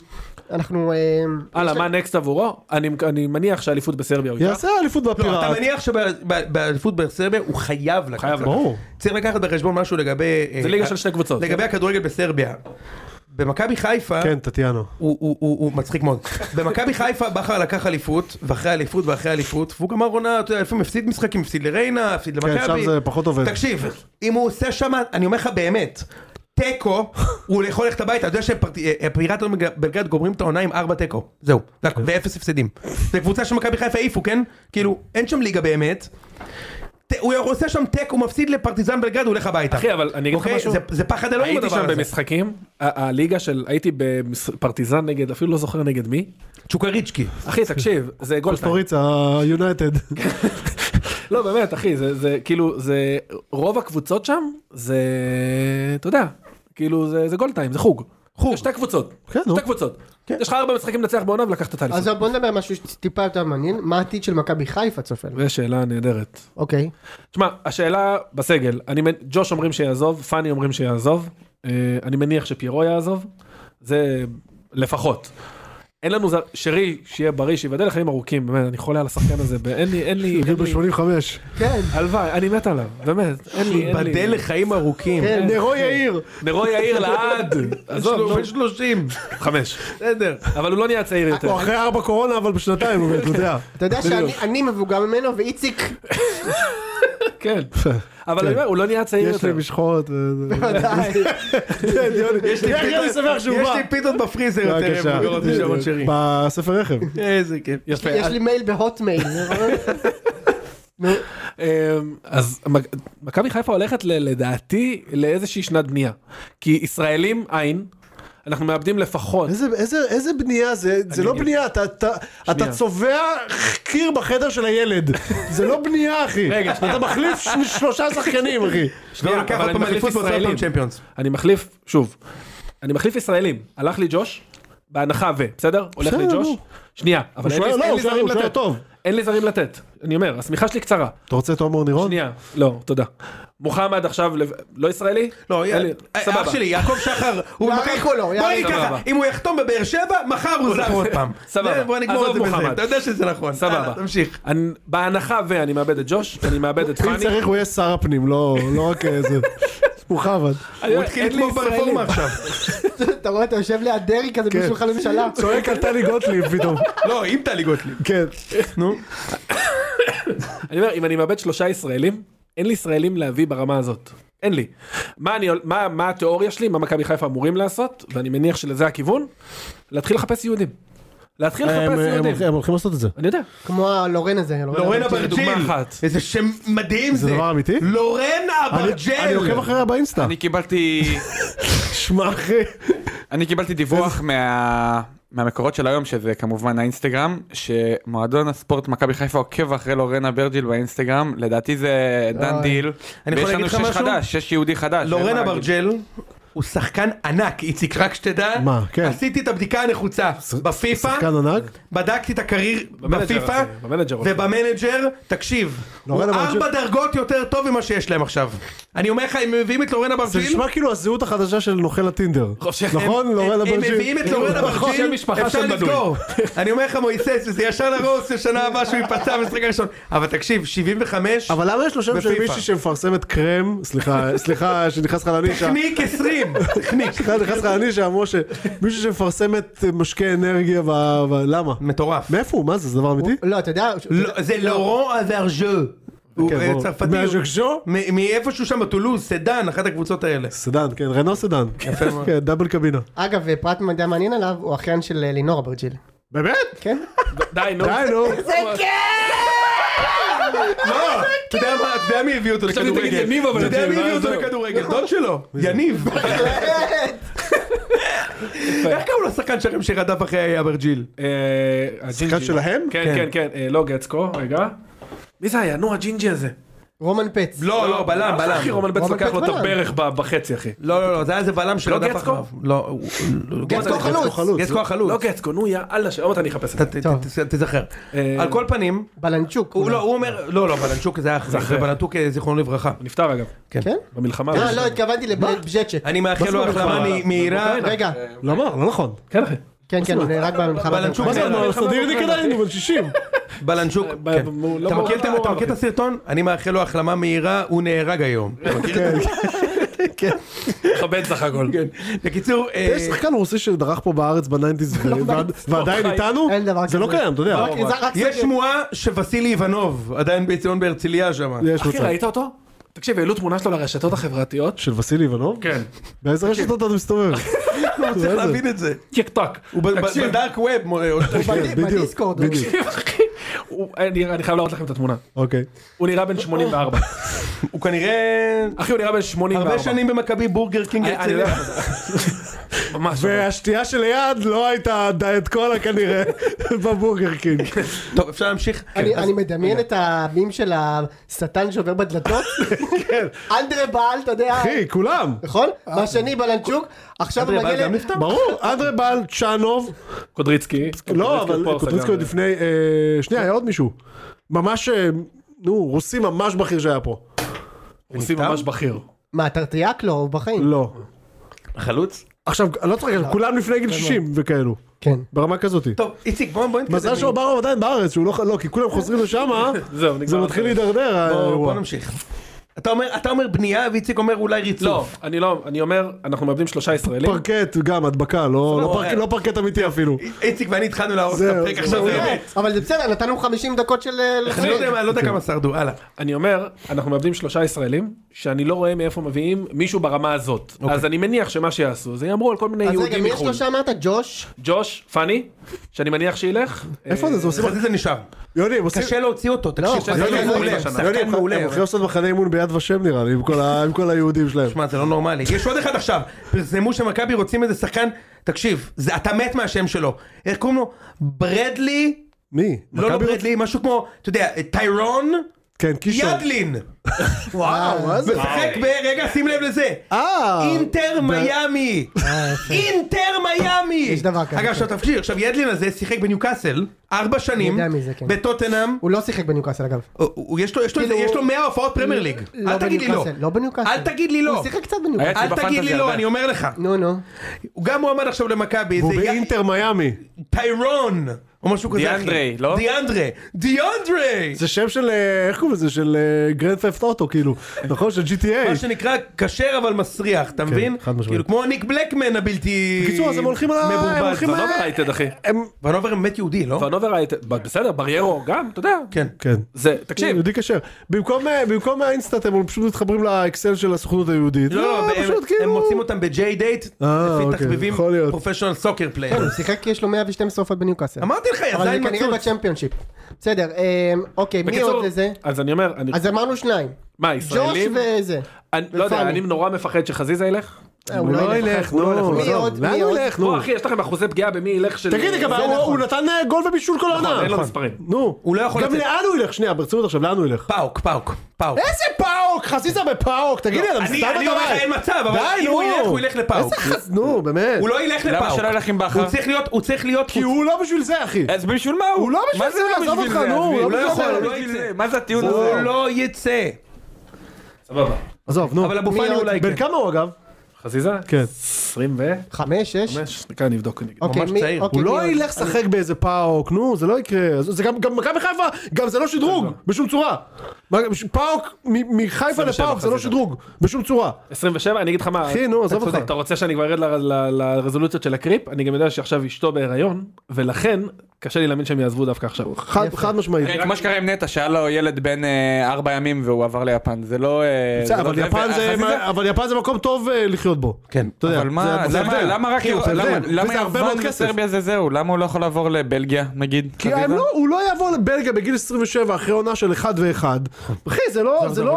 Speaker 2: אנחנו... אמ,
Speaker 1: הלאה,
Speaker 2: יש
Speaker 1: מה נקסט עבורו? אני- אני מניח שהאליפות בסרביה הוא ייקח.
Speaker 3: יעשה אליפות
Speaker 5: לא,
Speaker 3: בפיראט.
Speaker 5: אתה מניח שבאליפות בסרביה הוא חייב לקחת.
Speaker 1: חייב,
Speaker 3: ברור.
Speaker 5: צריך לקחת בחשבון משהו לגבי... אה,
Speaker 1: זה ליגה
Speaker 5: ה-
Speaker 1: של שתי קבוצות.
Speaker 5: לגבי הכדורגל בסרביה. במכבי חיפה,
Speaker 3: כן, טטיאנו.
Speaker 5: הוא- הוא- הוא הוא מצחיק מאוד. במכבי חיפה בכר לקח אליפות, ואחרי אליפות ואחרי אליפות, והוא גמר עונה, אתה יודע, לפעמים הפסיד משחקים, הפסיד לריינה, הפסיד למכבי.
Speaker 3: כן, שם זה פחות עובד.
Speaker 5: תקשיב, אם הוא עושה שם, אני אומר לך באמת, תיקו, הוא יכול ללכת הביתה, אתה יודע אה, שהפיראטון בלגרד גומרים את העונה עם ארבע תיקו, זהו, זה הכל, ואפס הפסדים. זו קבוצה שמכבי חיפה העיפו, כן? כאילו, אין שם ליגה באמת. ת- הוא עושה שם תיקו, הוא מפסיד לפרטיזן בלגרד, הוא הולך הביתה.
Speaker 1: אחי, אבל אני אגיד לך
Speaker 5: אוקיי?
Speaker 1: משהו.
Speaker 5: זה- זה פחד אלוהים
Speaker 1: הייתי
Speaker 5: הדבר
Speaker 1: שם
Speaker 5: הזה.
Speaker 1: במשחקים, ה- הליגה של, הייתי בפרטיזן נגד, אפילו לא זוכר נגד מי.
Speaker 5: צ'וקריצ'קי.
Speaker 1: אחי, תקשיב, זה גולדשטיין.
Speaker 3: קוסטוריצה, יונייטד.
Speaker 2: כן,
Speaker 1: לא, באמת, אחי, זה, זה כאילו, זה, רוב הקבוצות שם, זה, אתה יודע, כאילו, זה, זה גול טיים, זה חוג. חוג. יש שתי קבוצות.
Speaker 3: כן, נו.
Speaker 1: שתי קבוצות. יש לך ארבע משחקים לנצח בעונה ולקחת את
Speaker 2: לך- אז
Speaker 1: האליפות.
Speaker 2: בוא נדבר על משהו טיפה יותר מעניין, מה העתיד של מכבי חיפה צופן?
Speaker 1: זו שאלה נהדרת.
Speaker 2: אוקיי.
Speaker 1: תשמע, השאלה בסגל, אני, מנ- ג'וש אומרים שיעזוב, פאני אומרים שיעזוב, אה, אני מניח שפיירו יעזוב, זה לפחות. אין לנו זר, שרי, שיהיה בריא, שיבדל לחיים ארוכים, באמת, אני חולה על השחקן הזה, ב- אין לי, אין לי, אין לי,
Speaker 3: ב-85.
Speaker 2: כן,
Speaker 1: הלוואי, אני מת עליו, באמת, אין לי, אין לי.
Speaker 5: בדל לחיים ארוכים.
Speaker 2: כן.
Speaker 3: נרו יאיר.
Speaker 1: נרו יאיר לעד, עזוב, נו,
Speaker 3: לא,
Speaker 5: בן 30.
Speaker 1: חמש.
Speaker 5: בסדר.
Speaker 1: אבל הוא לא נהיה צעיר יותר.
Speaker 3: הוא אחרי ארבע קורונה אבל בשנתיים, הוא אתה יודע.
Speaker 2: אתה יודע שאני כן. אני מבוגר ממנו, ואיציק,
Speaker 1: כן. אבל אני אומר, הוא לא נהיה צעיר
Speaker 3: יש לי
Speaker 1: יותר.
Speaker 3: משחות. אה,
Speaker 2: ודאי.
Speaker 5: יש לי
Speaker 3: יוני שמח שהוא
Speaker 5: יש
Speaker 3: בא.
Speaker 5: לי פיתות בפריזר יותר, לא
Speaker 3: בבקשה.
Speaker 5: הם מבוגרות משרון שרי.
Speaker 3: אה, בספר רכב.
Speaker 5: איזה כיף.
Speaker 1: יפה.
Speaker 2: יש
Speaker 5: אה,
Speaker 2: לי מייל בהוטמייל. נו,
Speaker 1: אמ, אז מג- מכבי חיפה הולכת ל- לדעתי לאיזושהי שנת בנייה. כי ישראלים אין, אנחנו מאבדים לפחות.
Speaker 3: איזה- איזה- איזה בנייה זה? זה
Speaker 1: אני-
Speaker 3: לא בנייה, אתה- אתה- אתה צובע קיר בחדר של הילד. זה לא בנייה, אחי.
Speaker 1: רגע, שנייה.
Speaker 3: אתה מחליף ש- שלושה שחקנים, אחי.
Speaker 5: לא,
Speaker 1: שנייה,
Speaker 5: לקח
Speaker 1: אבל
Speaker 5: עוד
Speaker 1: אני
Speaker 5: פעם
Speaker 1: מחליף
Speaker 5: אליפות ועוד
Speaker 1: ישראלים.
Speaker 5: פעם צ'מפיונס.
Speaker 1: אני מחליף, שוב, אני מחליף ישראלים. הלך לי ג'וש, בהנחה ו, בסדר? הולך לי
Speaker 3: בסדר,
Speaker 1: ג'וש.
Speaker 3: נו.
Speaker 1: שנייה, אבל
Speaker 3: הוא
Speaker 1: אין לי-
Speaker 3: שוער- לא,
Speaker 1: אין
Speaker 3: הוא
Speaker 1: לי
Speaker 3: שוער-
Speaker 1: זרים
Speaker 3: הוא שוער
Speaker 1: לתת.
Speaker 3: טוב.
Speaker 1: אין לי זרים לתת. אני אומר, השמיכה שלי קצרה.
Speaker 3: אתה רוצה את עומר נירון?
Speaker 1: שנייה, לא, תודה. מוחמד עכשיו, לב- לא ישראלי?
Speaker 5: לא,
Speaker 1: אין לי-
Speaker 5: אה,
Speaker 1: סבבה.
Speaker 5: אח שלי, יעקב שחר, הוא
Speaker 2: יאריכו
Speaker 5: במכבי-
Speaker 2: לו,
Speaker 5: בוא
Speaker 2: יאריכו
Speaker 5: נגיד
Speaker 1: לו.
Speaker 5: ככה,
Speaker 1: סבבה.
Speaker 5: אם הוא יחתום בבאר שבע, מחר הוא זר עוד פעם.
Speaker 1: סבבה.
Speaker 5: בוא נגמור את
Speaker 1: עזוב
Speaker 5: זה בזה,
Speaker 1: מוחמד.
Speaker 5: אתה יודע שזה נכון.
Speaker 1: סבבה.
Speaker 5: יאללה, תמשיך.
Speaker 1: אני- בהנחה ואני מאבד את ג'וש, אני מאבד את
Speaker 3: אם
Speaker 1: פאני.
Speaker 3: אוקיי, צריך הוא יהיה שר הפנים, לא לא רק איזה... מוחמד.
Speaker 1: אני-
Speaker 5: הוא התחיל
Speaker 1: אין לי
Speaker 5: לתמוך
Speaker 1: ישראלים.
Speaker 5: ברפורמה עכשיו.
Speaker 2: אתה רואה, אתה יושב ליד דרעי
Speaker 5: כן.
Speaker 2: כזה בשולחן ממשלה.
Speaker 3: צועק על טלי גוטליב פתאום.
Speaker 5: לא, עם טלי גוטליב.
Speaker 3: כן. נו.
Speaker 1: אני אומר, אם אני מאבד שלושה ישראלים, אין לי ישראלים להביא ברמה הזאת. אין לי. מה, אני, מה, מה התיאוריה שלי, מה מכבי חיפה אמורים לעשות, ואני מניח שלזה הכיוון, להתחיל לחפש יהודים. להתחיל
Speaker 3: הם-
Speaker 1: לחפש
Speaker 3: הם
Speaker 1: יהודים.
Speaker 3: הולכים- הם הולכים לעשות את זה.
Speaker 1: אני יודע.
Speaker 2: כמו הלורן הזה.
Speaker 5: לורן
Speaker 1: אברג'יל.
Speaker 5: אברג'יל.
Speaker 1: דוגמה אחת.
Speaker 5: איזה שם מדהים זה.
Speaker 3: זה דבר אמיתי?
Speaker 1: לא,
Speaker 5: לורן
Speaker 3: אני-
Speaker 5: אברג'ל.
Speaker 3: אני עוקב אחריה באינסטה.
Speaker 6: אני קיבלתי,
Speaker 3: שמע אחי.
Speaker 6: אני קיבלתי דיווח מה... מהמקורות של היום, שזה כמובן האינסטגרם, שמועדון הספורט מכבי חיפה עוקב אחרי לורנה ברג'יל באינסטגרם, לדעתי זה דן
Speaker 2: אוי.
Speaker 6: דיל,
Speaker 5: אני יכול
Speaker 6: ויש
Speaker 5: להגיד
Speaker 6: לנו
Speaker 5: לך
Speaker 6: שש
Speaker 5: משהו?
Speaker 6: חדש, שש יהודי חדש. אין
Speaker 5: לורן
Speaker 6: מה להגיד.
Speaker 5: אברג'ל הוא שחקן ענק, איציק, רק שתדע.
Speaker 3: מה, כן.
Speaker 5: עשיתי את הבדיקה הנחוצה. בפיפא,
Speaker 3: שחקן ענק.
Speaker 5: בדקתי את הקרייר
Speaker 1: במנג'ר,
Speaker 5: בפיפא,
Speaker 1: אחי, במנג'ר.
Speaker 5: ובמנג'ר, תקשיב, הוא
Speaker 3: לורן אברג'יל-
Speaker 5: ארבע דרגות יותר טוב ממה שיש להם עכשיו. אני אומר לך, הם מביאים את לורן
Speaker 3: זה
Speaker 5: אברג'יל,
Speaker 3: נשמע כאילו הזהות החדשה של נוכל הטינדר.
Speaker 1: חושב-
Speaker 3: נכון? לורן
Speaker 5: הם
Speaker 3: אברג'יל.
Speaker 5: מביאים את לורן
Speaker 1: נכון, שם
Speaker 5: אברג'יל,
Speaker 1: משפחה
Speaker 5: אפשר
Speaker 1: שם בדוי.
Speaker 5: לסגור. אני אומר לך, מויסס, זה ישר לרוס, לשנה הבאה שהוא ייפצע במשחק הראשון. אבל תקשיב, 75,
Speaker 3: אבל למה יש לו שם של
Speaker 5: בפיפא.
Speaker 3: מישהי שמפרסמת קרם? סליחה, סליחה, שנכנס לך לנישה.
Speaker 5: טכניק 20, טכניק.
Speaker 3: סליחה, נכנס לך לנישה, משה. מישהו שמפרסמת משקה אנרגיה, ו- ו- למה?
Speaker 5: מטורף.
Speaker 3: מאיפה הוא? מה זה? זה דבר אמיתי?
Speaker 2: לא, אתה יודע,
Speaker 5: לא, זה לורן אברג'ל. הוא
Speaker 3: כן,
Speaker 5: אה,
Speaker 3: ברור.
Speaker 5: צרפתי. הוא-
Speaker 3: מהז'קז'ו?
Speaker 5: מ- מאיפשהו שם בטולוז, סדן, אחת הקבוצות האלה.
Speaker 3: סדן, כן, רנו סדן.
Speaker 5: יפה מאוד.
Speaker 3: כן, דאבל קבינה.
Speaker 2: אגב, פרט מדע מעניין עליו, הוא אחיין של אה, לינור אברג'יל.
Speaker 3: באמת?
Speaker 2: כן?
Speaker 1: די, נו. אה,
Speaker 3: די, נו.
Speaker 5: לא, אתה יודע מה, אתה יודע מי הביא אותו
Speaker 1: עכשיו תגיד
Speaker 5: לכדורגל?
Speaker 1: יניב, אבל
Speaker 5: אתה יודע
Speaker 1: זה-
Speaker 5: מי הביא
Speaker 1: זהו.
Speaker 5: אותו לכדורגל? דוד שלו, יניב. השחקן שלכם שרדף אחרי אברג'יל?
Speaker 1: אה,
Speaker 3: שחקן
Speaker 1: הג'ינג'י.
Speaker 3: שלהם?
Speaker 1: כן, כן, כן, אה, לא גצקו, רגע. מי זה היה? נו, הג'ינג'י הזה.
Speaker 2: רומן פץ.
Speaker 5: לא, לא, בלם, בלם.
Speaker 1: אחי, רומן בץ
Speaker 2: רומן
Speaker 1: לקח
Speaker 2: בץ
Speaker 1: לו את
Speaker 2: בלם.
Speaker 1: הברך ב- בחצי, אחי.
Speaker 5: לא, לא, לא, זה היה איזה בלם שרדף
Speaker 1: גצקו?
Speaker 5: אחריו. לא, הוא- הוא-
Speaker 2: גצקו חלוץ.
Speaker 5: גצקו
Speaker 1: לא
Speaker 5: החלוץ.
Speaker 1: גצקו, נו, יאללה, שעוד אני אחפש את
Speaker 5: ת-
Speaker 1: זה.
Speaker 5: ת-
Speaker 2: טוב.
Speaker 5: ת- תזכר.
Speaker 1: אה,
Speaker 5: על כל פנים,
Speaker 2: בלנצ'וק.
Speaker 5: הוא
Speaker 2: אולי.
Speaker 5: לא, הוא אומר, לא, לא, בלנצ'וק זה היה אחרי, זה
Speaker 1: אחרי.
Speaker 5: בלנצ'וק זיכרונו לברכה.
Speaker 1: הוא נפטר אגב,
Speaker 2: כן?
Speaker 1: במלחמה.
Speaker 2: אה,
Speaker 1: הזאת.
Speaker 2: לא, התכוונתי לבז'צ'ק.
Speaker 5: אני מאחל לו
Speaker 1: מה זאת
Speaker 5: החלמה
Speaker 1: אומרת?
Speaker 5: מ- מהירה.
Speaker 2: רגע,
Speaker 3: אה,
Speaker 7: לא אמר, לא נכון.
Speaker 1: כן, אחי.
Speaker 2: כן, כן, הוא נהרג במלחמה.
Speaker 5: בלנצ'וק.
Speaker 7: מה זה
Speaker 5: כן,
Speaker 7: אמר?
Speaker 5: המלחמה
Speaker 7: סדירניק
Speaker 5: באוקראינה.
Speaker 7: עדיין, הוא בן 60.
Speaker 5: בלנצ'וק.
Speaker 1: ב-
Speaker 5: כן.
Speaker 1: ב- הוא לא
Speaker 5: אתה מכיר את-
Speaker 1: מעורב,
Speaker 5: אתה מכיר את
Speaker 1: אחי.
Speaker 5: הסרטון? אני מאחל לו החלמה מהירה, הוא נהרג היום. אתה מכיר את זה?
Speaker 1: מכבד סך הכל.
Speaker 5: כן. בקיצור, אה,
Speaker 3: יש שחקן רוסי שדרך פה בארץ בניינטיז ועדיין
Speaker 1: חי.
Speaker 3: איתנו?
Speaker 2: אין דבר
Speaker 3: זה לא
Speaker 2: כזה.
Speaker 3: קיים, אתה יודע.
Speaker 2: רק- זה- רק
Speaker 5: אה, יש
Speaker 2: סגל.
Speaker 5: שמועה שווסילי איבנוב עדיין בציון בהרצליה שם.
Speaker 3: יש
Speaker 1: אחי,
Speaker 3: מצב.
Speaker 1: ראית אותו? תקשיב, העלו תמונה שלו לרשתות החברתיות.
Speaker 3: של וסילי איבנוב?
Speaker 1: כן.
Speaker 3: באיזה רשתות אתה מסתובב?
Speaker 5: לא צריך להבין את זה.
Speaker 1: טיק טק.
Speaker 5: הוא ב- ב- בדארק ווב. אה, מו- או-
Speaker 2: בדי- בדיסקורד. הוא-
Speaker 1: אחי, הוא- אה, אני אני חייב להראות לכם את התמונה.
Speaker 3: אוקיי.
Speaker 1: הוא נראה בן 84.
Speaker 5: הוא כנראה
Speaker 1: אחי, הוא נראה בן 84.
Speaker 5: הרבה שנים במכבי בורגר קינג
Speaker 1: אני- אני
Speaker 5: הרצליה.
Speaker 1: יודע. ממש.
Speaker 3: והשתייה שליד לא הייתה דיאט קולה כנראה בבורגר קינג.
Speaker 5: טוב, אפשר להמשיך? כן.
Speaker 2: אני-
Speaker 5: אז-
Speaker 2: אני מדמיין את המים של השטן שעובר בדלתות.
Speaker 5: כן.
Speaker 2: אנדרה בעל, אתה יודע,
Speaker 3: אחי, כולם.
Speaker 2: נכון? והשני בלנצ'וק, עכשיו הוא
Speaker 5: אה. אנדרי
Speaker 2: מגיע
Speaker 5: בעל גם
Speaker 2: ל...
Speaker 5: נפטר?
Speaker 3: ברור, אנדרי בעל, צ'אנוב,
Speaker 1: קודריצקי.
Speaker 3: לא, אבל
Speaker 1: פה,
Speaker 3: קוטריצקי
Speaker 1: סגר.
Speaker 3: עוד לפני, אה, שנייה, היה עוד מישהו. ממש, אה, נו, רוסי ממש בכיר שהיה פה.
Speaker 1: רוסי ממש בכיר.
Speaker 2: מה, תרטיאק לו, הוא בחיים.
Speaker 3: לא.
Speaker 5: החלוץ?
Speaker 3: עכשיו, אני לא צריך, כולם לפני גיל 60 וכאלו,
Speaker 2: כן.
Speaker 3: ברמה כזאת.
Speaker 5: טוב, איציק, בוא בוא נתקדם.
Speaker 3: מזל שאוברוב עדיין בארץ, שהוא לא, לא, כי כולם חוזרים לשם, אה?
Speaker 1: זהו, נגמר.
Speaker 3: זה מתחיל להידרדר.
Speaker 5: בוא-
Speaker 3: האירוע.
Speaker 5: אה, בוא נמשיך. אתה אומר- אתה אומר בנייה ואיציק אומר אולי
Speaker 1: לא,
Speaker 5: ריצוף.
Speaker 1: אני לא, אני אומר, אנחנו מאבדים שלושה ישראלים.
Speaker 3: פרקט גם, הדבקה, לא לא פרק- לא פרקט אמיתי אפילו.
Speaker 5: איציק ואני התחלנו להרוס את
Speaker 3: זהו,
Speaker 5: הפרק
Speaker 3: זהו.
Speaker 5: עכשיו זה אמת.
Speaker 2: אבל זה בסדר, נתנו 50 דקות של... אה,
Speaker 5: אני לא יודע
Speaker 2: לחיים.
Speaker 5: מה- לא יודע כמה שרדו, הלאה.
Speaker 1: אני אומר, אנחנו מאבדים שלושה ישראלים, שאני לא רואה מאיפה מביאים מישהו ברמה הזאת.
Speaker 3: אוקיי.
Speaker 1: אז אני מניח שמה שיעשו, זה יאמרו על כל מיני
Speaker 2: אז רגע,
Speaker 1: יהודים
Speaker 2: מי יש
Speaker 1: מחו"ל.
Speaker 2: לו שם אמרת? ג'וש?
Speaker 1: ג'וש, פאני, שאני מניח שילך.
Speaker 3: איפה זה? זה עושים...
Speaker 5: חזיזה נשאר.
Speaker 3: יוני, הם עושים...
Speaker 5: קשה להוציא אותו, תקשיב.
Speaker 2: קשה
Speaker 5: חזיזה
Speaker 1: להוציא
Speaker 5: מעולה,
Speaker 1: אותו.
Speaker 3: לא,
Speaker 5: שחקן מעולה.
Speaker 3: הם הולכים לעשות מחנה אימון ביד ושם נראה לי, עם כל ה- עם כל היהודים שלהם.
Speaker 5: שמע, זה לא נורמלי. יש עוד אחד עכשיו, פרסמו שמכבי רוצים איזה שחקן, תקשיב, זה- אתה מת מהשם שלו. איך קוראים לו? ברדלי?
Speaker 3: מי?
Speaker 5: לא, לא
Speaker 3: מכבי רוצ-
Speaker 5: ברדלי, משהו כמו, אתה יודע, טיירון?
Speaker 3: כן, קישון.
Speaker 5: ידלין. אה,
Speaker 2: וואו, מה זה?
Speaker 5: משחק ב... רגע, שים לב לזה.
Speaker 3: אה!
Speaker 5: אינטר מיאמי! אינטר מיאמי!
Speaker 2: יש דבר כזה,
Speaker 5: אגב,
Speaker 2: כן.
Speaker 5: עכשיו תקשיב, עכשיו ידלין הזה שיחק בניוקאסל, ארבע שנים,
Speaker 2: יודע מי זה, כן.
Speaker 5: בטוטנאם,
Speaker 2: הוא לא שיחק בניוקאסל אגב.
Speaker 5: הוא- הוא- יש לו- יש לו
Speaker 2: כאילו,
Speaker 5: איזה- יש לו 100 הופעות פרמייר ליג. אל
Speaker 2: לא
Speaker 5: תגיד לי לא.
Speaker 2: בניוקאסל, לא בניוקאסל.
Speaker 5: אל תגיד לי לא.
Speaker 2: הוא שיחק קצת בניוקאסל.
Speaker 5: אל תגיד לי לא, אני אומר לך.
Speaker 2: נו נו.
Speaker 5: הוא גם מועמד עכשיו למכבי.
Speaker 3: הוא
Speaker 5: זה י-
Speaker 3: באינטר מיאמי.
Speaker 5: טיירון! או משהו כזה. אחי.
Speaker 4: דיאנדרי, לא?
Speaker 5: דיאנדרי! דיאנדרי!
Speaker 3: זה שם של, אה, איך קוראים לזה? של אה, גרנד פפט אוטו, כאילו. נכון? של
Speaker 5: מה
Speaker 3: GTA.
Speaker 5: שנקרא כשר אבל מסריח, אתה מבין?
Speaker 3: כן, חד משמעית.
Speaker 5: כאילו כמו ניק בלקמן הבלתי...
Speaker 3: בקיצור, אז הם הולכים על ה- הם
Speaker 5: מבורבד.
Speaker 3: הולכים
Speaker 5: ונובר-
Speaker 1: ונובר הייטד, לא אחי.
Speaker 5: ונובר הם באמת יהודי, לא?
Speaker 1: ונובר הייטד, בסדר, בריירו גם, אתה יודע.
Speaker 5: כן.
Speaker 3: כן.
Speaker 1: זה, תקשיב,
Speaker 3: יהודי כשר. במקום, אה, במקום האינסטאט הם פשוט מתחברים לאקסל של הסוכנות היהודית.
Speaker 5: לא, לא, הם-
Speaker 3: פשוט
Speaker 5: הם
Speaker 3: כאילו...
Speaker 5: מוצאים אותם ב-J דייט,
Speaker 3: אה,
Speaker 5: לפי
Speaker 3: אוקיי,
Speaker 5: תחביבים
Speaker 3: יכול להיות.
Speaker 5: פרופשיונל סוקר
Speaker 2: כן,
Speaker 5: פלייר.
Speaker 2: הוא שיחק, יש לו 112 הופעות בניוקאסל.
Speaker 5: אמרתי לך,
Speaker 2: אבל זה
Speaker 5: יזיים
Speaker 2: כנראה
Speaker 5: מצוץ.
Speaker 2: בצ'מפיונשיפ. בסדר, אה, אוקיי, מי
Speaker 1: בקיצור,
Speaker 2: עוד לזה?
Speaker 1: אז אני אומר, אני-
Speaker 2: אז אמרנו שניים.
Speaker 1: מה,
Speaker 2: ג'וש
Speaker 1: ישראלים?
Speaker 2: וזה.
Speaker 1: אני לא יודע,
Speaker 2: ופאני.
Speaker 1: אני נורא מפחד שחזיזה ילך.
Speaker 2: אה,
Speaker 3: הוא לא ילך, נו.
Speaker 2: מי עוד?
Speaker 3: לאן
Speaker 2: מי
Speaker 3: הוא
Speaker 2: עוד?
Speaker 3: ילך, נו?
Speaker 1: בוא, אחי, יש לכם אחוזי פגיעה במי ילך של...
Speaker 3: תגיד לי, גם
Speaker 1: זה
Speaker 3: הוא-
Speaker 1: נכון.
Speaker 3: הוא נתן אה, גול ובישול כל
Speaker 5: נכון,
Speaker 3: העונה. נכון.
Speaker 1: אין לו מספרים.
Speaker 3: נו.
Speaker 5: הוא לא יכול
Speaker 3: גם
Speaker 5: לצאת.
Speaker 3: לאן הוא ילך? שנייה, ברצינות עכשיו, לאן הוא ילך?
Speaker 5: פאוק, פאוק, פאוק.
Speaker 3: איזה פאוק? חזיזה בפאוק? תגיד לי, אתה
Speaker 5: אני-
Speaker 3: מסתם
Speaker 5: לא, אני אומר לך,
Speaker 3: עליי.
Speaker 5: אין מצב, אבל
Speaker 3: די,
Speaker 5: אם
Speaker 3: נו.
Speaker 5: הוא ילך, הוא ילך לפאוק.
Speaker 3: איזה חס... נו, באמת.
Speaker 5: הוא לא ילך לפאוק.
Speaker 4: למה שלא ילך עם בכר?
Speaker 5: הוא צריך להיות, הוא צריך להיות,
Speaker 3: כי הוא לא בשביל זה, אחי.
Speaker 5: אה,
Speaker 4: אז בשביל מה הוא?
Speaker 3: הוא לא
Speaker 4: מה
Speaker 3: בשביל זה,
Speaker 4: לא
Speaker 3: עזוב
Speaker 4: בשביל
Speaker 3: אותך,
Speaker 4: זה?
Speaker 3: נו, הוא
Speaker 4: עזבי.
Speaker 3: לא
Speaker 5: לא
Speaker 3: בשביל
Speaker 5: יכול,
Speaker 3: זה.
Speaker 5: הוא
Speaker 4: הוא
Speaker 5: לא
Speaker 4: לא בשביל
Speaker 5: יצא.
Speaker 4: זה. מה זה הטיעון
Speaker 5: הוא
Speaker 4: הזה?
Speaker 5: לא יצא.
Speaker 1: סבבה.
Speaker 3: עזוב, נו.
Speaker 5: אבל אבו פאני אולי כן.
Speaker 3: בן כמה הוא אגב?
Speaker 1: חזיזה?
Speaker 3: כן.
Speaker 1: 20 ו...
Speaker 2: חמש, שש?
Speaker 1: חמש? דקה אני אבדוק. אני אגיד.
Speaker 2: אוקיי,
Speaker 5: ממש
Speaker 2: מי-
Speaker 5: צעיר.
Speaker 3: הוא
Speaker 2: אוקיי, מי
Speaker 3: לא
Speaker 2: עוד?
Speaker 3: ילך לשחק באיזה פאוק, נו, זה לא יקרה. אז זה גם, גם מכבי חיפה, גם זה לא שדרוג, בשום צורה. מה, בש- פאוק, מ- מחיפה
Speaker 1: 27
Speaker 3: לפאוק זה לא
Speaker 1: חזיזה.
Speaker 3: שדרוג, בשום צורה.
Speaker 1: 27, אני אגיד לך מה...
Speaker 3: אחי, נו,
Speaker 1: אתה
Speaker 3: עזוב
Speaker 1: צודק,
Speaker 3: אותך.
Speaker 1: אתה רוצה שאני כבר ארד ל- ל- לרזולוציות של הקריפ? אני גם יודע שעכשיו אשתו בהיריון, ולכן קשה לי להאמין שהם יעזבו דווקא עכשיו.
Speaker 3: חד, חד משמעית.
Speaker 4: כן, כמו שקרה עם נטע שהיה לו ילד בן אה, ארבע ימים והוא עבר ליפן זה לא... אה,
Speaker 8: כן,
Speaker 3: בסדר,
Speaker 4: זה לא
Speaker 3: אבל
Speaker 4: זה,
Speaker 3: יפן זה-
Speaker 4: והחזיזה-
Speaker 3: אבל יפן זה מקום טוב אה, לחיות בו.
Speaker 5: כן.
Speaker 3: אתה יודע,
Speaker 4: אבל מה,
Speaker 3: זה- זה
Speaker 4: למה-
Speaker 3: הבדל.
Speaker 4: למה רק...
Speaker 3: אחי, זה
Speaker 4: למה-
Speaker 3: הבדל.
Speaker 4: למה
Speaker 3: וזה הרבה מאוד
Speaker 4: יוון
Speaker 3: כסף.
Speaker 4: וסרביה זה זהו? למה הוא לא יכול לעבור לבלגיה נגיד?
Speaker 3: כי
Speaker 8: אוקיי,
Speaker 4: חזיזה?
Speaker 3: לא הם לא, הוא לא יעבור לבלגיה בגיל 27 אחרי עונה של 1 ו-1, אחי, זה לא, זה לא...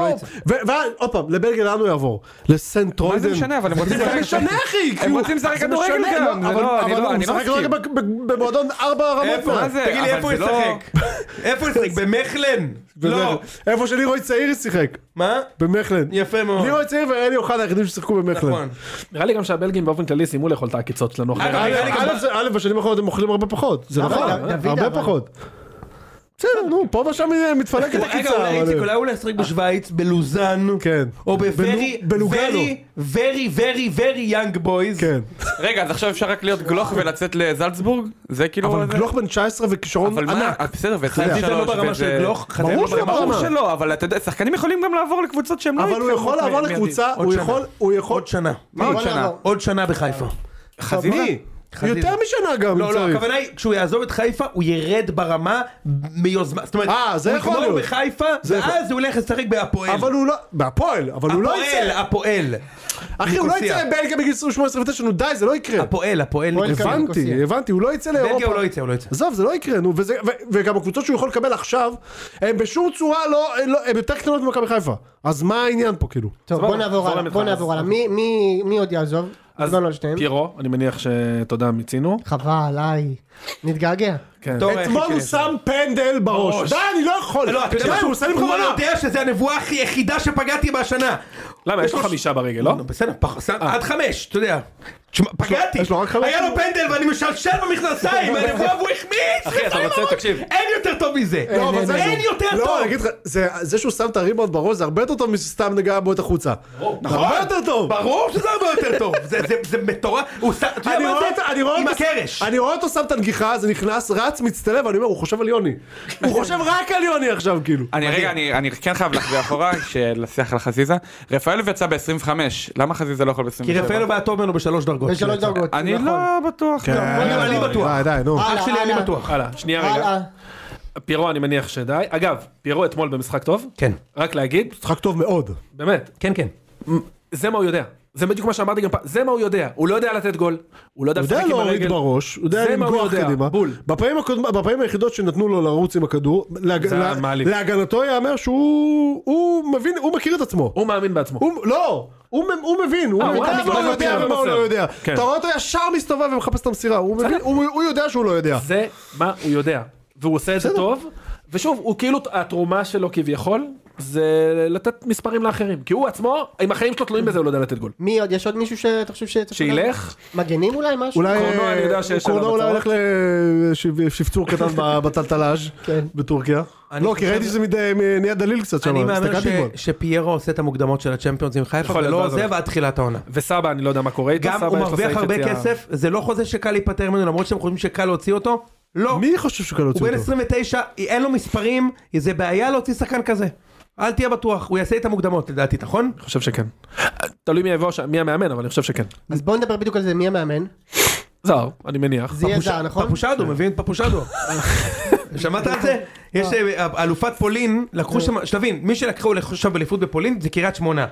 Speaker 3: ו- ואז, עוד פעם, לבלגיה לאן הוא יעבור? לסנטרוידן?
Speaker 8: מה זה משנה, אבל הם רוצים
Speaker 3: זה
Speaker 8: לשחק-
Speaker 3: משנה, אחי!
Speaker 8: הם
Speaker 3: כאילו,
Speaker 8: רוצים לשחק
Speaker 3: זה
Speaker 8: כדורגל
Speaker 3: משנה,
Speaker 8: גם, זה
Speaker 3: אבל-
Speaker 8: לא- אני
Speaker 3: אבל
Speaker 8: לא-
Speaker 3: הוא
Speaker 8: אני לא
Speaker 3: משחק כדורגל
Speaker 8: מסכים.
Speaker 3: ב- ב- במועדון ארבע רמות
Speaker 8: איפה?
Speaker 3: מעל.
Speaker 8: מה זה?
Speaker 5: תגיד לי
Speaker 8: אבל
Speaker 5: איפה הוא
Speaker 8: זה לא-
Speaker 5: ישחק? איפה הוא ישחק? במכלן? לא.
Speaker 3: וזה- איפה שלירוי צעיר שיחק,
Speaker 5: מה?
Speaker 3: במכלן.
Speaker 5: יפה מאוד.
Speaker 3: לירוי צעיר ואלי אוחנה היחידים ששיחקו במכלן.
Speaker 5: נכון.
Speaker 1: נראה לי גם שהבלגים באופן כללי סיימו לאכול את העקיצות שלנו אחרי
Speaker 5: אגב,
Speaker 3: א',
Speaker 5: נראה לי גם-
Speaker 3: א', זה- א', בשנים האחרונות הם אוכלים הרבה פחות, זה
Speaker 2: אבל
Speaker 3: נכון,
Speaker 2: ד- דוד,
Speaker 3: הרבה
Speaker 2: אבל-
Speaker 3: פחות. בסדר, נו, פה ושם מתפלקת
Speaker 5: רגע,
Speaker 3: הקיצה.
Speaker 5: אולי
Speaker 3: אבל-
Speaker 5: איציק, אולי הוא ישחק בשוויץ, בלוזאן,
Speaker 3: כן.
Speaker 5: או בוורי,
Speaker 3: בלו- בלוגאנו.
Speaker 5: very, very, very, very young boys.
Speaker 3: כן.
Speaker 4: רגע, אז עכשיו אפשר רק להיות גלוך ולצאת לזלצבורג? זה כאילו...
Speaker 3: אבל
Speaker 4: זה-
Speaker 3: גלוך בן 19 וכישרון
Speaker 4: אבל מה,
Speaker 3: ענק.
Speaker 4: אז בסדר,
Speaker 5: חצי
Speaker 4: והצלתי
Speaker 5: זה לא
Speaker 4: שלוש,
Speaker 5: ברמה של
Speaker 4: וזה-
Speaker 5: גלוך, חצי
Speaker 3: ברור
Speaker 5: לא
Speaker 3: שלא
Speaker 5: ברמה-
Speaker 3: ברמה.
Speaker 4: ברור שלא, אבל אתה יודע, שחקנים יכולים גם לעבור לקבוצות שהם לא...
Speaker 3: אבל הוא יכול לעבור לקבוצה, הוא יכול, הוא יכול,
Speaker 5: עוד שנה.
Speaker 2: מה עוד שנה?
Speaker 5: עוד שנה בחיפה.
Speaker 4: חזיזה?
Speaker 5: חזיזה.
Speaker 3: יותר משנה גם, אם
Speaker 5: לא, לא,
Speaker 3: צריך.
Speaker 5: הכוונה היא, כשהוא יעזוב את חיפה, הוא ירד ברמה מיוזמה. זאת אומרת,
Speaker 3: אה, זה
Speaker 5: הוא
Speaker 3: יכול
Speaker 5: יגמור
Speaker 3: להיות.
Speaker 5: בחיפה,
Speaker 3: זה יכול.
Speaker 5: ואז הוא ילך לשחק בהפועל.
Speaker 3: אבל הוא לא, בהפועל, אבל הוא לא
Speaker 5: הפועל,
Speaker 3: יצא,
Speaker 5: הפועל.
Speaker 3: אחי הוא לא
Speaker 5: ניקוסיה.
Speaker 3: יצא לבלגיה בגיל 28-29, נו די זה לא יקרה,
Speaker 5: הפועל, הפועל.
Speaker 2: הפועל
Speaker 5: ניקוסיה.
Speaker 2: קרוב.
Speaker 3: הבנתי,
Speaker 2: ניקוסיה.
Speaker 3: הבנתי, הוא לא יצא
Speaker 5: בלגיה
Speaker 3: לאירופה,
Speaker 5: הוא לא יצא, הוא לא יצא.
Speaker 3: עזוב זה לא יקרה נו, וזה- ו- וגם הקבוצות שהוא יכול לקבל עכשיו, הן בשום צורה לא, הן לא- הן יותר קטנות ממכבי חיפה, אז מה העניין פה כאילו,
Speaker 2: טוב, בוא נעבור הלאה, בוא נעבור הלאה. מי- מי- מי עוד יעזוב?
Speaker 1: אז
Speaker 3: לא,
Speaker 2: דיברנו על שתיהם.
Speaker 1: פיירו, אני מניח שתודה מיצינו.
Speaker 2: חבל, היי. נתגעגע.
Speaker 1: כן.
Speaker 5: טוב,
Speaker 3: אתמול
Speaker 5: אחי,
Speaker 3: הוא
Speaker 5: כן.
Speaker 3: שם פנדל בראש, די אני לא יכול,
Speaker 5: לא, אתה
Speaker 3: אתה
Speaker 5: יודע
Speaker 3: יודע,
Speaker 5: מה?
Speaker 3: הוא עושה לי
Speaker 5: הוא
Speaker 3: בכוונה,
Speaker 5: יודע שזה הנבואה הכי יחידה שפגעתי בה השנה.
Speaker 1: למה, יש לו
Speaker 5: יש לו-
Speaker 1: חמישה ברגל, לא?
Speaker 5: בסדר, פח- ש- עד חמש, אתה יודע. תשמע, פגעתי,
Speaker 3: יש לו רק חמש?
Speaker 5: היה לו פנדל ואני משלשל במכנסיים, הנבואה והוא החמיץ! לא-
Speaker 4: אחי, אתה רוצה, תקשיב.
Speaker 5: אין יותר טוב מזה!
Speaker 3: לא, אבל זה-
Speaker 5: אין יותר
Speaker 3: לא,
Speaker 5: טוב!
Speaker 3: אני אגיד לך, זה- זה שהוא שם את הריבאונד בראש זה הרבה יותר טוב מסתם לגע בו את החוצה. זה הרבה יותר טוב.
Speaker 5: נכון. ברור שזה הרבה יותר טוב, זה- זה- זה מטורף, הוא שם, אתה
Speaker 3: אני
Speaker 5: יודע
Speaker 3: רואה
Speaker 5: מה
Speaker 3: אותו-
Speaker 5: זה?
Speaker 3: אני רואה
Speaker 5: עם
Speaker 3: אותו-
Speaker 5: הקרש.
Speaker 3: אני רואה אותו שם את הנגיחה, זה נכנס, רץ, מצטלב, אני אומר, הוא חושב על יוני. הוא חושב רק על יוני עכשיו, כאילו.
Speaker 4: אני רגע, אני, אני כן חייב לחזור אחורה, לשיח על חזיזה. רפאלוב יצא ב-25, למה חזיזה לא יכול ב-27?
Speaker 5: כי רפאלו בעטו ממנו בשלוש דרגות.
Speaker 2: בשלוש דרגות.
Speaker 4: אני
Speaker 2: נכון.
Speaker 4: לא בטוח.
Speaker 5: אני- אני בטוח.
Speaker 3: די, די, נו.
Speaker 2: הלאה,
Speaker 5: אח שלי אני
Speaker 2: הלאה.
Speaker 5: בטוח.
Speaker 1: הלאה, שנייה רגע.
Speaker 2: הלאה.
Speaker 1: פיירו, אני מניח שדי. אגב, פיירו אתמול במשחק טוב.
Speaker 5: כן.
Speaker 1: רק להגיד,
Speaker 3: משחק טוב מאוד.
Speaker 1: באמת,
Speaker 5: כן, כן.
Speaker 1: זה מה הוא יודע. זה בדיוק מה שאמרתי גם פעם, זה מה הוא יודע. הוא לא יודע לתת גול. הוא לא יודע
Speaker 3: הוא יודע
Speaker 1: לשחק עם
Speaker 3: להוריד
Speaker 1: הרגל.
Speaker 3: בראש, הוא יודע
Speaker 1: זה מה הוא
Speaker 3: לנגוח
Speaker 1: יודע,
Speaker 3: קדימה.
Speaker 1: בול.
Speaker 3: בפעמים הקודמ- בפעמים היחידות שנתנו לו לרוץ עם הכדור, להג-
Speaker 1: זה היה
Speaker 3: לה-
Speaker 1: מעליב.
Speaker 3: להגנתו ייאמר שהוא הוא מבין, הוא מכיר את עצמו.
Speaker 1: הוא מאמין בעצמו.
Speaker 3: הוא לא, הוא מ- הוא מבין, הוא
Speaker 1: אה, הוא
Speaker 3: יודע
Speaker 1: יודע
Speaker 3: מה הוא
Speaker 1: מה
Speaker 3: יודע
Speaker 1: הוא
Speaker 3: ומה הוא לא
Speaker 1: יודע.
Speaker 3: יודע.
Speaker 1: כן.
Speaker 3: אתה רואה אותו ישר מסתובב ומחפש את המסירה, הוא מבין, הוא הוא יודע שהוא לא יודע.
Speaker 1: זה מה הוא יודע. והוא עושה את זה טוב. ושוב, הוא כאילו, התרומה שלו כביכול, זה לתת מספרים לאחרים. כי הוא עצמו, אם החיים שלו תלויים בזה, הוא לא יודע לתת גול.
Speaker 2: מי עוד? יש עוד מישהו שאתה חושב שצריך...
Speaker 1: שילך,
Speaker 2: מגנים אולי משהו? נכון.
Speaker 3: אולי
Speaker 1: קורנו, אני יודע שיש
Speaker 3: קורנו
Speaker 1: עליו
Speaker 3: אולי הולך
Speaker 1: הצעות.
Speaker 3: לשפצור קטן ב- בטלטלאז'
Speaker 2: כן.
Speaker 3: בטורקיה. לא, כי
Speaker 5: חושב-
Speaker 3: ראיתי שזה מדי- מ- נהיה דליל קצת
Speaker 5: אני
Speaker 3: שם,
Speaker 5: מהמר
Speaker 3: הסתכלתי בו. לא,
Speaker 5: ש- שפיירו עושה את המוקדמות של הצ'מפיונס עם חיפה,
Speaker 1: יכול להיות,
Speaker 5: ולא
Speaker 1: ואז
Speaker 5: עוזב
Speaker 1: הולך.
Speaker 5: עד תחילת העונה.
Speaker 1: וסבא, אני לא יודע מה קורה איתו.
Speaker 5: גם
Speaker 1: סבא,
Speaker 5: הוא
Speaker 1: יש לו
Speaker 5: מרוויח
Speaker 1: סעיף
Speaker 5: הרבה
Speaker 1: יציאה.
Speaker 5: כסף, זה לא חוזה שקל להיפטר ממנו למרות שהם חושבים שקל להוציא אותו, לא.
Speaker 3: מי חושב שקל
Speaker 5: הוא
Speaker 3: להוציא
Speaker 5: בן
Speaker 3: אותו?
Speaker 5: 29, אין לו מספרים, זה בעיה להוציא שחקן כזה. אל תהיה בטוח, הוא יעשה את המוקדמות לדעתי, נכון?
Speaker 1: אני חושב שכן. תלוי מי יבוא, שם- מי המאמן, אבל אני חושב שכן.
Speaker 2: אז בואו נדבר בדיוק על זה, מי המאמן?
Speaker 1: זר, אני מניח.
Speaker 2: זה יהיה זר, נכון?
Speaker 5: פפושדו, מבין? פפושדו. שמעת על זה? יש אה, אלופת פולין,
Speaker 2: אה.
Speaker 5: לקחו שם, שתבין, מי שלקחו עכשיו אליפות בפולין זה קריית שמונה,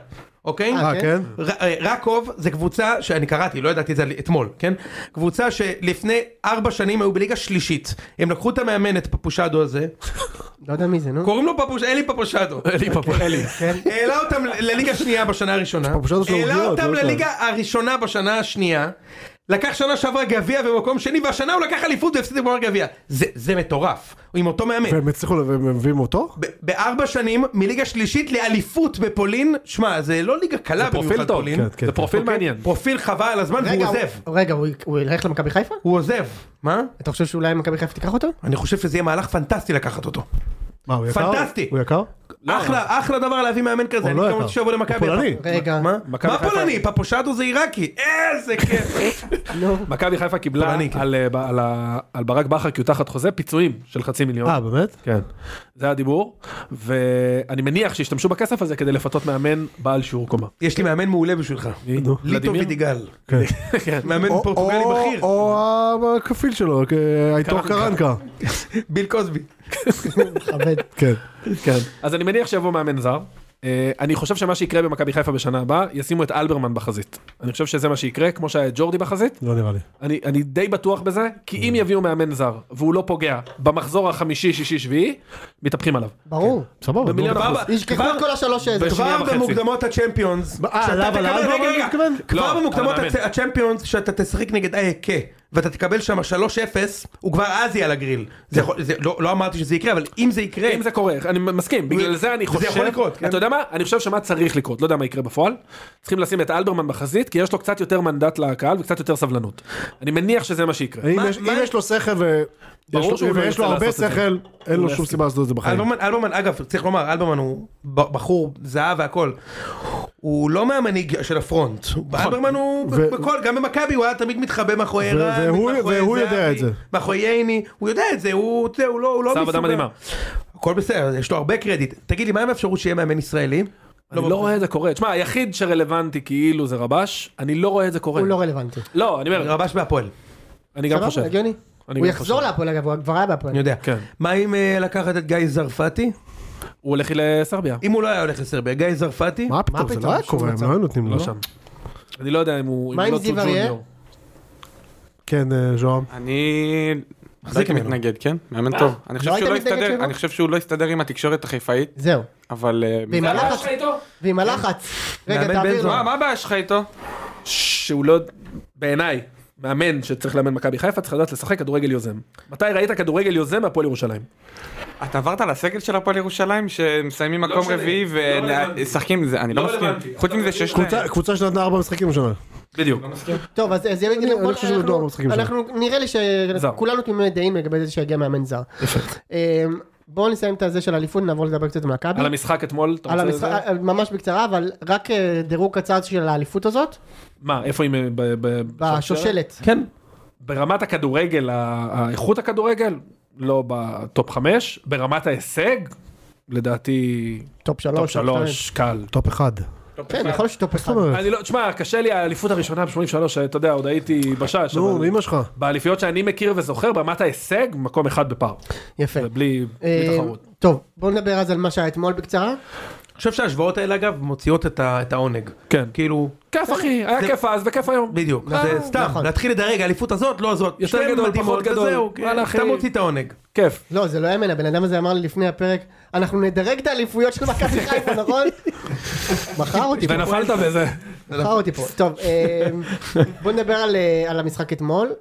Speaker 5: אוקיי?
Speaker 2: אה,
Speaker 3: אה, כן?
Speaker 5: ר- אה, רקוב זה קבוצה שאני קראתי, לא ידעתי את זה אתמול, כן? קבוצה שלפני ארבע שנים היו בליגה שלישית. הם לקחו את המאמן, את פפושדו הזה,
Speaker 2: לא יודע מי זה, נו.
Speaker 5: קוראים לו פפוש, אלי פפושדו.
Speaker 1: אלי
Speaker 3: אוקיי,
Speaker 1: פפו, אלי.
Speaker 5: העלה אותם ל- לליגה שנייה בשנה הראשונה.
Speaker 3: פפושדו כן. של
Speaker 5: העלה
Speaker 3: העוגיות,
Speaker 5: אותם
Speaker 3: לא של-
Speaker 5: לליגה הראשונה בשנה השנייה. לקח שנה שעברה גביע במקום שני, והשנה הוא לקח אליפות והפסיד לגמר גביע. זה- זה מטורף. הוא עם אותו
Speaker 1: כן.
Speaker 5: מאמן.
Speaker 3: והם הצליחו, לה- והם מביאים אותו?
Speaker 5: ב- בארבע שנים, מליגה שלישית לאליפות בפולין, שמע, זה לא ליגה קלה
Speaker 1: פרופיל
Speaker 5: במיוחד
Speaker 1: טוב,
Speaker 5: פולין.
Speaker 1: זה פרופיל
Speaker 5: אוקיי?
Speaker 1: מעניין.
Speaker 5: פרופיל חבל על הזמן והוא
Speaker 2: רגע,
Speaker 5: עוזב.
Speaker 2: הוא- רגע, הוא- הוא ילך למכבי חיפה?
Speaker 5: הוא עוזב. מה?
Speaker 2: אתה חושב שאולי מכבי חיפה תיקח אותו?
Speaker 5: אני חושב שזה יהיה מהלך פנטסטי לקחת אותו.
Speaker 3: מה, הוא יקר?
Speaker 5: פנטסטי.
Speaker 3: הוא יקר?
Speaker 5: אחלה, אחלה דבר להביא מאמן כזה. אני
Speaker 3: לא
Speaker 5: גם
Speaker 3: יקר.
Speaker 5: רוצה שיבוא למכבי.
Speaker 3: הוא פולני.
Speaker 2: רגע.
Speaker 5: מה?
Speaker 1: מכבי
Speaker 5: מה
Speaker 1: חיפה-
Speaker 5: פולני? פפושטו זה עיראקי. איזה כיף.
Speaker 1: מכבי חיפה קיבלה
Speaker 5: פולני, כן.
Speaker 1: על, אה, ב- על ה- על ברק בכר, כי הוא תחת חוזה, פיצויים של חצי מיליון.
Speaker 3: אה, באמת?
Speaker 1: כן. זה הדיבור, ואני מניח שישתמשו בכסף הזה כדי לפתות מאמן בעל שיעור קומה.
Speaker 5: יש לי מאמן מעולה בשבילך.
Speaker 1: נו.
Speaker 5: ליטו
Speaker 1: ולדימיר?
Speaker 5: וידיגל.
Speaker 1: כן.
Speaker 5: מאמן
Speaker 3: או-
Speaker 5: פורטוגלי
Speaker 3: או-
Speaker 5: בכיר.
Speaker 3: או הכפיל שלו, כ- הייטור קרנקה.
Speaker 5: ביל קוסבי.
Speaker 2: מכבד.
Speaker 3: כן.
Speaker 1: אז אני מניח שיבוא מאמן זר, אה, אני חושב שמה שיקרה במכבי חיפה בשנה הבאה, ישימו את אלברמן בחזית. אני חושב שזה מה שיקרה, כמו שהיה את ג'ורדי בחזית.
Speaker 3: לא נראה לי.
Speaker 1: אני, אני די בטוח בזה, כי אם יביאו מאמן זר, והוא לא פוגע, במחזור החמישי, שישי, שביעי, מתהפכים עליו.
Speaker 2: ברור.
Speaker 3: סבבה. נו.
Speaker 1: במיליון אחוז.
Speaker 5: כן.
Speaker 2: יש כבר את כל השלוש הזה.
Speaker 1: בשנייה
Speaker 5: כבר
Speaker 1: וחצי.
Speaker 5: במוקדמות הצ'מפיונס,
Speaker 3: אה,
Speaker 5: שאתה
Speaker 3: עליו,
Speaker 5: תקבל-
Speaker 3: עליו,
Speaker 5: רגע,
Speaker 3: אבל
Speaker 5: רגע,
Speaker 3: אני מתכוון.
Speaker 5: כבר
Speaker 1: לא,
Speaker 5: במוקדמות
Speaker 1: על המאמן.
Speaker 5: הצ- הצ'מפיונס, שאתה תשחק נגד אייקה, ואתה תקבל שם 3-0, הוא כבר אז יהיה על הגריל. זה יכול- זה- לא לא אמרתי שזה יקרה, אבל אם זה יקרה,
Speaker 1: אם זה קורה, אני מסכים, בגלל זה אני
Speaker 5: זה
Speaker 1: חושב,
Speaker 5: יכול לקרות, כן.
Speaker 1: אתה יודע מה, אני חושב שמה צריך לקרות, לא יודע מה יקרה בפועל, צריכים לשים את אלברמן בחזית, כי יש לו קצת יותר מנדט לקהל וקצת יותר סבלנות. אני מניח שזה מה שיקרה.
Speaker 3: אם יש- אם יש לו שכל ו-
Speaker 1: ברור
Speaker 3: יש לו-
Speaker 1: שהוא לא
Speaker 3: ויש לו
Speaker 1: ירצה
Speaker 3: הרבה
Speaker 1: לעשות את זה.
Speaker 3: שכל, אין
Speaker 1: הוא
Speaker 3: לו
Speaker 1: לא
Speaker 3: שום
Speaker 1: יסכים.
Speaker 3: סיבה לעשות את זה בחיים.
Speaker 5: אלברמן, אלברמן, אגב, צריך לומר, אלברמן הוא ב- בחור זהב והכל. הוא לא מהמנהיג של הפרונט. אלברמן הוא
Speaker 3: נכון. ו-
Speaker 5: בכל, גם במכבי הוא היה תמיד מתחבא מאחורי
Speaker 3: ו-
Speaker 5: ערן,
Speaker 3: והוא-
Speaker 5: מאחורי
Speaker 3: והוא יודע
Speaker 5: זהבי,
Speaker 3: את זה.
Speaker 5: מאחורי ייני, הוא יודע את זה, הוא אתה יודע, הוא לא הוא לא
Speaker 1: עשה עבודה
Speaker 5: מסוגל.
Speaker 1: מדהימה.
Speaker 5: הכל בסדר, יש לו הרבה קרדיט. תגיד לי, מה עם האפשרות שיהיה מאמן ישראלי?
Speaker 1: אני לא רואה את זה קורה. תשמע, היחיד שרלוונטי כאילו זה רבש, אני לא רואה את זה קורה.
Speaker 2: הוא לא רלוונטי.
Speaker 1: לא, אני אומר,
Speaker 5: רבש בהפועל,
Speaker 1: אני גם
Speaker 2: סבבה,
Speaker 1: חושב.
Speaker 2: הגיוני.
Speaker 1: אני
Speaker 2: הוא
Speaker 1: גם
Speaker 2: יחזור
Speaker 1: חושב.
Speaker 2: להפועל אגב, הוא כבר היה בהפועל.
Speaker 5: אני יודע.
Speaker 1: כן.
Speaker 5: מה אם אה, לקחת את גיא זרפתי?
Speaker 1: הוא הולך לסרביה,
Speaker 5: אם הוא לא היה הולך לסרביה, גיא זרפתי?
Speaker 3: מה פתאום, זה
Speaker 2: פתאום,
Speaker 3: לא היה
Speaker 2: שום
Speaker 3: קורה, הם
Speaker 2: מצב.
Speaker 3: לא היו נותנים לו.
Speaker 1: לא שם. אני לא יודע אם הוא...
Speaker 2: מה
Speaker 1: הוא
Speaker 2: עם
Speaker 1: לא
Speaker 2: זיו
Speaker 1: טוטו
Speaker 2: אריה?
Speaker 1: ג'וניור.
Speaker 3: כן, אה, ז'ואם.
Speaker 4: אני...
Speaker 5: מחזיק
Speaker 4: מחזיק
Speaker 5: ממנו.
Speaker 4: מתנגד, כן? מאמן טוב. אני חושב
Speaker 2: לא
Speaker 4: שהוא
Speaker 2: היית
Speaker 4: לא
Speaker 2: מתנגד שלו?
Speaker 4: הסתדר- אני חושב שהוא לא הסתדר עם התקשורת החיפאית,
Speaker 2: זהו.
Speaker 4: אבל... אה,
Speaker 2: ועם
Speaker 4: מזל-
Speaker 2: הלחץ, ועם הלחץ. רגע,
Speaker 5: מאמן בן
Speaker 2: תעביר לו.
Speaker 5: זונה.
Speaker 4: מה מה הבעיה שלך איתו?
Speaker 1: שהוא לא, בעיניי, מאמן שצריך לאמן מכבי חיפה, צריך לדעת לשחק כדורגל יוזם. מתי ראית כדורגל יוזם מהפועל ירושלים?
Speaker 4: אתה עברת לסגל של הפועל ירושלים שמסיימים מקום רביעי ושחקים, זה- אני לא מסכים. חוץ מזה שיש להם...
Speaker 3: קבוצה- קבוצה שנתנה ארבע משחקים השנה.
Speaker 1: בדיוק.
Speaker 2: טוב, אז אז יהיה...
Speaker 3: אני
Speaker 2: בוא-
Speaker 3: חושב שהוא
Speaker 2: אנחנו-
Speaker 3: לא משחקים שם.
Speaker 2: אנחנו נראה לי
Speaker 1: זר.
Speaker 2: שכולנו תמימי דעים לגבי זה שיגיע מאמן זר. אמ, בואו נסיים את הזה של האליפות, נעבור לדבר קצת על מכבי.
Speaker 1: על המשחק אתמול, אתה
Speaker 2: על
Speaker 1: רוצה
Speaker 2: המשחק,
Speaker 1: לזה?
Speaker 2: על- ממש בקצרה, אבל רק אה, דירוג קצר של האליפות הזאת,
Speaker 1: מה, איפה היא? ב- ב-
Speaker 2: בשושלת.
Speaker 5: כן.
Speaker 1: ברמת הכדורגל, ה- ה- איכות הכדורגל, לא בטופ חמש, ברמת ההישג, לדעתי,
Speaker 2: לא, טופ שלוש.
Speaker 1: טופ שלוש, קל.
Speaker 3: טופ אחד.
Speaker 2: שתיים. כן, יכול להיות שטופ אחד.
Speaker 3: אומרת?
Speaker 1: אני לא, תשמע, קשה לי האליפות הראשונה ב-83, אתה יודע, עוד הייתי בשש,
Speaker 3: נו,
Speaker 1: אבל
Speaker 3: אמא שלך.
Speaker 1: באליפיות שאני מכיר וזוכר, ברמת ההישג, מקום אחד בפער.
Speaker 2: יפה.
Speaker 1: זה בלי בלי
Speaker 2: כן. אה,
Speaker 1: תחרות.
Speaker 2: טוב, בואו נדבר אז על מה שהיה אתמול בקצרה.
Speaker 5: אני חושב שההשוואות האלה אגב מוציאות את ה- את העונג.
Speaker 1: כן.
Speaker 5: כאילו,
Speaker 1: כיף אחי, היה
Speaker 5: זה-
Speaker 1: כיף אז וכיף היום.
Speaker 5: בדיוק,
Speaker 2: נכון,
Speaker 5: זה סתם,
Speaker 2: נכון.
Speaker 5: להתחיל לדרג, האליפות הזאת, לא הזאת,
Speaker 1: יותר
Speaker 5: שתיהן
Speaker 1: גדול,
Speaker 5: מדהימות,
Speaker 1: פחות גדול.
Speaker 5: וזהו,
Speaker 1: וואלה,
Speaker 5: כן,
Speaker 1: אחי.
Speaker 5: אתה מוציא את העונג.
Speaker 1: כיף.
Speaker 2: לא, זה לא יאמן, הבן אדם הזה אמר לי לפני הפרק, אנחנו נדרג את האליפויות של מכבי חיפה, נכון? מכר אותי פה,
Speaker 1: ונפלת בזה.
Speaker 5: נכון.
Speaker 2: מכר אותי פה. טוב, אה, בואו נדבר על, אה, על המשחק אתמול.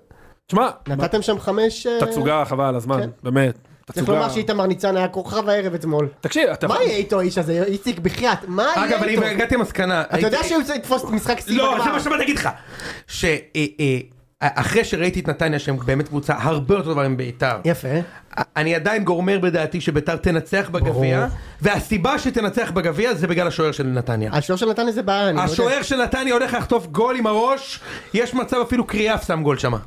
Speaker 1: תשמע,
Speaker 2: נתתם שם חמש... אה,
Speaker 1: תצוגה חבל על הזמן,
Speaker 2: כן.
Speaker 1: באמת.
Speaker 2: צריך
Speaker 1: תצוגה.
Speaker 2: לומר שאיתמר ניצן היה כוכב הערב אתמול.
Speaker 1: תקשיב, אתה...
Speaker 2: מה יהיה איתו האיש הזה? איציק, בחייאת, מה יהיה איתו?
Speaker 5: אגב, אני הגעתי למסקנה.
Speaker 2: אתה יודע שהוא צריך לתפוס משחק שיא
Speaker 5: לא,
Speaker 2: בגמר.
Speaker 5: זה מה שבאתי להגיד לך. אה, שאחרי אה, שראיתי את נתניה שהם באמת קבוצה הרבה יותר טובה מביתר.
Speaker 2: יפה.
Speaker 5: אני עדיין גורמר בדעתי שביתר תנצח בגביע, והסיבה שתנצח בגביע זה בגלל השוער של נתניה.
Speaker 2: השוער של נתן לזה בעיה, אני לא יודע.
Speaker 5: השוער של נתניה הולך לחטוף גול עם הראש, יש מצב אפילו קריאף שם גול שמה.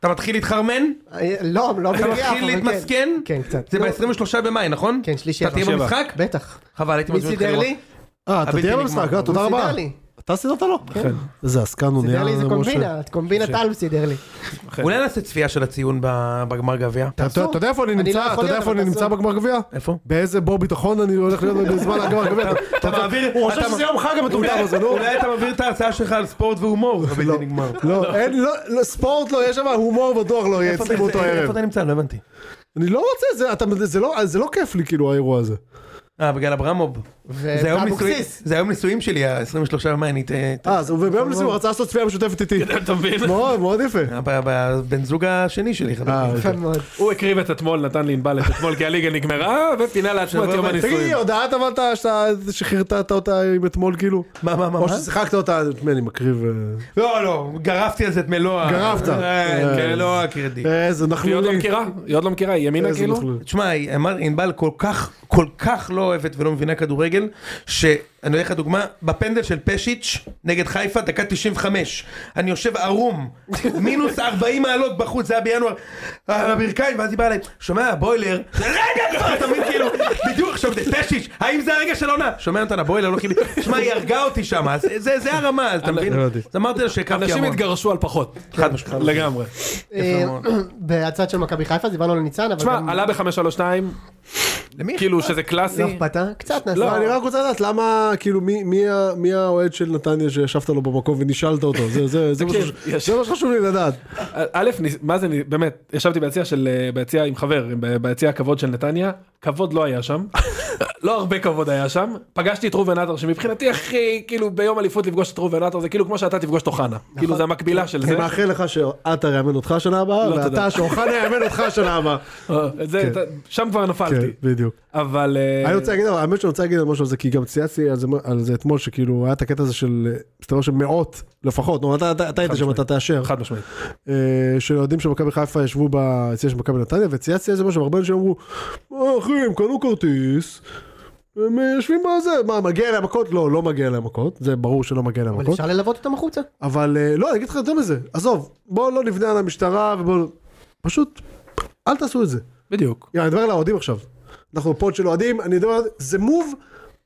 Speaker 5: אתה מתחיל להתחרמן?
Speaker 2: אה, לא, לא
Speaker 5: אתה
Speaker 2: בגריעה,
Speaker 5: מתחיל
Speaker 2: אבל כן.
Speaker 5: להתמסכן?
Speaker 2: כן, קצת.
Speaker 5: זה
Speaker 2: לא.
Speaker 5: ב-23 במאי, נכון?
Speaker 2: כן, שלישי.
Speaker 5: אתה תהיה
Speaker 2: שבע.
Speaker 5: במשחק?
Speaker 2: בטח.
Speaker 5: חבל, הייתי
Speaker 2: מי
Speaker 5: מזמין אותך
Speaker 2: סידר
Speaker 5: לראות.
Speaker 2: לי?
Speaker 3: אה, אתה
Speaker 5: הבלתי
Speaker 3: תהיה
Speaker 5: נגמר.
Speaker 3: במשחק, אה,
Speaker 2: הוא
Speaker 3: תודה
Speaker 2: סידר
Speaker 3: רבה.
Speaker 2: לי.
Speaker 3: אתה סידרת לו? כן. איזה עסקן הוא נהיה. אה,
Speaker 2: סידר לי איזה
Speaker 3: משה.
Speaker 2: קומבינה, קומבינה טל הוא סידר לי.
Speaker 5: אולי נעשה צפייה של הציון ב- בגמר גביע?
Speaker 3: אתה- אתה אתה יודע איפה אני
Speaker 2: אני לא
Speaker 3: נמצא?
Speaker 2: יכול
Speaker 3: אתה יודע
Speaker 2: להיות,
Speaker 3: איפה
Speaker 2: אבל
Speaker 3: אני נמצא
Speaker 2: תעשו.
Speaker 3: בגמר גביע?
Speaker 5: איפה?
Speaker 3: באיזה בור ביטחון אני הולך להיות בזמן הגמר גביע?
Speaker 5: אתה מעביר...
Speaker 3: הוא חושב
Speaker 5: אתה-
Speaker 3: שזה יום חג המטומטם הזה, נו.
Speaker 5: אולי אתה מעביר את ההרצאה שלך על ספורט והומור.
Speaker 3: לא, לא, אין, לא, לא, ספורט לא, יש שם הומור בטוח לא יהיה אצלי באותו
Speaker 5: איפה
Speaker 3: ערב.
Speaker 5: אתה נמצא? לא הבנתי.
Speaker 3: אני לא רוצה, זה- אתה- זה לא- זה לא כיף לי כאילו האירוע הזה.
Speaker 5: אה, בגלל אברמוב.
Speaker 3: אה,
Speaker 5: זה היום נישואים-
Speaker 2: ואבוקסיס.
Speaker 5: זה היום נישואים שלי, ה-23 במאי, אני... ת- ת-
Speaker 3: אה, אז הוא ביום נישואים הוא רצה לעשות צפייה משותפת איתי.
Speaker 1: אתה מבין?
Speaker 3: מאוד, מאוד יפה.
Speaker 5: אה, ב- ב- בן זוג השני שלי. חבר.
Speaker 3: אה,
Speaker 2: יפה מאוד.
Speaker 1: הוא הקריב את אתמול, נתן לענבל את אתמול כי הליגה נגמרה, ופינה לעצמו את יום
Speaker 3: תגיד לי,
Speaker 1: הנישואים.
Speaker 3: הודעת אבל אתה- שאתה שחרטטת אותה עם אתמול כאילו?
Speaker 5: מה, מה, מה?
Speaker 3: או
Speaker 5: מה?
Speaker 3: ששיחקת אותה, נדמה לי מקריב... אה,
Speaker 5: לא, לא, גרפתי על זה את מלוא ה...
Speaker 3: גרפת.
Speaker 5: אה,
Speaker 3: אה.
Speaker 5: מלוא הקרדיט.
Speaker 3: איזה
Speaker 1: היא עוד לא
Speaker 3: נחלוני.
Speaker 1: מכירה, היא עוד לא מכירה, היא ימינה
Speaker 3: איזה
Speaker 1: כאילו?
Speaker 3: נכלולי.
Speaker 5: תשמע, אמר ענבל כל כך, כל כך לא אוהבת ולא מבינה כדורגל, שאני אתן לך דוגמה, בפנדל של פשיץ' נגד חיפה, דקה 95, אני יושב ערום, מינוס 40 מעלות בחוץ, זה היה בינואר, על הברכיים, ואז היא באה אליי, שומע, הבוילר, רגע כבר, אתה מבין, כאילו, בדיוק, עכשיו זה פשיץ', האם זה הרגע של העונה? שומע אותנו, הבוילר לא כאילו, שמע, היא הרגה אותי שם, אז זה זה הרמה, אז אתה מבין?
Speaker 3: הבנתי.
Speaker 5: אז אמרתי לה שהקרבתי
Speaker 1: אנשים
Speaker 5: המון.
Speaker 1: התגרשו על פחות.
Speaker 5: חד משמעית.
Speaker 1: לגמרי.
Speaker 2: אה, בצד של מכבי חיפה, דיברנו על ניצן, אבל
Speaker 1: תשמע,
Speaker 2: גם...
Speaker 1: עלה ב-532,
Speaker 2: למי
Speaker 6: כאילו שזה קלאסי.
Speaker 2: לא אכפת, אה? קצת נעשה.
Speaker 3: לא, אני רק רוצה לדעת למה, כאילו, מי- מי ה- מי האוהד של נתניה שישבת לו במקום ונשאלת אותו? זה- זה- זה מה
Speaker 1: תקשיב,
Speaker 3: שחשוב-
Speaker 1: יש-
Speaker 3: זה מה שחשוב לי לדעת.
Speaker 1: א', ניס- מה זה, ניס- באמת, ישבתי ביציע של, אה, ביציע עם חבר, ב- ביציע הכבוד של נתניה, כבוד לא היה שם, לא הרבה כבוד היה שם, פגשתי את ראובן עטר, שמבחינתי הכי, כאילו ביום אליפות לפגוש את ראובן עטר זה כאילו כמו שאתה תפגוש את אוחנה,
Speaker 3: נכון.
Speaker 1: כאילו זה המקבילה של
Speaker 3: אני
Speaker 1: זה,
Speaker 3: מאחל לך שעטר יאמן אותך שנה הבאה,
Speaker 1: לא, תודה.
Speaker 3: ואתה שאוחנה יאמן אותך שנה הבאה.
Speaker 1: אה, זה-
Speaker 3: כן.
Speaker 1: אתה- שם כבר
Speaker 3: כן,
Speaker 1: נפלתי,
Speaker 3: בדיוק.
Speaker 1: אבל אה,
Speaker 3: אני רוצה להגיד, אבל האמת שאני רוצה להגיד על משהו על זה, כי גם צייצתי על זה- על זה אתמול, שכאילו היה את הקטע הזה של, אה, מסתבר שמאות לפחות, נו, אתה- אתה אתה היית שם,
Speaker 1: משמעית.
Speaker 3: אתה תאשר.
Speaker 1: חד משמעית,
Speaker 3: אה, של אוהדים של מכבי חיפה ישבו ביציע של מכבי נתניה וצייצתי על זה משהו, הרבה אנשים אמרו, "אה, אחי הם קנו כרטיס. הם אה, יושבים בזה, מה מגיע להם מכות? לא, לא מגיע להם מכות, זה ברור שלא מגיע להם
Speaker 2: אבל
Speaker 3: מכות,
Speaker 2: אפשר ללוות אותם החוצה.
Speaker 3: אבל אה, לא, אני אגיד לך יותר מזה, עזוב, בואו לא נבנה על המשטרה ובואו, פשוט, אל תעשו את זה.
Speaker 1: בדיוק,
Speaker 3: יא, אני מדבר על האוהדים עכשיו, אנחנו פוד של אוהדים, אני מדבר על זה מוב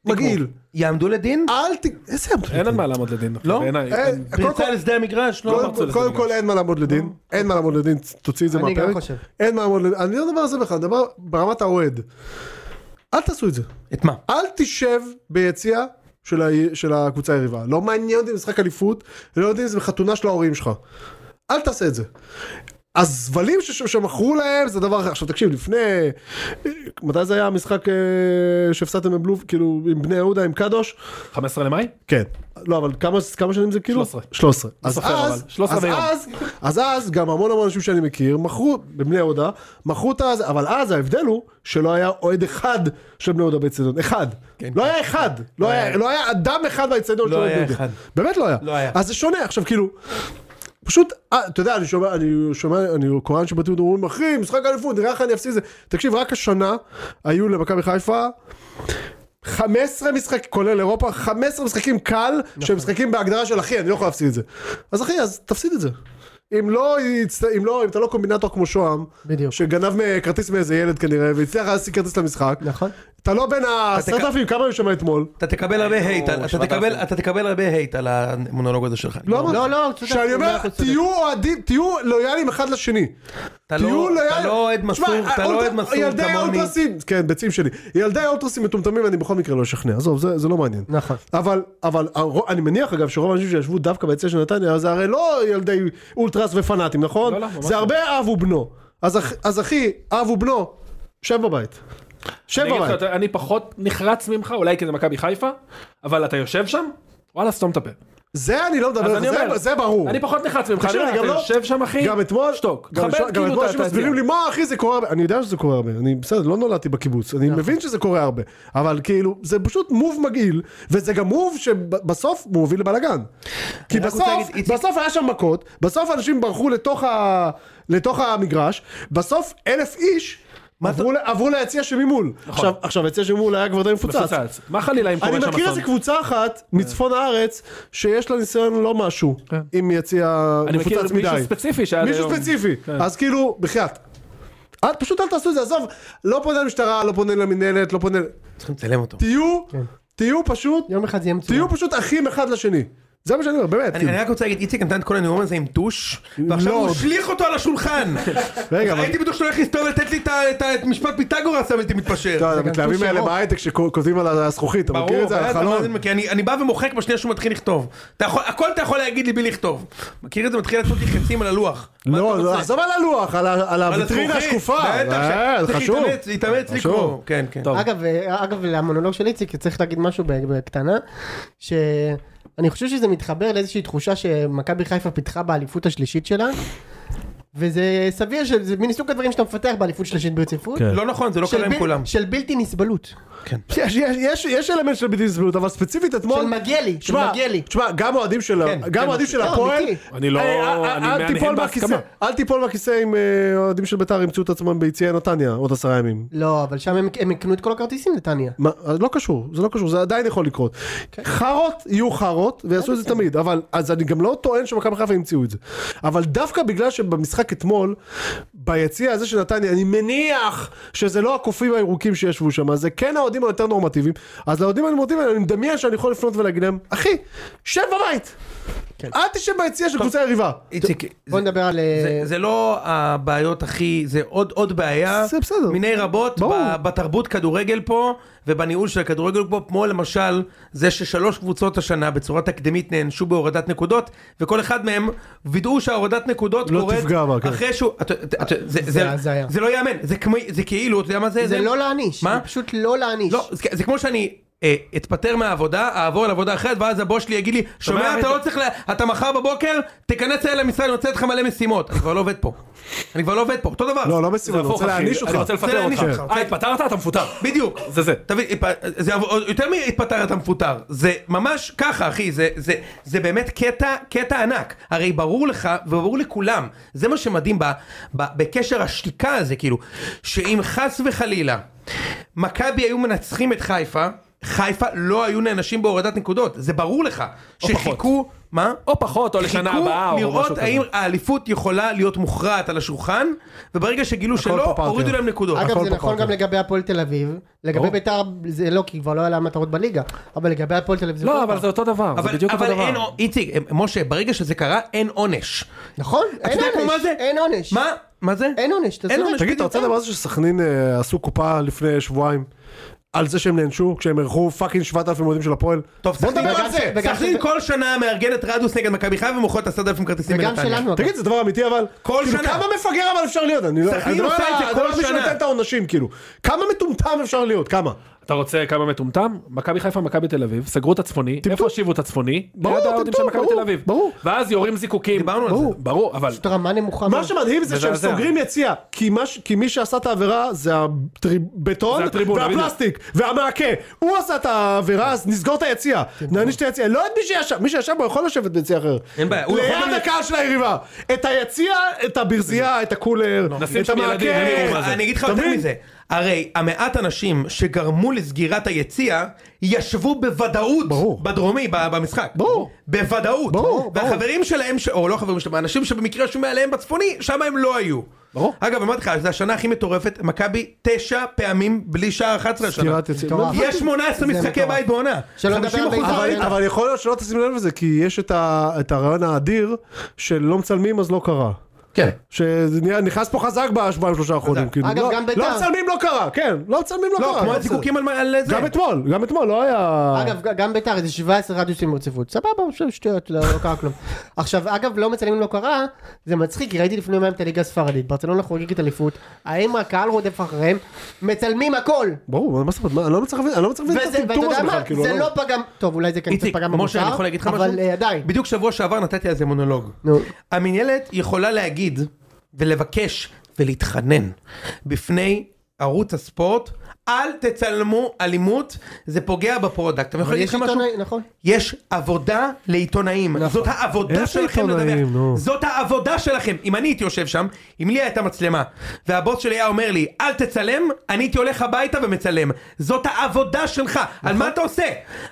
Speaker 3: מגעיל,
Speaker 5: יעמדו לדין?
Speaker 3: אל ת... איזה ים
Speaker 1: אין על מה אה, לעמוד לדין,
Speaker 5: לא?
Speaker 1: בעיניי,
Speaker 3: אין,
Speaker 1: אין-
Speaker 3: קודם כל-
Speaker 5: פרצה לשדה המגרש? לא.
Speaker 3: קודם-
Speaker 1: פרצו לזה
Speaker 3: קודם
Speaker 1: בגלל לא.
Speaker 3: כל אין מה לעמוד לדין, אין מה לעמוד לדין, תוציא את זה
Speaker 2: אני
Speaker 3: מהפרק.
Speaker 2: גם חושב.
Speaker 3: אין מה לעמוד לדין, אני לא מדבר על זה בכלל, אני מדבר ברמת האוהד. אל תעשו את זה.
Speaker 5: את מה?
Speaker 3: אל תשב ביציע של ה- של הקבוצה היריבה. לא מעניין אותי אם זה משחק אליפות, לא יודעים אם זה בחתונה של ההורים שלך. אל תעשה את זה. הזבלים ש- ש- שמכרו להם זה דבר אחר. עכשיו תקשיב, לפני... מתי זה היה המשחק אה, שהפסדתם בבלוב, כאילו עם בני יהודה, עם קדוש?
Speaker 1: 15 למאי,
Speaker 3: כן. לא, אבל כמה, כמה שנים זה כאילו?
Speaker 1: 13.
Speaker 3: 13. אז
Speaker 1: סופר,
Speaker 3: אז,
Speaker 1: אבל. 13
Speaker 3: אז
Speaker 1: ביום.
Speaker 3: אז, אז אז, גם המון המון אנשים שאני מכיר, מכרו, בבני יהודה, מכרו את הזה, אבל אז ההבדל הוא שלא היה אוהד אחד של בני יהודה באצטדיון. אחד. לא היה אחד. לא היה- לא היה אדם אחד באצטדיון של
Speaker 5: לא
Speaker 3: בני
Speaker 5: היה
Speaker 3: יהודה.
Speaker 5: אחד.
Speaker 3: באמת לא היה.
Speaker 5: לא היה.
Speaker 3: אז זה שונה. עכשיו כאילו... פשוט, אה, אתה יודע, אני שומע, אני שומע, אני קורא אנשים בתיעוד אומרים, אחי, משחק אליפות, נראה לך אני אפסיד את זה. תקשיב, רק השנה היו למכבי חיפה 15 משחקים, כולל אירופה, 15 משחקים קל,
Speaker 2: נכון.
Speaker 3: שהם משחקים בהגדרה של אחי, אני לא יכול להפסיד את זה. אז אחי, אז תפסיד את זה. אם לא, יצט- אם לא, אם אתה לא קומבינטור כמו שוהם,
Speaker 2: בדיוק.
Speaker 3: שגנב מ- כרטיס מאיזה ילד כנראה, והצליח להשיג כרטיס למשחק,
Speaker 2: נכון.
Speaker 3: אתה לא בין ה-10,000, כמה היו שם אתמול?
Speaker 5: אתה תקבל הרבה הייט, על- אתה
Speaker 6: 7,000.
Speaker 5: תקבל- אתה תקבל הרבה הייט על המונולוג הזה שלך.
Speaker 3: לא, אמרתי.
Speaker 2: לא, לא, צודק,
Speaker 3: שאני
Speaker 2: מאה
Speaker 3: אומר,
Speaker 2: אחוז צודק.
Speaker 3: תהיו אוהדים, תהיו לויאלים אחד לשני.
Speaker 5: אתה
Speaker 3: תהיו
Speaker 5: לא
Speaker 3: לויאל-
Speaker 5: אתה לא אוהד
Speaker 3: תשמע,
Speaker 5: מסור, אתה לא
Speaker 3: האולטרה-
Speaker 5: אוהד מסור
Speaker 3: ילדי
Speaker 5: כמוני.
Speaker 3: האולטרסים, כן, ביצים שלי. ילדי האולטרסים מטומטמים, אני בכל מקרה לא אשכנע, עזוב, זה זה לא מעניין.
Speaker 2: נכון.
Speaker 3: אבל, אבל הרו- אני מניח אגב שרוב האנשים שישבו דווקא ביציע של נתניה זה הרי לא ילדי אולטרס ופנאטים, נכון?
Speaker 1: לא, לא, ממש
Speaker 3: זה
Speaker 1: לא.
Speaker 3: הרבה אב ובנו. אז, אח- אז אחי, אב ובנו, שב בבית. שב
Speaker 1: אני אגיד לך
Speaker 3: בבית.
Speaker 1: יותר, אני פחות נחרץ ממך, אולי כי זה מכבי חיפה, אבל אתה יושב שם, וואלה סתום את הפה.
Speaker 3: זה אני לא מדבר,
Speaker 1: אז
Speaker 3: לך,
Speaker 1: אני
Speaker 3: זה-
Speaker 1: אומר,
Speaker 3: זה ברור.
Speaker 1: אני פחות נחרץ ממך,
Speaker 3: תקשיב,
Speaker 1: אני
Speaker 3: אני
Speaker 1: אומר, אתה
Speaker 3: גם לא-
Speaker 1: יושב שם אחי,
Speaker 3: גם אתמול,
Speaker 1: שתוק,
Speaker 3: גם
Speaker 1: תכבד
Speaker 3: אתמול- גם
Speaker 1: כאילו
Speaker 3: אתמול
Speaker 1: אתה- אתה
Speaker 3: שמסבירים לי מה אחי זה קורה הרבה, אני יודע שזה קורה הרבה, אני בסדר לא נולדתי בקיבוץ, אני מבין שזה קורה הרבה, אבל כאילו זה פשוט מוב מגעיל, וזה גם מוב שבסוף מוביל לבלאגן. כי
Speaker 5: רק רוצה
Speaker 3: בסוף,
Speaker 5: להגיד, איציק-
Speaker 3: בסוף היה שם מכות, בסוף אנשים ברחו לתוך ה- לתוך המגרש, בסוף אלף איש עברו ל- עברו ליציע שממול, עכשיו- עכשיו היציע שממול היה כבר די מפוצץ,
Speaker 1: מפוצץ. מה חלילה אם קורה שם
Speaker 3: אני
Speaker 1: אסון?
Speaker 3: מכיר איזה קבוצה אחת מצפון הארץ שיש לה ניסיון לא משהו עם יציע
Speaker 1: אני מכיר
Speaker 3: מפוצץ מדי.
Speaker 1: מישהו ספציפי שהיה
Speaker 3: מישהו
Speaker 1: היום-
Speaker 3: ספציפי.
Speaker 1: כן.
Speaker 3: אז כאילו, בחייאת. אל- פשוט אל תעשו את זה, עזוב, לא פונה למשטרה, לא פונה למינהלת, לא פונה...
Speaker 5: צריכים לצלם אותו.
Speaker 3: תהיו, תהיו פשוט,
Speaker 2: יום אחד זה יהיה מצוין.
Speaker 3: תהיו פשוט אחים אחד לשני. זה מה שאני אומר, באמת.
Speaker 5: אני
Speaker 3: כאילו.
Speaker 5: אני רק רוצה להגיד, איציק נתן את כל הנאום הזה עם טוש, ועכשיו
Speaker 3: לא.
Speaker 5: הוא השליך אותו על השולחן.
Speaker 3: רגע, אבל-
Speaker 5: הייתי בטוח שאתה הולך לסתום לתת לי את ה- את ה- את משפט פיתגורס, אבל הייתי מתפשר.
Speaker 3: טוב, המתלהבים
Speaker 2: טוש
Speaker 3: האלה
Speaker 2: ירוק.
Speaker 3: בהייטק שכותבים על הזכוכית, אתה מכיר את זה? על
Speaker 5: ואז אתה
Speaker 3: החלון.
Speaker 5: מאזין, כי אני אני בא ומוחק בשנייה שהוא מתחיל לכתוב. אתה יכול- הכל אתה יכול להגיד לי בלי לכתוב. מכיר את זה? מתחיל לעשות לי חצים על הלוח. מה אתה
Speaker 3: לא,
Speaker 5: רוצה?
Speaker 3: לא, עזוב על הלוח, על ה- על
Speaker 5: על
Speaker 3: הוויטרינה
Speaker 5: הזכוכית,
Speaker 3: השקופה.
Speaker 5: בטח,
Speaker 3: אה,
Speaker 5: ש-
Speaker 3: זה
Speaker 5: צריך
Speaker 3: חשוב.
Speaker 5: להתאמץ, להתאמץ
Speaker 3: חשוב.
Speaker 5: לקרוא. כן, כן.
Speaker 1: טוב.
Speaker 2: אגב, אה, אגב, למונולוג של איציק צריך להגיד משהו בקטנה, שאני חושב שזה מתחבר לאיזושהי תחושה שמכבי חיפה פיתחה באליפות השלישית שלה, וזה סביר שזה מן סוג הדברים שאתה מפתח באליפות שלישית ברציפות.
Speaker 1: כן.
Speaker 5: לא נכון, זה לא
Speaker 2: של
Speaker 5: קרה עם
Speaker 2: בל-
Speaker 5: כולם.
Speaker 2: של בלתי נסבלות,
Speaker 3: יש- יש- יש- יש אלמנט של בלתי נסבלות, אבל ספציפית אתמול...
Speaker 2: של מגיע לי, של
Speaker 3: תשמע,
Speaker 2: מגיע לי.
Speaker 3: תשמע, גם אוהדים של ה-
Speaker 5: כן,
Speaker 3: גם
Speaker 5: כן,
Speaker 3: אוהדים של
Speaker 2: לא,
Speaker 3: הפועל,
Speaker 2: אמיתי.
Speaker 1: אני לא-
Speaker 3: אה, אה,
Speaker 1: אני
Speaker 3: אה, אל
Speaker 1: מהנהן
Speaker 3: תיפול מהכיסא,
Speaker 1: בהסכמה.
Speaker 3: אל תיפול מהכיסא אם אה, אוהדים של בית"ר ימצאו את עצמם ביציעי נתניה עוד עשרה ימים.
Speaker 2: לא, אבל שם הם- הם יקנו את כל הכרטיסים נתניה.
Speaker 5: אה,
Speaker 3: מה, אז לא קשור, זה לא קשור, זה עדיין יכול לקרות.
Speaker 9: אוקיי.
Speaker 3: חארות יהיו חארות, ויעשו את זה תמיד, אבל, אז אני גם לא טוען שמכבי חיפה המציאו את זה. אבל דווקא בגלל שבמשחק אתמול, ביציע הזה של נתניה, אני מניח שזה לא הקופים הירוקים שישבו שם, זה כן האוהדים היותר נורמטיביים, אז לאוהדים הנורמטיביים האלה, אני מדמיין שאני יכול לפנות ולהגיד להם, אחי, שב בבית!
Speaker 9: כן.
Speaker 3: אל תשב ביציע של קבוצה יריבה.
Speaker 5: איציק,
Speaker 2: בוא
Speaker 5: זה-
Speaker 2: נדבר על... אה,
Speaker 5: זה- זה לא הבעיות הכי, זה עוד עוד בעיה,
Speaker 3: זה בסדר.
Speaker 5: מיני רבות,
Speaker 3: ברור.
Speaker 5: ב- בתרבות כדורגל פה ובניהול של הכדורגל פה, כמו למשל זה ששלוש קבוצות השנה בצורה תקדימית נענשו בהורדת נקודות, וכל אחד מהם וידאו שההורדת נקודות
Speaker 3: לא
Speaker 5: קורית
Speaker 3: תפגע בה, כן.
Speaker 5: אחרי שהוא, אתה- אתה- אתה- זה-
Speaker 2: זה
Speaker 5: זה-
Speaker 2: הזיה.
Speaker 5: זה לא ייאמן, זה כמו- זה כאילו, אתה יודע מה זה?
Speaker 2: זה לא להעניש,
Speaker 5: מה?
Speaker 2: זה פשוט לא להעניש.
Speaker 5: לא, זה, זה כמו שאני אה, אתפטר מהעבודה, אעבור לעבודה אחרת, ואז הבוס שלי יגיד לי, שומע, אתה לא צריך, לה, אתה מחר בבוקר, תיכנס אליי למשרד, אני רוצה לך מלא משימות. אני כבר לא עובד פה. אני כבר לא עובד פה, אותו דבר.
Speaker 3: לא, לא מסיבה, אני רוצה להעניש אותך.
Speaker 9: אני רוצה
Speaker 5: זה אוקיי.
Speaker 9: לפטר
Speaker 5: להעניש
Speaker 9: אותך.
Speaker 5: אותך.
Speaker 9: אה, התפטרת? אתה מפוטר.
Speaker 5: בדיוק.
Speaker 9: זה זה.
Speaker 5: תבין, התפ- זה יעבור- יותר מהתפטר אתה מפוטר, זה ממש ככה אחי, זה, זה, זה באמת קטע, קטע ענק, הרי ברור לך וברור לכולם, זה מה שמדהים ב, ב, בקשר השתיקה הזה כאילו, שאם חס וחלילה מכבי היו מנצחים את חיפה, חיפה לא היו נענשים בהורדת נקודות, זה ברור לך, שחיכו, מה?
Speaker 9: או פחות, או לשנה הבאה, או
Speaker 5: חיכו
Speaker 9: משהו
Speaker 5: לראות האם
Speaker 9: כזה.
Speaker 5: האליפות יכולה להיות מוכרעת על השולחן, וברגע שגילו שלא,
Speaker 3: פרופרטיה.
Speaker 5: הורידו להם נקודות.
Speaker 2: אגב,
Speaker 3: הכל
Speaker 2: זה
Speaker 3: פה
Speaker 2: נכון
Speaker 3: פרטי.
Speaker 2: גם לגבי הפועל תל אביב. לגבי ביתר זה לא, כי כבר לא היה לה מטרות בליגה. אבל לגבי הפועל תל אביב זה
Speaker 1: לא,
Speaker 2: אותו
Speaker 1: אבל
Speaker 2: דבר.
Speaker 1: זה אותו דבר, זה
Speaker 5: אבל,
Speaker 1: בדיוק אותו
Speaker 5: אבל
Speaker 1: דבר.
Speaker 5: אין, ע- איציק, הם- משה, ברגע שזה קרה, אין עונש.
Speaker 2: נכון,
Speaker 5: אתה
Speaker 2: אין
Speaker 5: יודע כמו מה
Speaker 2: עונש.
Speaker 5: זה?
Speaker 2: אין עונש.
Speaker 5: מה? מה זה?
Speaker 2: אין עונש, אתה
Speaker 5: אין
Speaker 2: צודק.
Speaker 5: עונש.
Speaker 3: תגיד, אתה רוצה לדבר על זה שסכנין אה, עשו קופה לפני שבועיים על זה שהם נענשו כשהם אירחו פאקינג 7,000 אוהדים של הפועל?
Speaker 5: טוב,
Speaker 3: בוא
Speaker 5: סכנין-
Speaker 3: נדבר
Speaker 2: וגם
Speaker 3: על
Speaker 2: ש-
Speaker 3: זה.
Speaker 2: וגם
Speaker 5: סכנין
Speaker 2: ש-
Speaker 5: כל שנה מארגנת רדיוס נגד מכבי חיפה ומוכרת 10,000 כרטיסים
Speaker 2: וגם
Speaker 5: בנתניה.
Speaker 2: שלנו. אגב.
Speaker 3: תגיד, זה דבר אמיתי אבל?
Speaker 5: כל
Speaker 3: כאילו,
Speaker 5: שנה.
Speaker 3: כמה מפגר אבל אפשר להיות? אני לא...
Speaker 5: סכנין
Speaker 3: אני לא
Speaker 5: עושה
Speaker 3: יודע,
Speaker 5: את זה
Speaker 3: אני לא
Speaker 5: כל
Speaker 3: יודע מי
Speaker 5: שנה.
Speaker 3: שנותן את העונשים, כאילו. כמה מטומטם אפשר להיות? כמה?
Speaker 1: אתה רוצה כמה מטומטם? מכבי חיפה, מכבי תל אביב, סגרו את הצפוני, איפה הושיבו את הצפוני?
Speaker 3: ברור,
Speaker 1: ליד האוהדים של
Speaker 3: טמטום,
Speaker 1: מכבי
Speaker 3: ברור,
Speaker 1: תל אביב.
Speaker 3: ברור.
Speaker 1: ואז יורים זיקוקים.
Speaker 5: דיברנו על
Speaker 1: ברור, ברור, אבל...
Speaker 2: פשוט רמה נמוכה.
Speaker 3: מה
Speaker 2: מאוד.
Speaker 3: שמדהים זה שהם
Speaker 1: מזעזע.
Speaker 3: סוגרים יציע, כי מה ש- כי מי שעשה את העבירה זה הבטון
Speaker 1: זה הטריבונה, בדיוק.
Speaker 3: והפלסטיק והמעקה. הוא עשה את העבירה, אז נסגור את היציע,
Speaker 5: כן,
Speaker 3: נעניש את היציע. לא את מי שישב, מי שישב בו יכול לשבת ביציע אחר.
Speaker 5: אין בעיה, הוא יכול-
Speaker 3: ליד הקהל של היריבה. את היציע, את הברזייה, את הקולר,
Speaker 1: נשים
Speaker 3: את
Speaker 1: שם ילדים, הם יראו מה
Speaker 3: המעקה.
Speaker 1: זה.
Speaker 5: אני אגיד לך יותר
Speaker 3: תבין?
Speaker 5: מזה, הרי המעט אנשים שגרמו לסגירת היציע, ישבו בוודאות
Speaker 3: ברור.
Speaker 5: בדרומי, ב- במשחק.
Speaker 3: ברור.
Speaker 5: בוודאות.
Speaker 3: ברור,
Speaker 5: והחברים שלהם, ש- או לא החברים שלהם, האנשים שבמקרה ישבו מעליהם בצפוני, שם הם לא היו.
Speaker 3: ברור.
Speaker 5: אגב, אמרתי לך, זו השנה הכי מטורפת, מכבי תשע פעמים בלי שער 11 השנה.
Speaker 3: סגירת יציע.
Speaker 2: מטורף.
Speaker 5: יש 18
Speaker 2: זה
Speaker 5: משחקי
Speaker 2: מטורף.
Speaker 5: בית בעונה.
Speaker 2: שלא נדבר
Speaker 5: 50%
Speaker 2: על
Speaker 3: אבל-
Speaker 5: בבית.
Speaker 2: בית"ר.
Speaker 3: אבל יכול להיות שלא תשים לב לזה, כי יש את ה- את הרעיון האדיר של לא מצלמים אז לא קרה.
Speaker 5: כן.
Speaker 3: שנכנס פה חזק בשבועיים שלושה האחרונים.
Speaker 5: חזק.
Speaker 3: כאילו,
Speaker 2: אגב,
Speaker 3: לא-
Speaker 2: גם בית"ר.
Speaker 3: לא מצלמים לא קרה, כן, לא מצלמים לא
Speaker 5: לא,
Speaker 3: קרה.
Speaker 5: כמו
Speaker 3: לא
Speaker 5: הזיקוקים על- על זה.
Speaker 3: בסדר. גם אתמול, גם אתמול לא היה...
Speaker 2: אגב, ג- גם ביתר איזה 17 רדיוסים ברציפות. סבבה, עכשיו שטויות, לא לא קרה כלום. עכשיו, אגב, לא מצלמים לא קרה, זה מצחיק, כי ראיתי לפני יומיים את הליגה הספרדית, ברצלונה חוגגת אליפות, האם הקהל רודף אחריהם, מצלמים הכל.
Speaker 3: ברור, מה זאת אומרת, מה, אני לא מצליח להבין- אני לא מצליח להבין את
Speaker 2: וזה- ואתה
Speaker 3: הטמטום
Speaker 2: יודע
Speaker 3: הזה
Speaker 2: מה,
Speaker 3: בכלל, כאילו.
Speaker 2: זה
Speaker 3: אני
Speaker 2: לא פגע, טוב, אולי זה כן קצת
Speaker 5: איציק,
Speaker 2: פגע
Speaker 5: משה, אני
Speaker 2: במוצר,
Speaker 5: יכול להגיד לך משהו?
Speaker 2: אבל אה, עדיין.
Speaker 5: בדיוק שבוע שעבר נתתי על זה מונולוג.
Speaker 2: נו.
Speaker 5: המינהלת יכולה להגיד ולבקש ולהתחנן בפני ערוץ הספורט, אל תצלמו אלימות, זה פוגע בפרודקט. אני יכול
Speaker 2: אבל
Speaker 5: להגיד
Speaker 2: יש
Speaker 5: לך משהו?
Speaker 2: עיתונאי, נכון.
Speaker 5: יש עבודה לעיתונאים, זאת העבודה
Speaker 3: נכון. איזה
Speaker 5: שלכם
Speaker 3: עיתונאים,
Speaker 5: לדווח,
Speaker 3: נו?
Speaker 5: זאת העבודה שלכם. אם אני הייתי יושב שם, אם לי הייתה מצלמה, והבוס שלי היה אומר לי, אל תצלם, אני הייתי הולך הביתה ומצלם. זאת העבודה שלך,
Speaker 3: נכון.
Speaker 5: על מה אתה עושה?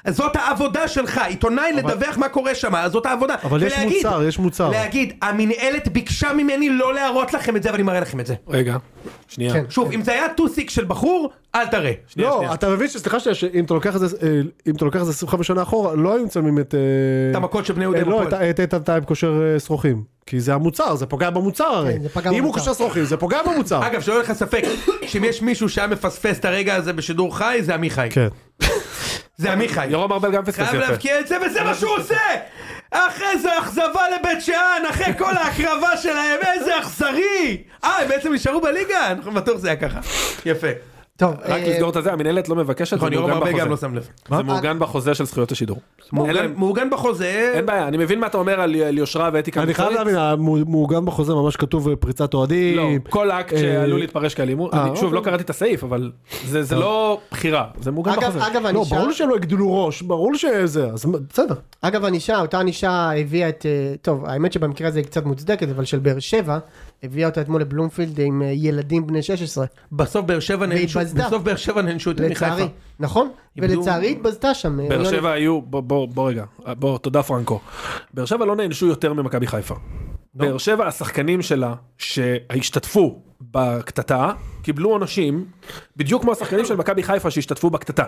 Speaker 5: זאת העבודה שלך, עיתונאי לדווח מה קורה שם, אז זאת העבודה.
Speaker 3: אבל יש
Speaker 5: ולהגיד-
Speaker 3: מוצר, יש מוצר.
Speaker 5: להגיד, המינהלת ביקשה ממני לא להראות לכם את זה, אבל אני מראה לכם את זה.
Speaker 1: רגע, שנייה.
Speaker 2: כן.
Speaker 5: שוב, אם זה היה טוסיק של בחור, אל תראה.
Speaker 1: שנייה,
Speaker 3: לא,
Speaker 1: שנייה.
Speaker 3: אתה מבין שסליחה שנייה, שאם אתה לוקח את זה, אה, אם אתה לוקח את זה 25 שנה אחורה, לא היו מצלמים את... אה,
Speaker 5: את המכות של בני
Speaker 3: אה,
Speaker 5: יהודה
Speaker 3: לא,
Speaker 5: בפועל.
Speaker 3: את- את איתן טייב קושר אה, שרוכים. כי זה המוצר, זה פוגע במוצר הרי.
Speaker 2: כן, זה פגע
Speaker 3: אם הוא
Speaker 2: במוצר.
Speaker 3: קושר שרוכים, זה פוגע במוצר.
Speaker 5: אגב, שלא יהיה לך ספק, שאם יש מישהו שהיה מפספס את הרגע הזה בשידור חי, זה עמיחי.
Speaker 3: כן.
Speaker 5: זה עמיחי.
Speaker 1: ירום ארבל גם פספס
Speaker 5: חייב
Speaker 1: יפה.
Speaker 5: להבקיע את זה, וזה מה שהוא עושה! אחרי זה אכזבה לבית שאן, אחרי כל ההקרבה שלהם, איזה אכזרי! אה, הם בעצם נשארו בליגה? אנחנו בטוח זה היה ככה. יפה.
Speaker 2: טוב,
Speaker 1: רק
Speaker 2: אה,
Speaker 1: לסגור את הזה, המנהלת לא מבקשת, זה
Speaker 5: נכון, יורם
Speaker 1: מעוגן
Speaker 5: הרבה גם לא
Speaker 1: בחוזה.
Speaker 5: שם לב.
Speaker 1: זה מעוגן בחוזה של זכויות השידור.
Speaker 5: מעוגן-
Speaker 1: להם-
Speaker 5: מעוגן בחוזה,
Speaker 1: אין בעיה, אני מבין מה אתה אומר על על יושרה ואתיקה.
Speaker 3: אני חייב
Speaker 1: מקצועית.
Speaker 3: להבין, המו- מעוגן בחוזה ממש כתוב אה, פריצת אוהדים.
Speaker 1: לא, כל אקט
Speaker 3: אה,
Speaker 1: שעלול להתפרש כאלימות,
Speaker 3: אה,
Speaker 1: אני- שוב,
Speaker 3: אוקיי.
Speaker 1: לא קראתי את הסעיף, אבל זה זה לא בחירה, זה מעוגן
Speaker 2: אגב,
Speaker 1: בחוזה.
Speaker 2: אגב,
Speaker 3: לא,
Speaker 2: ענישה,
Speaker 3: ברור שלא יגדלו ראש, ברור שזה, אז מה- בסדר.
Speaker 2: אגב ענישה, אותה ענישה הביאה את, אה, טוב האמת שבמקרה הזה היא קצת מוצדקת אבל של באר שבע, הביאה אותה אתמול לבלומפילד עם אה, ילדים בני 16,
Speaker 5: בסוף באר שבע נענשו,
Speaker 2: והתבזתה.
Speaker 5: בסוף באר שבע נענשו יותר מחיפה.
Speaker 2: לצערי, נכון?
Speaker 5: איבדו-
Speaker 2: ולצערי התבזתה שם. אה,
Speaker 1: באר
Speaker 2: יוני.
Speaker 1: שבע היו, בוא- בוא בוא רגע, בוא, תודה פרנקו. באר שבע לא נענשו יותר לא ממכבי חיפה. באר שבע, השחקנים שלה שהשתתפו בקטטה, קיבלו עונשים, בדיוק כמו השחקנים של מכבי חיפה שהשתתפו בקטטה.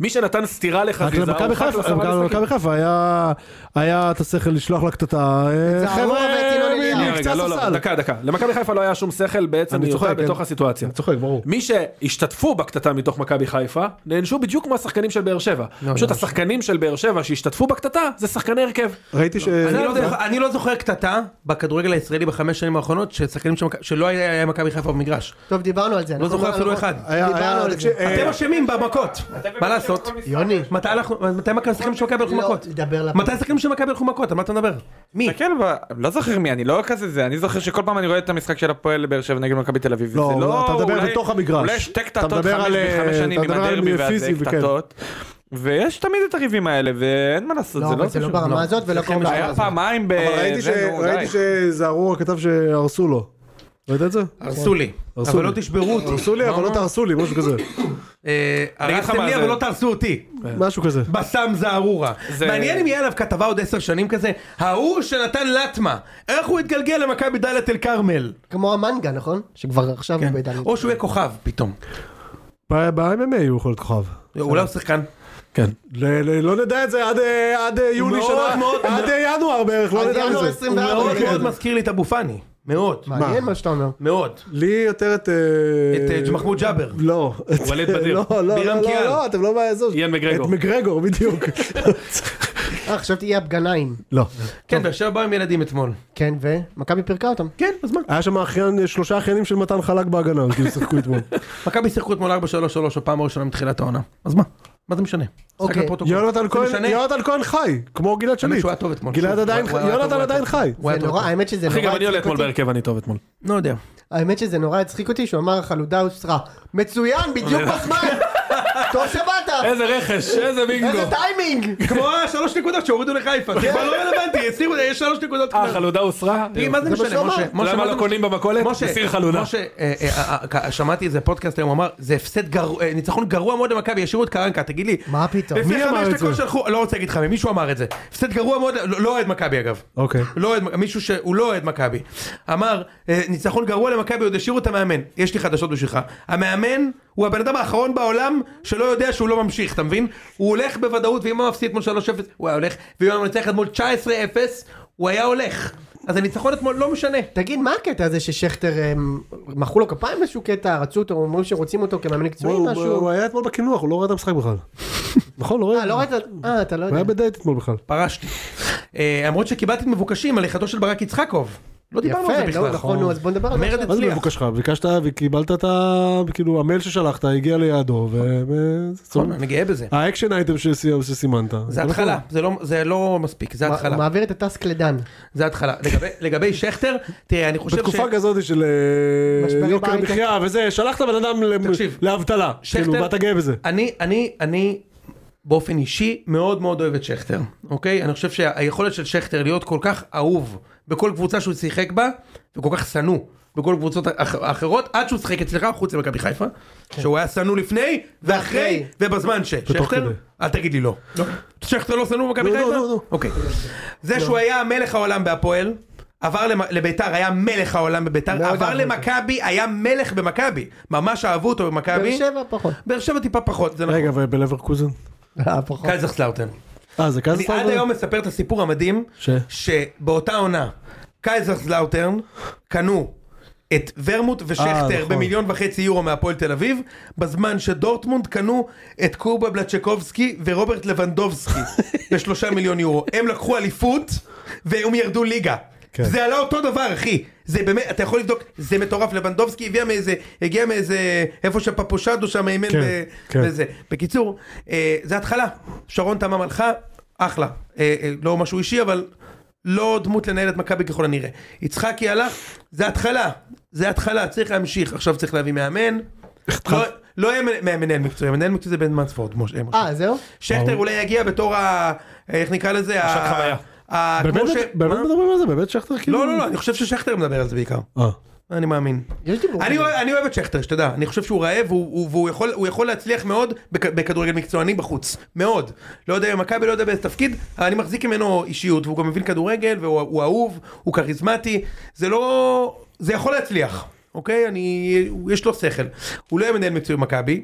Speaker 1: מי שנתן סטירה
Speaker 3: רק
Speaker 1: לחזיזה,
Speaker 3: למכבי
Speaker 1: הורחק
Speaker 3: חיפה,
Speaker 1: לעשרה
Speaker 3: גם
Speaker 1: משחקים.
Speaker 3: למכבי חיפה היה- היה את השכל לשלוח לקטטה, אה,
Speaker 2: לצערו, הבאתי לו
Speaker 3: חבר'ה,
Speaker 2: לליאל.
Speaker 1: שנייה,
Speaker 3: מקצת
Speaker 1: רגע, לא, לא,
Speaker 3: הסל.
Speaker 1: דקה, דקה. למכבי חיפה לא היה שום שכל בעצם
Speaker 3: אני
Speaker 1: היותה
Speaker 3: צוחק, כן.
Speaker 1: בתוך הסיטואציה.
Speaker 3: אני צוחק, ברור.
Speaker 1: מי שהשתתפו בקטטה מתוך מכבי חיפה, נענשו בדיוק כמו השחקנים של באר שבע. פשוט השחקנים של באר שבע שהשתתפו בקטטה, זה שחקני הרכב.
Speaker 3: ראיתי ש...
Speaker 5: אני לא זוכר- אני לא זוכר קטטה בכדורגל הישראלי בחמש שנים האחרונות ששחקנים של מכבי- שלא היה היה מכבי חיפה במגרש.
Speaker 2: טוב, דיברנו על זה.
Speaker 5: לא
Speaker 2: אנחנו
Speaker 5: זוכר אפילו
Speaker 2: אנחנו-
Speaker 5: אחד.
Speaker 3: היה-
Speaker 2: דיברנו
Speaker 3: היה-
Speaker 2: על
Speaker 3: תקשיב,
Speaker 2: זה.
Speaker 3: אה,
Speaker 5: אתם לא אשמים במכות. מה לעשות?
Speaker 2: יוני.
Speaker 5: מתי אנחנו- מתי השחקנים של מכבי הלכו
Speaker 2: לא,
Speaker 5: מכות?
Speaker 2: דבר לפה.
Speaker 5: מתי השחקנים של מכבי הלכו מכות? על מה אתה מדבר? מי?
Speaker 6: כן, אבל לא זוכר מי, אני לא כזה זה, אני זוכר שכל פעם אני רואה את המשחק של הפועל באר שבע נגד מכבי תל אביב.
Speaker 3: לא,
Speaker 6: וזה
Speaker 3: אתה מדבר
Speaker 6: אולי-
Speaker 3: בתוך המגרש.
Speaker 6: אולי יש שתי
Speaker 3: אתה
Speaker 6: קטטות
Speaker 3: מדבר
Speaker 6: חמש
Speaker 3: על, אה,
Speaker 6: בחמש שנים
Speaker 3: אתה
Speaker 6: עם
Speaker 3: מדבר על
Speaker 6: הדרבי
Speaker 3: פיזי
Speaker 6: והזה
Speaker 3: וכן.
Speaker 6: קטטות. ויש תמיד את הריבים האלה, ואין מה לעשות,
Speaker 2: לא,
Speaker 6: זה לא
Speaker 2: אבל זה לא
Speaker 6: קשור.
Speaker 2: ברמה הזאת ולא קרוב לרמה
Speaker 6: היה
Speaker 2: הזאת.
Speaker 6: פעמיים ב...
Speaker 3: אבל ראיתי ש-
Speaker 6: זה, נו, די.
Speaker 3: ראיתי שזערורה כתב שהרסו לו. ראית את זה?
Speaker 5: הרסו לי.
Speaker 3: הרסו
Speaker 5: אבל
Speaker 3: לי.
Speaker 5: לא תשברו אותי.
Speaker 3: הרסו לי, אבל לא תהרסו לי, משהו כזה.
Speaker 5: אה, הרסתם לי אבל לא תהרסו אותי.
Speaker 3: משהו כזה.
Speaker 5: בסאם זערורה. מעניין אם יהיה עליו כתבה עוד עשר שנים כזה, ההוא שנתן לטמה, איך הוא התגלגל למכבי דאלית אל כרמל?
Speaker 2: כמו המנגה, נכון? שכבר עכשיו הוא בעידן.
Speaker 5: או שהוא יהיה כוכב פתאום.
Speaker 3: ב-MMA הוא יכול להיות כוכב.
Speaker 5: אולי לא, הוא שחקן.
Speaker 3: כן. ל- ל- לא נדע את זה עד, אה, עד אה, יוני
Speaker 5: מאוד,
Speaker 3: שנה,
Speaker 5: מאוד.
Speaker 3: עד אה, ינואר בערך,
Speaker 2: עד
Speaker 3: לא נדע
Speaker 2: ינואר
Speaker 3: מזה.
Speaker 2: 24,
Speaker 5: מאוד
Speaker 2: כן.
Speaker 5: מאוד מזכיר לי את אבו פאני. מאוד.
Speaker 2: מעניין מה שאתה אומר.
Speaker 5: מאוד.
Speaker 3: לי יותר את... אה,
Speaker 5: את אה, מחמוד ג'אבר.
Speaker 3: לא.
Speaker 1: ווליד בדיר.
Speaker 3: לא, לא, לא,
Speaker 5: בירם
Speaker 3: לא,
Speaker 5: קיאל.
Speaker 3: לא, אתם לא באזור.
Speaker 1: איאן מגרגור.
Speaker 3: את מגרגור, בדיוק.
Speaker 2: אה, חשבתי יהיה הפגנאים.
Speaker 3: לא.
Speaker 5: כן, באר שבע באו עם ילדים אתמול.
Speaker 2: כן, ומכבי פירקה אותם.
Speaker 5: כן, אז מה?
Speaker 3: היה שם אחיין, שלושה אחיינים של מתן חלק בהגנה, אז כאילו שיחקו אתמול.
Speaker 5: מכבי שיחקו אתמול 4-3-3 הפעם הראשונה מתחילת העונה. אז מה? מה זה משנה? משחק
Speaker 2: אוקיי.
Speaker 5: לפרוטוקול.
Speaker 3: יונתן
Speaker 5: זה
Speaker 3: כהן,
Speaker 5: משנה?
Speaker 3: יונתן כהן חי, כמו גלעד
Speaker 5: האמת
Speaker 3: שליט.
Speaker 5: שהוא היה טוב אתמול.
Speaker 3: גלעד
Speaker 5: שוב,
Speaker 3: עדיין,
Speaker 5: הוא- הוא היה טוב,
Speaker 3: יונתן
Speaker 5: הוא היה
Speaker 3: עדיין
Speaker 5: טוב.
Speaker 3: חי.
Speaker 5: הוא היה
Speaker 2: זה
Speaker 5: טוב.
Speaker 2: נורא, האמת שזה
Speaker 1: אחי, גם
Speaker 2: נורא
Speaker 1: אני עולה
Speaker 2: הצחיק
Speaker 1: אתמול
Speaker 2: אותי.
Speaker 1: בהרכב, אני טוב אתמול.
Speaker 5: לא יודע.
Speaker 2: האמת שזה נורא הצחיק אותי שהוא אמר החלודה הוסרה. מצוין, בדיוק בזמן! טוב שבאת!
Speaker 1: איזה רכש, איזה בינגו.
Speaker 2: איזה טיימינג!
Speaker 5: כמו השלוש נקודות שהורידו לחיפה. זה כבר לא רלוונטי, הצליחו, יש שלוש נקודות.
Speaker 1: אה, חלודה הוסרה?
Speaker 5: תגיד, מה זה
Speaker 2: זה מה
Speaker 5: משנה,
Speaker 2: שהוא
Speaker 5: משה?
Speaker 2: אמר.
Speaker 5: משה,
Speaker 1: למה
Speaker 5: מה זה
Speaker 1: לא
Speaker 5: משנה?
Speaker 1: קונים במכולת?
Speaker 5: משה,
Speaker 1: מסיר חלודה.
Speaker 5: משה, אה, אה, אה, אה, שמעתי איזה פודקאסט היום, הוא אמר, זה הפסד גרוע, אה, ניצחון גרוע מאוד למכבי, ישירו את קרנקה, תגיד לי.
Speaker 2: מה פתאום?
Speaker 5: לפני
Speaker 3: מי אמר
Speaker 5: חמש
Speaker 3: את
Speaker 5: דקות
Speaker 3: זה?
Speaker 5: שלחו, לא רוצה להגיד לך, מי, מישהו אמר את זה. הפסד גרוע מאוד, לא לא אוהד מכבי אגב.
Speaker 3: אוקיי.
Speaker 5: לא אוהד, מישהו שהוא לא אוהד מכבי. אמר, אה, ניצחון גרוע למכבי, עוד השאירו את המאמן. יש לי חדשות בשבילך. המאמן הוא הבן אדם האחרון בעולם שלא יודע שהוא לא ממשיך, אתה מבין? הוא הולך בוודאות, ואם הוא מפסיד אתמול 3-0, הוא היה הולך, ואם הוא מנצח אתמול 19-0, הוא היה הולך. אז הניצחון אתמול לא משנה.
Speaker 2: תגיד, מה הקטע הזה ששכטר, הם, מחאו לו כפיים באיזשהו קטע, רצו אותו, אומרים שרוצים אותו כמאמן מקצועי
Speaker 3: הוא- הוא
Speaker 2: משהו?
Speaker 3: הוא היה אתמול בקינוח, הוא לא ראה את המשחק בכלל. נכון, לא
Speaker 2: אה,
Speaker 3: ראה?
Speaker 2: לא ראית? אה, אתה לא
Speaker 3: הוא היה
Speaker 2: יודע.
Speaker 3: בדייט אתמול בכלל.
Speaker 5: פרשתי. אה, למרות שקיבלתי מבוקשים על לכתו של ברק יצחקוב. לא דיברנו על זה
Speaker 2: יפה, לא,
Speaker 5: בכלל.
Speaker 2: נכון, נו, אז בוא נדבר על זה.
Speaker 5: המרד
Speaker 2: עכשיו.
Speaker 3: מה זה
Speaker 5: הצליח.
Speaker 3: מבוקשך? ביקשת וקיבלת את ה... כאילו המייל ששלחת הגיע ליעדו ו... ו- זה
Speaker 5: נכון,
Speaker 3: טוב.
Speaker 5: אני גאה בזה.
Speaker 3: האקשן אייטם שסי- שסימנת.
Speaker 5: זה התחלה, זה לא- זה לא מספיק, זה
Speaker 2: נכון. מה-
Speaker 5: התחלה.
Speaker 2: הוא מעביר את הטסק לדן.
Speaker 5: זה התחלה. לגבי- לגבי שכטר, תראה, אני חושב ש...
Speaker 3: בתקופה כזאת של אה,
Speaker 2: משברים
Speaker 3: יוקר
Speaker 2: בהייטק.
Speaker 3: המחיה וזה, שלחת בן אדם למ-
Speaker 5: תקשיב.
Speaker 3: לאבטלה. כאילו,
Speaker 5: שכטר-
Speaker 3: ואתה גאה בזה.
Speaker 5: אני, אני, אני באופן אישי מאוד מאוד אוהב את שכטר, אוקיי? אני חושב שהיכולת של שכטר להיות כל כך אהוב בכל קבוצה שהוא שיחק בה, וכל כך שנוא בכל קבוצות האח- האחרות, עד שהוא שיחק אצלך, חוץ למכבי חיפה, שהוא היה שנוא לפני, ואחרי, ובזמן ש... שכטר?
Speaker 3: כדי.
Speaker 5: אל תגיד לי לא. שכטר לא שנוא במכבי חיפה?
Speaker 3: לא, לא.
Speaker 5: אוקיי. זה שהוא היה מלך העולם בהפועל. עבר למ- לביתר, היה מלך העולם בביתר, עבר
Speaker 2: אהבו אותו.
Speaker 5: למכבי, היה מלך במכבי. ממש אהבו אותו
Speaker 2: באר
Speaker 5: במכבי.
Speaker 2: שבע פחות.
Speaker 5: באר שבע טיפה פחות, זה נכון.
Speaker 3: רגע, ובלברקוזן?
Speaker 2: אה, פחות.
Speaker 5: קייזרסלאוטרן.
Speaker 3: אה, זה כזה
Speaker 5: אני עד היום מספר את הסיפור המדהים,
Speaker 3: ש?
Speaker 5: שבאותה עונה, קייזרסלאוטרן קנו את ורמוט
Speaker 3: אה,
Speaker 5: ושכטר
Speaker 3: נכון.
Speaker 5: במיליון וחצי יורו מהפועל תל אביב, בזמן שדורטמונד קנו את קובה בלצ'קובסקי ורוברט לבנדובסקי בשלושה מיליון יורו. הם לקחו אליפות והם ירדו ליגה.
Speaker 3: כן.
Speaker 5: זה עלה אותו דבר אחי, זה באמת, אתה יכול לבדוק, זה מטורף, לבנדובסקי הגיע מאיזה, הגיע מאיזה, איפה שפפושדו שם אימן
Speaker 3: כן,
Speaker 5: ב-
Speaker 3: כן.
Speaker 5: בזה. בקיצור, אה, זה התחלה, שרון תמם הלכה, אחלה. אה, אה, לא משהו אישי, אבל לא דמות לנהל את מכבי ככל הנראה. יצחקי הלך, זה התחלה, זה התחלה, צריך להמשיך. עכשיו צריך להביא מאמן. לא- לא יהיה מנ- מנהל מקצועי, מנהל מקצועי זה בן מנספורד, משה. משה.
Speaker 2: אה, זהו?
Speaker 5: שכטר אולי יגיע בתור ה... איך נקרא לזה? ה-
Speaker 1: חוויה.
Speaker 5: ה- כמו
Speaker 3: באמת
Speaker 5: ש- לא,
Speaker 3: באמת
Speaker 5: מה?
Speaker 3: מדברים על זה? באמת שכטר כאילו?
Speaker 5: לא, לא, לא, אני חושב ששכטר מדבר על זה בעיקר.
Speaker 3: אה,
Speaker 5: אני מאמין.
Speaker 2: יש דיבור.
Speaker 5: אני אוהב- אני אוהב את שכטר, שתדע, אני חושב שהוא רעב והוא- והוא והוא יכול- הוא יכול להצליח מאוד בכ- בכדורגל מקצועני בחוץ, מאוד. לא יודע במכבי, לא יודע באיזה תפקיד, אבל אני מחזיק ממנו אישיות, והוא גם מבין כדורגל, והוא הוא אהוב, הוא כריזמטי, זה לא... זה יכול להצליח. אוקיי? אני... יש לו שכל. הוא לא יהיה מנהל מצוי במכבי,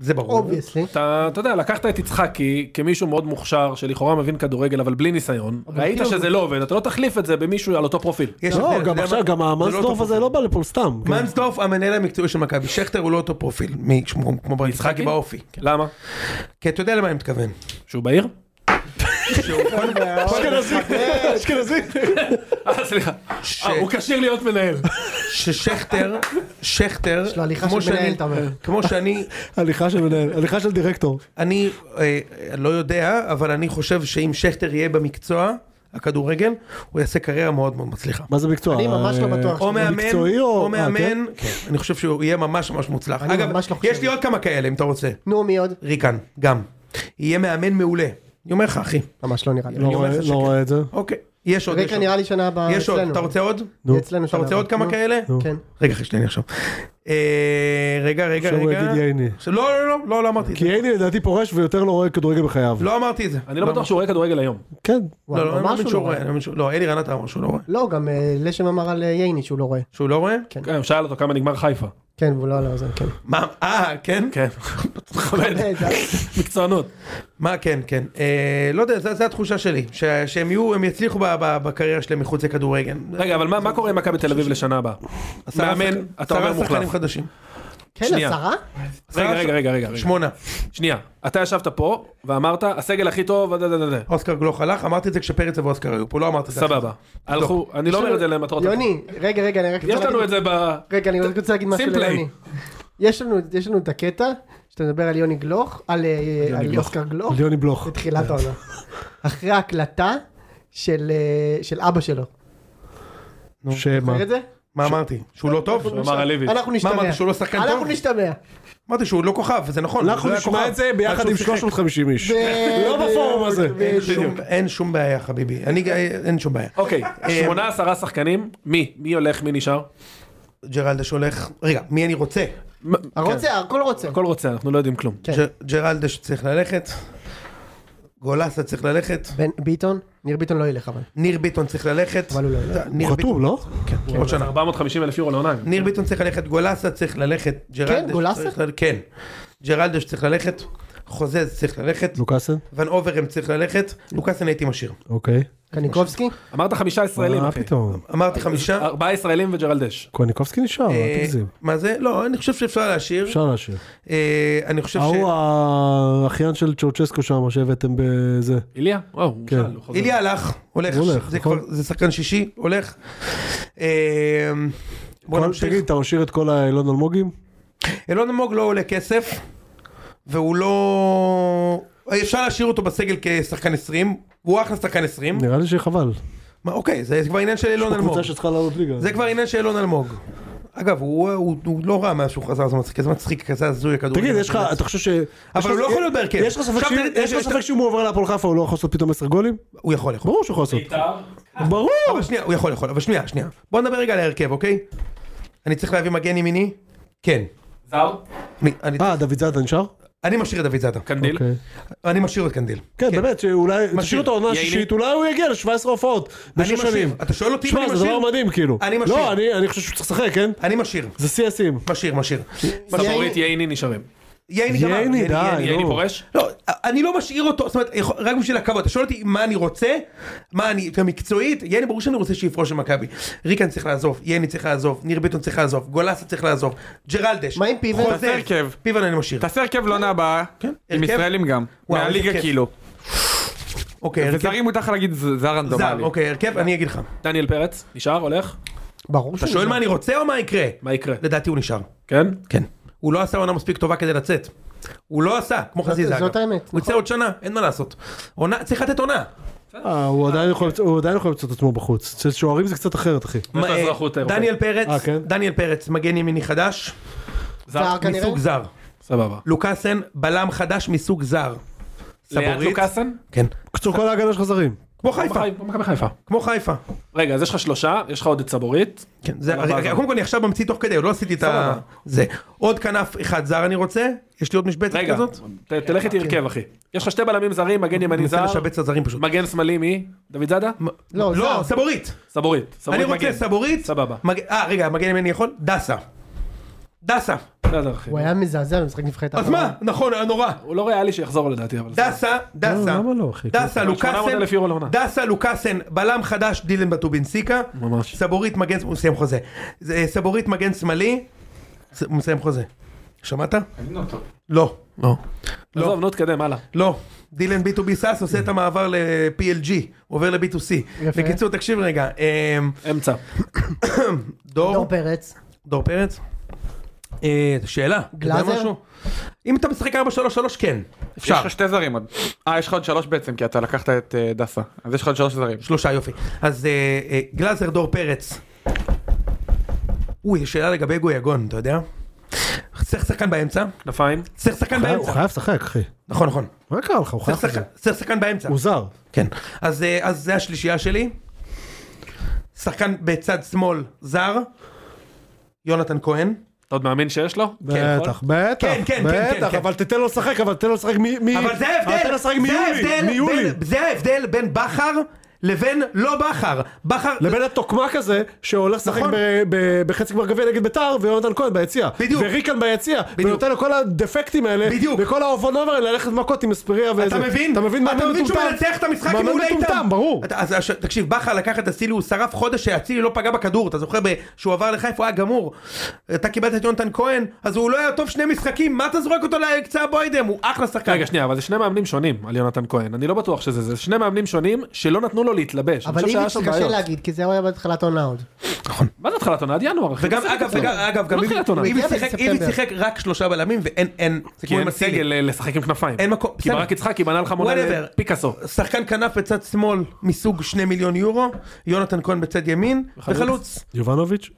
Speaker 5: זה ברור.
Speaker 2: אובייסלי.
Speaker 1: אתה, אתה יודע, לקחת את יצחקי כמישהו מאוד מוכשר, שלכאורה מבין כדורגל, אבל בלי ניסיון. ראית
Speaker 2: כאילו-
Speaker 1: שזה לא עובד, אתה לא תחליף את זה במישהו על אותו פרופיל.
Speaker 5: יש הבדל,
Speaker 3: לא,
Speaker 5: אתה
Speaker 3: גם
Speaker 5: יודע מה?
Speaker 3: עכשיו, גם
Speaker 5: זה לא
Speaker 3: המאנסדורף
Speaker 5: אותו
Speaker 3: הזה לא בא לפה סתם. כן.
Speaker 5: מנסדורף המנהל המקצועי של מכבי, שכטר הוא לא אותו פרופיל, מי- כמו כמו ברק
Speaker 1: יצחקי? כן.
Speaker 5: יצחקי באופי.
Speaker 1: למה?
Speaker 5: כי אתה יודע למה אני מתכוון.
Speaker 1: שהוא בעיר?
Speaker 5: לא
Speaker 3: כן.
Speaker 1: אה, סליחה. אה, הוא כשיר להיות מנהל.
Speaker 5: ששכטר, שכטר,
Speaker 2: יש לו הליכה
Speaker 5: כמו
Speaker 2: של מנהל,
Speaker 5: שאני-
Speaker 2: אתה אומר.
Speaker 5: כמו שאני,
Speaker 3: הליכה של מנהל, הליכה של דירקטור.
Speaker 5: אני אה, אה, לא יודע, אבל אני חושב שאם שכטר יהיה במקצוע, הכדורגל, הוא יעשה קריירה מאוד מאוד מצליחה.
Speaker 3: מה זה מקצוע?
Speaker 2: אני ממש לא
Speaker 3: אה,
Speaker 2: בטוח.
Speaker 5: או מאמן,
Speaker 3: מקצועי או-
Speaker 5: או
Speaker 3: אה, כן?
Speaker 5: מאמן, כן, אני חושב שהוא יהיה ממש ממש מוצלח.
Speaker 2: אני
Speaker 5: אגב,
Speaker 2: ממש לא חושב.
Speaker 5: יש לי עוד כמה כאלה אם אתה רוצה.
Speaker 2: נו, מי עוד?
Speaker 5: ריקן, גם. יהיה מאמן מעולה. אני אומר לך, אחי.
Speaker 2: ממש לא נראה לי.
Speaker 3: לא
Speaker 5: אומר
Speaker 3: רואה-
Speaker 5: לך
Speaker 3: לא רואה את זה.
Speaker 5: אוקיי. יש עוד, יש
Speaker 2: ריקה
Speaker 5: עוד.
Speaker 2: נראה לי שנה הבאה
Speaker 5: יש עוד.
Speaker 2: אצלנו.
Speaker 5: אתה רוצה עוד?
Speaker 2: יהיה אצלנו
Speaker 5: אתה
Speaker 2: שנה
Speaker 5: רוצה
Speaker 2: הבאה.
Speaker 5: עוד כמה
Speaker 2: נו,
Speaker 5: כאלה?
Speaker 2: כן.
Speaker 5: רגע, אחי, שנייה, אני עכשיו. אה, רגע, רגע,
Speaker 3: עכשיו הוא
Speaker 5: רגע.
Speaker 3: יגיד ייני.
Speaker 5: עכשיו, לא, לא, לא, לא, לא אמרתי את זה.
Speaker 3: כי ייני לדעתי פורש ויותר לא רואה כדורגל בחייו.
Speaker 5: לא אמרתי את זה.
Speaker 1: כן. אני לא בטוח שהוא רואה כדורגל היום.
Speaker 3: כן.
Speaker 2: וואי,
Speaker 5: לא, לא, אני
Speaker 2: ממש
Speaker 5: מאמין
Speaker 2: הוא
Speaker 5: שהוא
Speaker 2: לא
Speaker 5: רואה.
Speaker 2: רואה.
Speaker 5: אני מאמין שהוא- לא, אלי רנת אמר שהוא לא רואה.
Speaker 2: לא, גם אה, לשם אמר על אה, ייני שהוא לא רואה.
Speaker 5: שהוא לא רואה?
Speaker 1: כן, הוא שאל אותו כמה נגמר חיפה.
Speaker 2: כן, והוא לא על האוזן, כן.
Speaker 5: מה? אה, כן?
Speaker 1: כן.
Speaker 2: אה, זה-
Speaker 1: מקצוענות.
Speaker 5: מה כן, כן. אה, לא יודע, זה- זה התחושה שלי. ש- שהם יהיו, הם יצליחו ב- ב- בקריירה שלהם מחוץ לכדורגל.
Speaker 1: רגע, אבל מה- מה קורה עם מכבי תל אביב לשנה הבאה?
Speaker 5: עשרה
Speaker 1: מאמן,
Speaker 5: שחק-
Speaker 1: אתה אומר
Speaker 5: עשרה שחקנים
Speaker 1: מוחלף.
Speaker 5: חדשים.
Speaker 2: כן,
Speaker 1: שנייה.
Speaker 2: עשרה?
Speaker 1: רגע,
Speaker 5: עשרה
Speaker 1: רגע, רגע, רגע. רגע.
Speaker 5: שמונה.
Speaker 1: שנייה, אתה ישבת פה ואמרת, הסגל הכי טוב, ודה, דה, דה, דה."
Speaker 5: אוסקר גלוך הלך, אמרתי את זה כשפרץ ואוסקר היו פה, לא אמרתי את זה.
Speaker 1: סבבה. הלכו, אני לא אומר את זה למטרות.
Speaker 2: יוני, רגע, רגע, אני רק רוצה
Speaker 1: יש לנו
Speaker 2: להגיד-
Speaker 1: את זה ב...
Speaker 2: רגע, אני רק רוצה להגיד משהו
Speaker 1: שים play.
Speaker 2: ליוני. יש לנו- יש לנו את הקטע, שאתה מדבר על יוני גלוך, על אה, על
Speaker 1: גלוך.
Speaker 2: אוסקר
Speaker 5: לא.
Speaker 2: גלוך,
Speaker 3: ליוני בלוך.
Speaker 2: בתחילת העונה. אחרי ההקלטה של אה, של אבא שלו.
Speaker 3: שמה?
Speaker 2: זוכר את זה?
Speaker 5: מה אמרתי? שהוא לא טוב?
Speaker 1: הוא אמר עליבי.
Speaker 2: אנחנו נשתמע.
Speaker 5: אמרת, שהוא לא שחקן
Speaker 2: אנחנו
Speaker 5: טוב?
Speaker 2: נשתמע.
Speaker 5: אמרתי שהוא לא כוכב, זה נכון.
Speaker 3: אנחנו
Speaker 5: הוא לא היה
Speaker 3: נשמע
Speaker 5: כוכב.
Speaker 3: את זה ביחד עם 350 איש. לא בפורום הזה.
Speaker 5: אין שום- אין שום בעיה חביבי, אני אין שום בעיה.
Speaker 1: אוקיי,
Speaker 5: אה,
Speaker 1: שמונה עשרה שחקנים, מי? מי הולך, מי נשאר?
Speaker 5: ג'רלדש הולך, רגע, מי אני רוצה?
Speaker 2: רוצה, הכל רוצה.
Speaker 1: הכל רוצה, אנחנו לא יודעים כלום.
Speaker 2: כן.
Speaker 5: ג'- ג'רלדש צריך ללכת, גולסה צריך ללכת,
Speaker 2: בן ביטון? ניר ביטון לא ילך אבל.
Speaker 5: ניר ביטון צריך ללכת,
Speaker 2: אבל הוא לא ילך.
Speaker 5: ניר
Speaker 3: הוא
Speaker 5: ביטון-
Speaker 3: חתום, לא?
Speaker 5: כן, עוד שנה.
Speaker 1: 450 אלף יורו לעונה.
Speaker 5: ניר ביטון צריך ללכת, גולסה צריך ללכת, ג'רלדש
Speaker 2: גולסה?
Speaker 5: צריך ללכת, כן, ג'רלדש צריך ללכת, חוזז צריך ללכת,
Speaker 3: לוקאסן?
Speaker 5: ון אוברם צריך ללכת, לוקאסן הייתי משאיר.
Speaker 3: אוקיי.
Speaker 2: קניקובסקי?
Speaker 1: אמרת חמישה ישראלים,
Speaker 3: מה
Speaker 1: אחי.
Speaker 3: פתאום?
Speaker 5: אמרתי חמישה,
Speaker 1: ארבעה ישראלים וג'רלדש.
Speaker 3: קוניקובסקי נשאר, אל
Speaker 5: אה,
Speaker 3: תגזים.
Speaker 5: מה זה? לא, אני חושב שאפשר להשאיר,
Speaker 3: אפשר להשאיר.
Speaker 5: אה, אני חושב ש...
Speaker 3: ההוא האחיין של צ'אוצ'סקו שם שהבאתם בזה.
Speaker 1: איליה? וואו, הוא
Speaker 3: כן.
Speaker 1: שאל, הוא חוזר.
Speaker 5: איליה הלך, הולך,
Speaker 3: הוא הולך,
Speaker 5: זה
Speaker 3: נכון.
Speaker 5: כבר, זה שחקן שישי, הולך. אה, בוא
Speaker 3: כל-
Speaker 5: נמשיך. Hmm?
Speaker 3: תגיד, אתה משאיר את כל האילון אלמוגים?
Speaker 5: אילון אלמוג לא עולה כסף, והוא לא... אפשר להשאיר אותו בסגל כשחקן 20, הוא אחלה שחקן 20.
Speaker 3: נראה לי שחבל.
Speaker 5: מה, אוקיי, זה כבר עניין של אילון אלמוג.
Speaker 3: קבוצה שצריכה לעלות ליגה.
Speaker 5: זה כבר עניין של אילון אלמוג. אגב, הוא- הוא הוא לא רע מאז שהוא חזר, זה מצחיק, זה מצחיק, כזה הזוי הכדור.
Speaker 3: תגיד, יש לך, אתה חושב ש... יש לך-
Speaker 5: הוא לא יכול להיות בהרכב.
Speaker 3: יש לך ספק
Speaker 5: עכשיו,
Speaker 3: שאם-
Speaker 5: תראה,
Speaker 3: יש לך
Speaker 5: תראה,
Speaker 3: ספק שאם הוא עובר להפועל חיפה הוא לא יכול לעשות פתאום 10 גולים?
Speaker 5: הוא יכול, יכול.
Speaker 3: ברור שהוא יכול לעשות.
Speaker 5: אה.
Speaker 3: ברור!
Speaker 5: אבל שנייה, הוא יכול, יכול, אבל שנייה, שנייה. בוא נדבר רגע על ההרכב, אוקיי? אני צריך להביא מגן ימיני? כן.
Speaker 1: זר?
Speaker 5: אני- אני-
Speaker 3: אה, דוד זאדה נשאר?
Speaker 5: אני משאיר את דוד זאדה.
Speaker 1: קנדיל?
Speaker 3: אוקיי.
Speaker 5: אני משאיר את קנדיל.
Speaker 3: כן, באמת, שאולי, תשאיר אותו עונה
Speaker 1: יעיני.
Speaker 3: שישית, אולי הוא יגיע ל-17 הופעות בשש
Speaker 5: משאיר.
Speaker 3: שנים.
Speaker 5: אתה שואל אותי אם אני
Speaker 3: שמע, זה דבר
Speaker 5: משאיר?
Speaker 3: מדהים, כאילו.
Speaker 5: אני משאיר.
Speaker 3: לא, אני- אני חושב שהוא צריך לשחק, כן?
Speaker 5: אני משאיר.
Speaker 3: זה שיא השיאים.
Speaker 5: משאיר, משאיר.
Speaker 1: סבורית ייני נשארים.
Speaker 5: ייני גמר.
Speaker 3: ייני, די,
Speaker 5: ייני.
Speaker 1: ייני
Speaker 3: נו.
Speaker 1: פורש?
Speaker 5: לא, אני לא משאיר אותו, זאת אומרת, יכול- רק בשביל הכבוד, אתה שואל אותי מה אני רוצה, מה אני, אתה מקצועית, ייני ברור שאני רוצה שיפרוש למכבי. ריקן צריך לעזוב, ייני צריך לעזוב, ניר ביטון צריך לעזוב, גולסה צריך לעזוב, ג'רלדש,
Speaker 2: מה עם פיבן?
Speaker 5: חוזז,
Speaker 6: תעשה הרכב.
Speaker 5: פיבן אני משאיר.
Speaker 6: תעשה הרכב
Speaker 3: כן.
Speaker 6: לעונה הבאה, עם
Speaker 5: הרכב?
Speaker 6: ישראלים גם,
Speaker 5: וואו, איזה
Speaker 6: מהליגה
Speaker 5: כיף.
Speaker 6: כאילו.
Speaker 5: אוקיי, הרכב
Speaker 6: וזרים מותר לך להגיד ז- זר
Speaker 5: זר,
Speaker 6: רנדומלי.
Speaker 5: אוקיי, הרכב, אני אגיד לך.
Speaker 1: דניאל פרץ? נשאר? הולך?
Speaker 2: ברור לא.
Speaker 5: אתה שואל מה אני רוצה או מה יקרה?
Speaker 1: מה יקרה?
Speaker 5: לדעתי הוא נשאר.
Speaker 1: כן?
Speaker 5: כן. הוא לא עשה עונה מספיק טובה כדי לצאת. הוא לא עשה, כמו חזיזה אגב.
Speaker 2: זאת האמת,
Speaker 5: הוא יצא עוד שנה, אין מה לעשות. עונה, צריך לתת עונה.
Speaker 3: אה, הוא עדיין יכול הוא עדיין יכול למצוא את עצמו בחוץ. אצל שוערים זה קצת אחרת, אחי.
Speaker 5: מה, אה,
Speaker 1: האזרחות האירופאית.
Speaker 5: דניאל פרץ,
Speaker 3: אה, כן?
Speaker 5: דניאל פרץ, מגן ימיני חדש,
Speaker 2: זר כנראה?
Speaker 5: מסוג זר.
Speaker 1: סבבה.
Speaker 5: לוקאסן, בלם חדש מסוג זר.
Speaker 1: ליד
Speaker 5: סבורית.
Speaker 1: לוקאסן?
Speaker 5: כן.
Speaker 3: קצור כל ההגנה שלך זרים.
Speaker 5: כמו חיפה,
Speaker 1: מכבי- מכבי חיפה.
Speaker 5: כמו חיפה.
Speaker 1: רגע, אז יש לך שלושה, יש לך עוד את סבורית.
Speaker 5: כן, זה,
Speaker 1: הבא,
Speaker 5: רגע,
Speaker 1: הבא.
Speaker 5: קודם כל אני עכשיו ממציא תוך כדי, עוד לא עשיתי את ה... זה. עוד כנף אחד זר אני רוצה, יש לי עוד משבצת
Speaker 1: רגע,
Speaker 5: כזאת.
Speaker 1: ת- תלך איתי הרכב, אחי. יש לך שתי בלמים זרים, מגן ימני
Speaker 5: מנסה
Speaker 1: זר,
Speaker 5: לשבץ את הזרים פשוט.
Speaker 1: מגן שמאלי מי? דוד זאדה?
Speaker 2: לא,
Speaker 5: לא,
Speaker 2: זר.
Speaker 5: סבורית.
Speaker 1: סבורית.
Speaker 5: אני
Speaker 1: סבורית
Speaker 5: רוצה
Speaker 1: מגן.
Speaker 5: סבורית.
Speaker 1: סבבה.
Speaker 5: מג- אה, רגע, מגן ימין אני יכול? דסה. דסה.
Speaker 1: בסדר, אחי.
Speaker 2: הוא היה מזעזע במשחק נבחרת לא,
Speaker 5: אז מה? נכון, היה נורא.
Speaker 1: הוא לא ריאלי שיחזור לדעתי, אבל... בסדר.
Speaker 5: דסה, דסה,
Speaker 3: למה לא, אחי?
Speaker 5: דסה, לוקאסן,
Speaker 1: 800,000 יורו לעונה.
Speaker 5: דסה, לוקאסן, בלם חדש, דילן בטובינסיקה,
Speaker 1: ממש.
Speaker 5: סבורית מגן, הוא מסיים חוזה, זה, סבורית מגן שמאלי, ס- הוא מסיים חוזה, שמעת? לא, לא,
Speaker 1: עזוב, נו, תקדם, הלאה.
Speaker 5: לא, דילן B2B סאס עושה את המעבר ל-PLG, עובר ל-B2C,
Speaker 2: יפה.
Speaker 5: בקיצור תקשיב רגע, אמ,
Speaker 1: אמצע.
Speaker 5: דור,
Speaker 2: דור פרץ.
Speaker 5: דור פרץ, אה, שאלה, אתה יודע
Speaker 2: גלאזר?
Speaker 5: משהו? אם אתה משחק 4-3-3 כן,
Speaker 4: יש
Speaker 5: אפשר,
Speaker 4: לך שתי זרים עוד. אה, יש לך עוד שלוש בעצם, כי אתה לקחת את אה, דסה. אז יש לך עוד שלוש זרים.
Speaker 5: שלושה יופי. אז אה, אה, גלאזר דור פרץ. אוי, זו שאלה לגבי גויגון, אתה יודע? צריך שחקן באמצע,
Speaker 1: כנפיים.
Speaker 5: צריך שחקן
Speaker 3: הוא חייב- הוא
Speaker 5: באמצע.
Speaker 3: חייב לשחק, אחי.
Speaker 5: נכון, נכון.
Speaker 3: מה קרה לך? הוא חייב
Speaker 5: צריך
Speaker 3: לשחק.
Speaker 5: שחקן- צריך שחקן באמצע.
Speaker 3: הוא זר.
Speaker 5: כן. אז אה, אז זה השלישייה שלי. שחקן בצד שמאל זר. יונתן כהן.
Speaker 1: אתה עוד מאמין שיש לו?
Speaker 3: בטח, בטח,
Speaker 5: כן, כן, כן,
Speaker 3: בטח,
Speaker 5: כן.
Speaker 3: אבל תתן לו לשחק, אבל תתן לו לשחק מי... מי-
Speaker 5: אבל זה
Speaker 3: אבל אה, תן לו
Speaker 5: ההבדל,
Speaker 3: לשחק
Speaker 5: זה
Speaker 3: מיולי,
Speaker 5: ההבדל
Speaker 3: מיולי.
Speaker 5: בין- זה ההבדל בין בכר לבין לא בכר. בכר...
Speaker 3: לבין התוקמק הזה שהולך לשחק
Speaker 5: נכון.
Speaker 3: ב- ב- בחצי גמר גביע נגד ביתר ויונתן כהן ביציע.
Speaker 5: בדיוק.
Speaker 3: וריקן ביציע.
Speaker 5: בדיוק.
Speaker 3: ונותן לו כל הדפקטים האלה.
Speaker 5: בדיוק.
Speaker 3: וכל האובונובר האלה ללכת מכות עם אספריה וזה.
Speaker 5: אתה מבין?
Speaker 3: אתה מבין מה אתה מטומטם?
Speaker 5: שהוא מנצח את המשחק אם
Speaker 3: מאמן
Speaker 5: הוא לא איתם.
Speaker 3: מטומטם, ברור.
Speaker 5: אתה- אז עכשיו, תקשיב, בכר לקח את אצילי, הוא שרף חודש שאצילי לא פגע בכדור, אתה זוכר ב- שהוא עבר לחיפה, הוא היה גמור. אתה קיבלת את יונתן כהן, אז הוא לא היה טוב שני משחקים, מה אתה זורק אותו לקצה הבוידם? הוא אחלה שחקן.
Speaker 1: רגע, שנייה, אבל זה שני מאמנים שונים על יונתן כהן. אני לא בטוח שזה זה. זה שני מאמנים שונים שלא נתנו לו להתלבש. אני
Speaker 2: אבל
Speaker 1: חושב שהיה
Speaker 2: איביץ'
Speaker 1: שם
Speaker 2: קשה
Speaker 1: בעיות.
Speaker 2: להגיד, כי זה היה בהתחלת עונה עוד.
Speaker 1: מה זה התחלת עונה? עד ינואר, אחי.
Speaker 5: וגם,
Speaker 1: מה זה
Speaker 5: אגב,
Speaker 1: קשור?
Speaker 5: וגם, אגב, גם
Speaker 1: לא התחילת עונה.
Speaker 5: איביץ'- איביץ'
Speaker 2: בספטמבר.
Speaker 5: שיחק- איביץ' שיחק רק שלושה בלמים ואין, אין, זה
Speaker 1: כי
Speaker 5: כמו עם
Speaker 1: אין
Speaker 5: אצילי.
Speaker 1: סגל אה, לשחק עם כנפיים.
Speaker 5: אין מקום,
Speaker 1: כי
Speaker 5: בסדר.
Speaker 1: ברק יצחקי בנה לך מונה
Speaker 5: Whatever.
Speaker 1: לפיקאסו.
Speaker 5: שחקן כנף בצד שמאל מסוג שני מיליון יורו, יונתן כהן בצד ימין, וחלוץ.
Speaker 3: יובנוביץ'?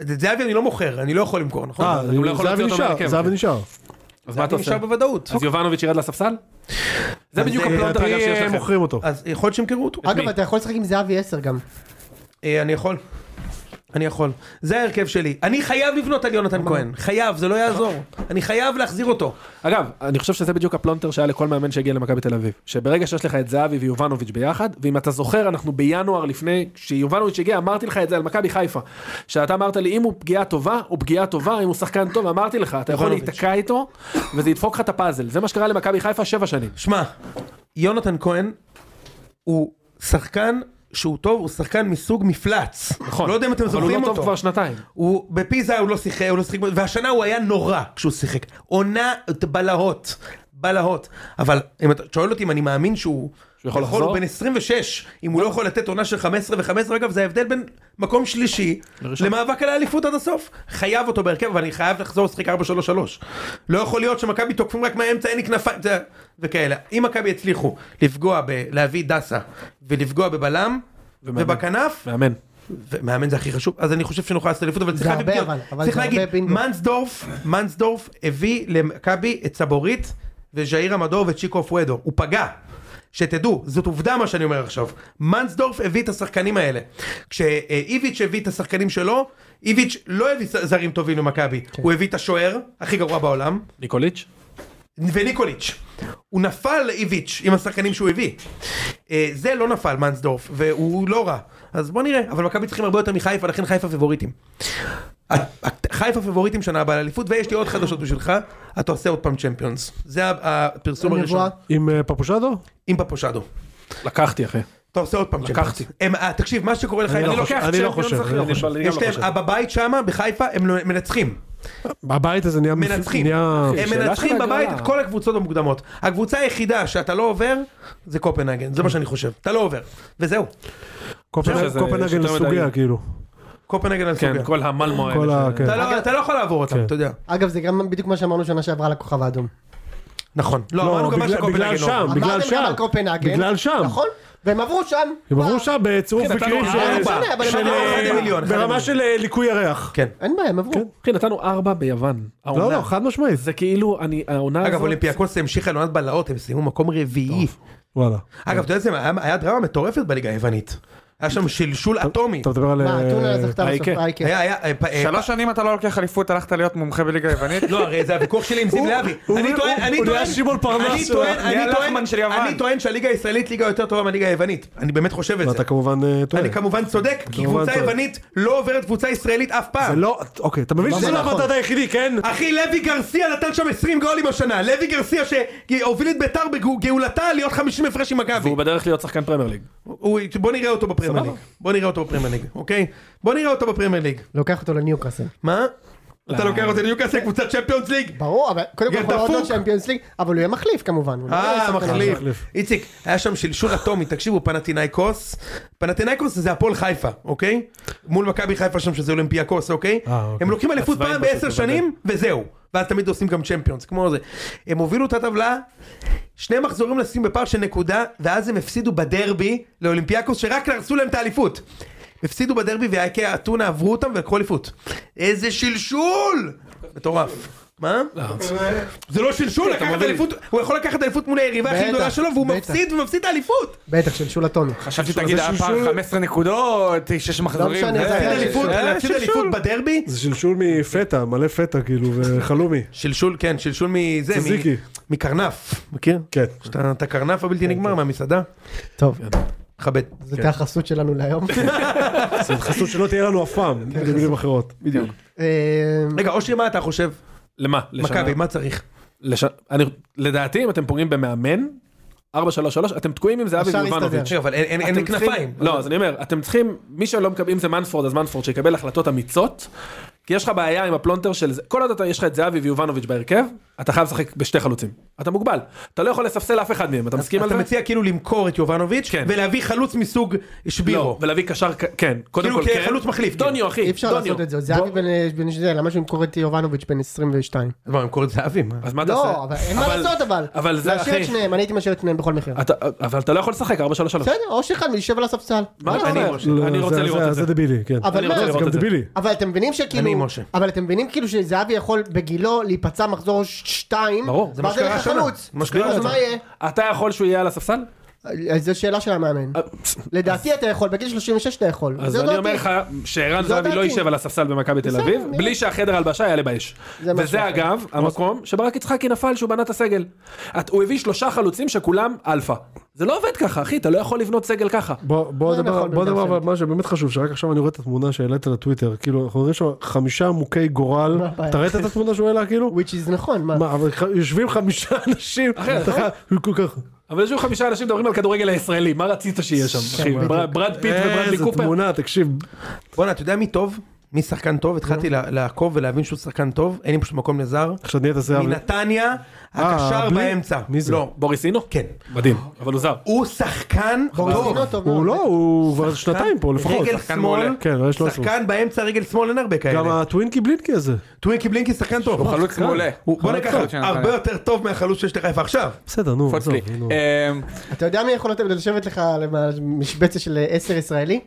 Speaker 5: את זהבי אני לא מוכר, אני לא יכול למכור, נכון?
Speaker 3: אה,
Speaker 1: הוא לא יכול
Speaker 3: זהבי
Speaker 1: להוציא אותו
Speaker 3: נשאר,
Speaker 1: מהרכב.
Speaker 3: זהבי נשאר.
Speaker 1: אז מה
Speaker 5: זהבי
Speaker 1: אתה עושה?
Speaker 5: נשאר בוודאות.
Speaker 1: אז יובנוביץ' ירד לספסל? זה בדיוק
Speaker 5: זה-
Speaker 1: הפלונטר אגב שיש
Speaker 3: לדעתי
Speaker 1: לכם.
Speaker 3: מוכרים אותו.
Speaker 5: אה, אז יכול להיות שימכרו אותו.
Speaker 2: אגב, אתה יכול לשחק עם זהבי 10 גם.
Speaker 5: אה, אני יכול. אני יכול. זה ההרכב שלי. אני חייב לבנות על יונתן כהן. חייב, זה לא יעזור. אני חייב להחזיר אותו.
Speaker 1: אגב, אני חושב שזה בדיוק הפלונטר שהיה לכל מאמן שהגיע למכבי תל אביב. שברגע שיש לך את זהבי ויובנוביץ' ביחד, ואם אתה זוכר, אנחנו בינואר לפני, כשיובנוביץ' הגיע, אמרתי לך את זה על מכבי חיפה. שאתה אמרת לי, אם הוא פגיעה טובה, הוא פגיעה טובה, אם הוא שחקן טוב, אמרתי לך, אתה יכול להיתקע איתו, וזה ידפוק לך את הפאזל. זה מה שקרה למכבי חיפה שבע שנים.
Speaker 5: שמע, יונתן כהן הוא שחקן שהוא טוב, הוא שחקן מסוג מפלץ.
Speaker 1: נכון.
Speaker 5: לא יודע אם אתם
Speaker 1: אבל הוא
Speaker 5: זוכרים
Speaker 1: לא טוב
Speaker 5: אותו.
Speaker 1: כבר שנתיים.
Speaker 5: הוא בפיזה הוא לא שיחק, הוא לא שיחק, והשנה הוא היה נורא כשהוא שיחק. עונה את בלהות, בלהות. אבל אם אתה שואל אותי אם אני מאמין שהוא...
Speaker 1: שהוא יכול לחזור?
Speaker 5: הוא בן 26, אם הוא לא יכול לתת עונה של 15 ו-15, אגב זה ההבדל בין מקום שלישי
Speaker 1: לראשון.
Speaker 5: למאבק על האליפות עד הסוף. חייב אותו בהרכב, אבל אני חייב לחזור לשחק 4-3-3. לא יכול להיות שמכבי תוקפים רק מהאמצע, אין לי כנפיים, אתה יודע, וכאלה. אם מכבי יצליחו לפגוע, ב- להביא דסה ולפגוע בבלם, ובכנף,
Speaker 1: מאמן.
Speaker 5: ומאמן זה הכי חשוב, אז אני חושב שנוכל לעשות אליפות, אבל צריך
Speaker 2: הרבה,
Speaker 5: להגיד,
Speaker 2: אבל- אבל
Speaker 5: צריך
Speaker 2: זה הרבה
Speaker 5: להגיד,
Speaker 2: בינגו.
Speaker 5: מנסדורף, מנסדורף הביא למכבי את סבורית וז'איר עמדור וצ'יקו פואדו, הוא פגע. שתדעו, זאת עובדה מה שאני אומר עכשיו. מנסדורף הביא את השחקנים האלה. כשאיביץ' הביא את השחקנים שלו, איביץ' לא הביא זרים טובים למכבי.
Speaker 2: כן.
Speaker 5: הוא הביא את השוער, הכי גרוע בעולם,
Speaker 1: ניקוליץ'?
Speaker 5: וניקוליץ'. הוא נפל לאיביץ' עם השחקנים שהוא הביא. אה, זה לא נפל מנסדורף, והוא לא רע. אז בוא נראה, אבל מכבי צריכים הרבה יותר מחיפה, לכן חיפה פיבוריטים. ה- ה- חיפה פיבוריטים שנה הבאה לאליפות, ויש לי עוד חדשות בשבילך, אתה עושה עוד פעם צ'מפיונס. זה ה- הפרסום
Speaker 2: הנבואה.
Speaker 5: הראשון.
Speaker 3: עם אה, פפושדו?
Speaker 5: עם פפושדו.
Speaker 1: לקחתי, אחי.
Speaker 5: אתה עושה עוד פעם צ'מפיונס.
Speaker 1: לקחתי.
Speaker 5: הם- אה, תקשיב, מה שקורה לחיפה,
Speaker 3: לא
Speaker 5: אני
Speaker 3: חושב,
Speaker 5: לוקח
Speaker 3: אני לא
Speaker 5: צ'מפיונס
Speaker 3: חושב,
Speaker 5: אחרי.
Speaker 3: אני לא
Speaker 1: אני
Speaker 3: חושב.
Speaker 1: אני
Speaker 5: יש
Speaker 1: גם לא
Speaker 5: להם,
Speaker 1: חושב.
Speaker 5: אה, בבית שמה, בחיפה, הם מנצחים.
Speaker 3: הבית הזה נהיה... מפ-
Speaker 5: מנצחים.
Speaker 3: נהיה-
Speaker 5: הם
Speaker 1: שאלה
Speaker 5: מנצחים
Speaker 1: של הגרלה.
Speaker 5: בבית את כל הקבוצות המוקדמות. הקבוצה היחידה שאתה לא עובר, זה קופנהגן, זה מה שאני חושב. אתה לא עובר. וזהו,
Speaker 1: חושב
Speaker 3: קופנהג-
Speaker 1: שזה
Speaker 3: קופנהגן
Speaker 1: יותר
Speaker 3: לסוגיה,
Speaker 1: מדי.
Speaker 3: כאילו.
Speaker 5: קופנהגן על סוגיה.
Speaker 1: כן, כל המלמו
Speaker 3: כל
Speaker 1: האלה.
Speaker 3: ה...
Speaker 1: ש-
Speaker 3: כן.
Speaker 5: אתה לא- אתה לא יכול לעבור אותם,
Speaker 3: כן.
Speaker 5: אתה יודע.
Speaker 2: אגב, זה גם בדיוק מה שאמרנו שנה שעברה על הכוכב האדום.
Speaker 5: נכון. לא, אמרנו גם מה
Speaker 3: בגלל-
Speaker 5: שקופנהגן
Speaker 3: בגלל
Speaker 5: לא
Speaker 3: שם,
Speaker 5: עובר.
Speaker 3: בגלל
Speaker 2: אמרתם גם
Speaker 3: שם.
Speaker 2: על קופנהגן.
Speaker 3: בגלל שם.
Speaker 2: נכון? והם עברו שם.
Speaker 3: הם
Speaker 2: אה,
Speaker 3: עברו שם בצירוף מקרים
Speaker 1: נתנו
Speaker 3: של...
Speaker 2: ארבע. אבל הם
Speaker 3: של,
Speaker 2: עברו
Speaker 3: אה,
Speaker 5: אחד למיליון, אחד
Speaker 3: ברמה
Speaker 5: למיליון.
Speaker 3: של אה, ליקוי ירח.
Speaker 5: כן.
Speaker 2: אין בעיה, הם עברו.
Speaker 1: אחי, נתנו ארבע ביוון.
Speaker 3: לא,
Speaker 1: העונה.
Speaker 3: לא, חד משמעית.
Speaker 1: זה כאילו, אני, העונה הזאת...
Speaker 5: אגב, אולימפיאקוס המשיכה לעונת בלהות, הם סיימו מקום רביעי.
Speaker 3: וואלה.
Speaker 5: אגב, אתה יודע, זה היה- היה דרמה מטורפת בליגה היוונית. היה שם שלשול אטומי.
Speaker 3: אתה מדבר על...
Speaker 2: מה,
Speaker 3: אה,
Speaker 2: אתונה זכתה בסוף,
Speaker 1: אייקה.
Speaker 2: אייקה.
Speaker 5: היה, היה, אה, פ- אה,
Speaker 4: שלוש שנים אתה לא לוקח אליפות, הלכת להיות מומחה בליגה היוונית?
Speaker 5: לא, הרי זה הוויכוח שלי עם זיו להבי. אני טוען, אני
Speaker 3: הוא
Speaker 5: טוען,
Speaker 3: נהיה שמעון
Speaker 5: אני
Speaker 3: פרנס שלו.
Speaker 5: טוען, אני
Speaker 4: נהיה
Speaker 5: טוען,
Speaker 4: לחמן של יוון.
Speaker 5: אני טוען שהליגה הישראלית ליגה יותר טובה מהליגה היוונית. אני באמת חושב את זה.
Speaker 3: ואתה כמובן אה, טועה.
Speaker 5: אני כמובן צודק, כי
Speaker 3: כמובן
Speaker 5: קבוצה
Speaker 3: טועה.
Speaker 5: יוונית לא עוברת קבוצה ישראלית אף
Speaker 3: זה
Speaker 5: פעם.
Speaker 3: לא... אוקיי, אתה מבין שזה לא המדד היחידי, כן?
Speaker 5: אחי, לוי גרסיה נתן שם 20 גולים השנה. לוי גרסיה שהוביל את ביתר בגאולתה להיות 50 הפרש עם מכבי.
Speaker 1: והוא בדרך להיות שחקן פרמייר ליג.
Speaker 5: הוא- בוא נראה אותו בפרמייר ליג. בוא נראה אותו בפרמייר ליג, אוקיי? בוא נראה אותו בפרמייר ליג.
Speaker 2: לוקח אותו לניוקאסל.
Speaker 5: מה?
Speaker 3: אה.
Speaker 5: אתה לוקח אותי לניוקאסל קבוצת צ'מפיונס ליג?
Speaker 2: ברור, אבל קודם כל
Speaker 5: גר
Speaker 2: הוא כבר עוד
Speaker 5: דפוק.
Speaker 2: לא צ'מפיונס ליג, אבל הוא יהיה מחליף כמובן. הוא לא יהיה
Speaker 5: אה,
Speaker 2: שחקן
Speaker 5: מחליף.
Speaker 2: ראשון.
Speaker 5: איציק, היה שם שלשול אטומי, תקשיבו, פנטינאיקוס. פנטינאיקוס זה הפועל חיפה, אוקיי? מול מכבי חיפה שם שזה אולימפיאקוס, אוקיי?
Speaker 3: אה, אוקיי.
Speaker 5: הם לוקחים אליפות פעם בעשר שנים, וזהו. ואז תמיד עושים גם צ'מפיונס, כמו זה. הם הובילו את הטבלה, שני מחזורים לשים בפער של נקודה, ואז הם הפסידו בדרבי לאולימפיאקוס, שרק הרסו להם את האליפות. הפסידו בדרבי והאיקאה אתונה עברו אותם ולקחו אליפות. איזה שלשול! מטורף. מה? זה לא שלשול, לקחת אליפות, הוא יכול לקחת אליפות מול היריבה הכי
Speaker 2: בטח,
Speaker 5: גדולה שלו, והוא
Speaker 2: בטח.
Speaker 5: מפסיד ומפסיד את האליפות.
Speaker 2: בטח, של שולה טוני.
Speaker 4: חשבתי שתגיד, היה פער 15 נקודות, 6
Speaker 5: לא
Speaker 4: מחזורים. אה,
Speaker 2: משנה,
Speaker 4: זה-
Speaker 2: זה
Speaker 5: להפסיד
Speaker 2: היה
Speaker 5: כן, אליפות-
Speaker 4: זה-
Speaker 5: להפסיד
Speaker 4: זה-
Speaker 5: אליפות בדרבי?
Speaker 3: זה שלשול מפטה, מלא פטה כאילו, וחלומי.
Speaker 5: שלשול, כן, שלשול מזה, מ-
Speaker 3: צזיקי.
Speaker 5: מקרנף. מכיר?
Speaker 3: כן.
Speaker 5: שאתה- את הקרנף הבלתי נגמר מהמסעדה.
Speaker 2: טוב,
Speaker 5: כבד.
Speaker 2: זו תהיה החסות שלנו להיום.
Speaker 3: זה חסות שלא תהיה לנו אף פעם, במילים אחרות.
Speaker 2: אה,
Speaker 5: רגע, אושרי, מה אתה חושב?
Speaker 1: למה? לשנה?
Speaker 5: מכבי, מה צריך?
Speaker 1: לש... אני... לדעתי אם אתם פוגעים במאמן 433 אתם תקועים עם זהבי
Speaker 2: אפשר
Speaker 1: ויובנוביץ'.
Speaker 2: להסתדר.
Speaker 5: רגע, אבל אין- אין אין לי
Speaker 1: אתם צריכים-
Speaker 5: כנפיים.
Speaker 1: לא אז אני אומר אתם צריכים מי שלא מקבל אם זה מנפורד אז מנפורד שיקבל החלטות אמיצות. כי יש לך בעיה עם הפלונטר של זה כל עוד אתה יש לך את זהבי ויובנוביץ' בהרכב אתה חייב לשחק בשתי חלוצים אתה מוגבל אתה לא יכול לספסל אף אחד מהם אתה מסכים על
Speaker 5: אתה
Speaker 1: זה?
Speaker 5: מציע כאילו למכור את יובנוביץ'
Speaker 1: כן.
Speaker 5: ולהביא חלוץ מסוג
Speaker 1: לא
Speaker 5: שבירו.
Speaker 1: ולהביא קשר כ- כן קודם
Speaker 5: כאילו
Speaker 1: כל כן.
Speaker 5: כחלוץ מחליף,
Speaker 1: דוניו אחי
Speaker 2: אי אפשר
Speaker 1: דוניו.
Speaker 2: לעשות את זה, זהבי בן- בן שזה, למה שהוא ימכור את יובנוביץ' בן 22?
Speaker 5: מה, הם קוראים זהבי? מה?
Speaker 1: אז מה אתה עושה?
Speaker 2: לא, אבל אין מה לעשות אבל.
Speaker 1: אבל זה
Speaker 2: להשאיר את
Speaker 1: אחי.
Speaker 2: שניהם, אני הייתי משאיר את שניהם בכל מחיר.
Speaker 1: אתה, אבל אתה לא יכול לשחק 433.
Speaker 2: בסדר, או שאחד יושב על הספסל.
Speaker 1: מה אתה
Speaker 5: אני-
Speaker 1: אומר? אני
Speaker 3: לא,
Speaker 1: רוצה
Speaker 3: זה-
Speaker 1: לראות
Speaker 3: זה-
Speaker 1: את
Speaker 3: זה
Speaker 1: זה.
Speaker 3: דבילי, כן.
Speaker 2: אבל
Speaker 1: אני
Speaker 2: מה,
Speaker 1: רוצה
Speaker 3: זה
Speaker 1: לראות
Speaker 3: גם
Speaker 1: את זה.
Speaker 3: דבילי.
Speaker 2: אבל אתם מבינים שכאילו,
Speaker 5: אני משה.
Speaker 2: אבל אתם מבינים כאילו שזהבי יכול בגילו להיפצע מחזור 2,
Speaker 1: ברור. זה
Speaker 5: מה
Speaker 2: ואז אין
Speaker 5: שקרה
Speaker 2: לך
Speaker 5: השנה.
Speaker 2: חלוץ,
Speaker 5: מה שקרה
Speaker 2: אז
Speaker 5: השנה.
Speaker 2: מה יהיה?
Speaker 1: אתה יכול שהוא יהיה על הספסל?
Speaker 2: אה, זו שאלה של המאמן. לדעתי אתה יכול, בגיל 36 אתה יכול. לא
Speaker 1: אז
Speaker 2: זו
Speaker 1: אני
Speaker 2: דעתי.
Speaker 1: אומר לך שערן
Speaker 2: זו
Speaker 1: זהבי
Speaker 2: דעתי.
Speaker 1: לא יישב על הספסל במכבי תל
Speaker 2: בסדר,
Speaker 1: אביב,
Speaker 2: נראה.
Speaker 1: בלי שהחדר הלבשה יעלה באש.
Speaker 2: זה משהו
Speaker 1: וזה
Speaker 2: אחר.
Speaker 1: אגב המקום שברק יצחקי נפל שהוא בנה את הסגל. את- הוא הביא שלושה חלוצים שכולם אלפא. זה לא עובד ככה אחי, אתה לא יכול לבנות סגל ככה.
Speaker 3: בוא בוא
Speaker 2: זה
Speaker 3: נדבר
Speaker 2: נכון
Speaker 3: בוא
Speaker 2: במידה
Speaker 3: נדבר
Speaker 2: מסוימת.
Speaker 3: אבל מה שבאמת חשוב שרק עכשיו אני רואה את התמונה שהעלית לטוויטר כאילו אנחנו רואים שם חמישה מוכי גורל
Speaker 2: מה הבעיה?
Speaker 3: אתה ראית את התמונה שהוא העלה כאילו?
Speaker 2: which is נכון, מה?
Speaker 3: מה אבל ח- יושבים חמישה אנשים
Speaker 1: אחי,
Speaker 3: אתה
Speaker 1: נכון.
Speaker 3: חי- הוא כל כך
Speaker 1: אבל יש לנו חמישה אנשים מדברים על כדורגל הישראלי, מה רצית שיהיה
Speaker 2: כן,
Speaker 1: שם אחי? בר- ברד פיט וברדלי
Speaker 3: איזה
Speaker 1: קופר?
Speaker 3: תמונה תקשיב
Speaker 5: בואנה, אתה יודע מי טוב? מי שחקן
Speaker 3: לא.
Speaker 5: טוב? התחלתי לה- לעקוב ולהבין שהוא שחקן טוב, אין לי פשוט מקום לזר.
Speaker 3: עכשיו נהיית זהבי
Speaker 5: מנתניה, הקשר
Speaker 3: לא, אה, בלי-
Speaker 5: באמצע.
Speaker 3: מי זה?
Speaker 5: לא.
Speaker 1: בוריס אינו?
Speaker 5: כן.
Speaker 1: מדהים, אבל הוא זר.
Speaker 5: הוא שחקן טוב.
Speaker 2: בורזינו טוב
Speaker 3: הוא
Speaker 2: מאוד.
Speaker 3: לא הוא כבר שנתיים פה לפחות
Speaker 5: רגל שמאל,
Speaker 3: כן אבל יש לו עצמו.
Speaker 5: שחקן באמצע רגל שמאל, אין הרבה
Speaker 3: גם
Speaker 5: כאלה.
Speaker 3: הטווינקי בלינקי הזה
Speaker 5: טווינקי בלינקי שחקן טוב.
Speaker 4: הוא חלוץ מעולה.
Speaker 5: הוא- בוא נגיד
Speaker 4: חלוץ
Speaker 5: ככה,
Speaker 4: של נתניה.
Speaker 5: הרבה יותר לא, טוב מהחלוץ שיש לחיפה עכשיו.
Speaker 3: בסדר נו
Speaker 4: פוטלי.
Speaker 3: עזוב,
Speaker 5: אה,
Speaker 3: נו.
Speaker 4: אמ,
Speaker 2: אתה יודע מי יכול לתת- לשבת לך על משבצת של 10 ישראלי?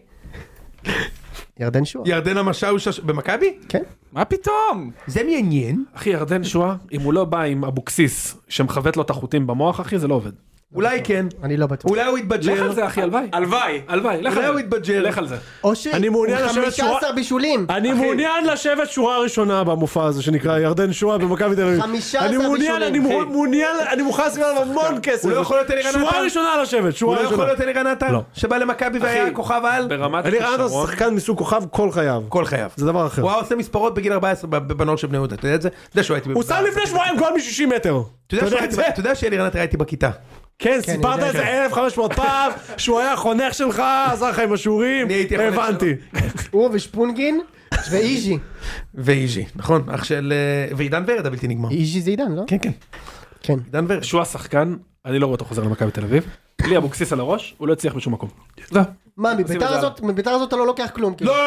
Speaker 2: ירדן שועה.
Speaker 5: ירדנה משאושה ש- במכבי?
Speaker 2: כן.
Speaker 4: מה פתאום?
Speaker 5: זה מעניין.
Speaker 1: אחי ירדן שואה, אם הוא לא בא עם אבוקסיס שמכוות לו את החוטים במוח אחי, זה לא עובד.
Speaker 5: אולי כן.
Speaker 2: אני לא בטוח.
Speaker 5: אולי הוא
Speaker 1: לך
Speaker 5: יתבגר.
Speaker 1: על זה אחי, הלוואי.
Speaker 4: הלוואי.
Speaker 1: הלוואי, לך
Speaker 5: אולי
Speaker 1: על
Speaker 5: הוא
Speaker 1: זה.
Speaker 5: יתבגר.
Speaker 1: לך על זה.
Speaker 2: אושרי,
Speaker 3: אני מעוניין
Speaker 2: הוא
Speaker 3: לשבת
Speaker 2: 15 בישולים.
Speaker 5: אה.
Speaker 3: אני מעוניין לשבת שורה ראשונה במופע הזה שנקרא ירדן שועה במכבי תל אביב.
Speaker 2: 15
Speaker 3: אני מעוניין,
Speaker 2: בישולים.
Speaker 3: אני מור- מעוניין, אני מוכן לשים עליו המון כסף.
Speaker 5: הוא לא יכול להיות אלירן
Speaker 3: שורה
Speaker 5: עטר?
Speaker 3: ראשונה לשבת,
Speaker 5: הוא
Speaker 3: שורה
Speaker 5: לא יכול
Speaker 3: ראשונה.
Speaker 5: להיות אלירן עטר?
Speaker 3: לא.
Speaker 5: שבא למכבי
Speaker 1: אחי,
Speaker 5: והיה כוכב על?
Speaker 1: ברמת
Speaker 3: אלירן עטר
Speaker 1: הכישרון,
Speaker 3: שחקן מסוג כוכב כל חייו.
Speaker 5: כל חייו.
Speaker 3: זה דבר אחר.
Speaker 5: הוא היה עושה מספרות בגיל 14 בבנות של בני יהודה, אתה יודע את זה? אתה יודע שהוא הייתי...
Speaker 3: הוא שם לפני שבועיים גול מ-60 מטר.
Speaker 5: אתה יודע שהוא הייתי- אתה יודע שאלירן עטר הייתי בכיתה.
Speaker 3: כן,
Speaker 2: אני
Speaker 3: סיפרת
Speaker 2: יודע,
Speaker 3: את
Speaker 2: כן.
Speaker 3: זה 1,500 פעם, שהוא היה חונך שלך, עזר לך עם השיעורים,
Speaker 5: אני הייתי החונך שלו.
Speaker 3: הבנתי.
Speaker 2: הוא ושפונגין ואיז'י.
Speaker 5: ואיז'י, נכון? אח של... אה, ועידן ורד הבלתי נגמר.
Speaker 2: איז'י זה עידן, לא?
Speaker 5: כן, כן.
Speaker 2: כן.
Speaker 5: עידן ורד.
Speaker 1: שהוא השחקן, אני לא רואה אותו חוזר למכבי תל אביב. בלי אבוקסיס על הראש, הוא לא הצליח בשום מקום. זהו.
Speaker 2: מה,
Speaker 1: עושים את
Speaker 2: מביתר
Speaker 1: זה
Speaker 2: הזאת, מביתר הזאת אתה לא לוקח כלום. כאילו.
Speaker 5: לא,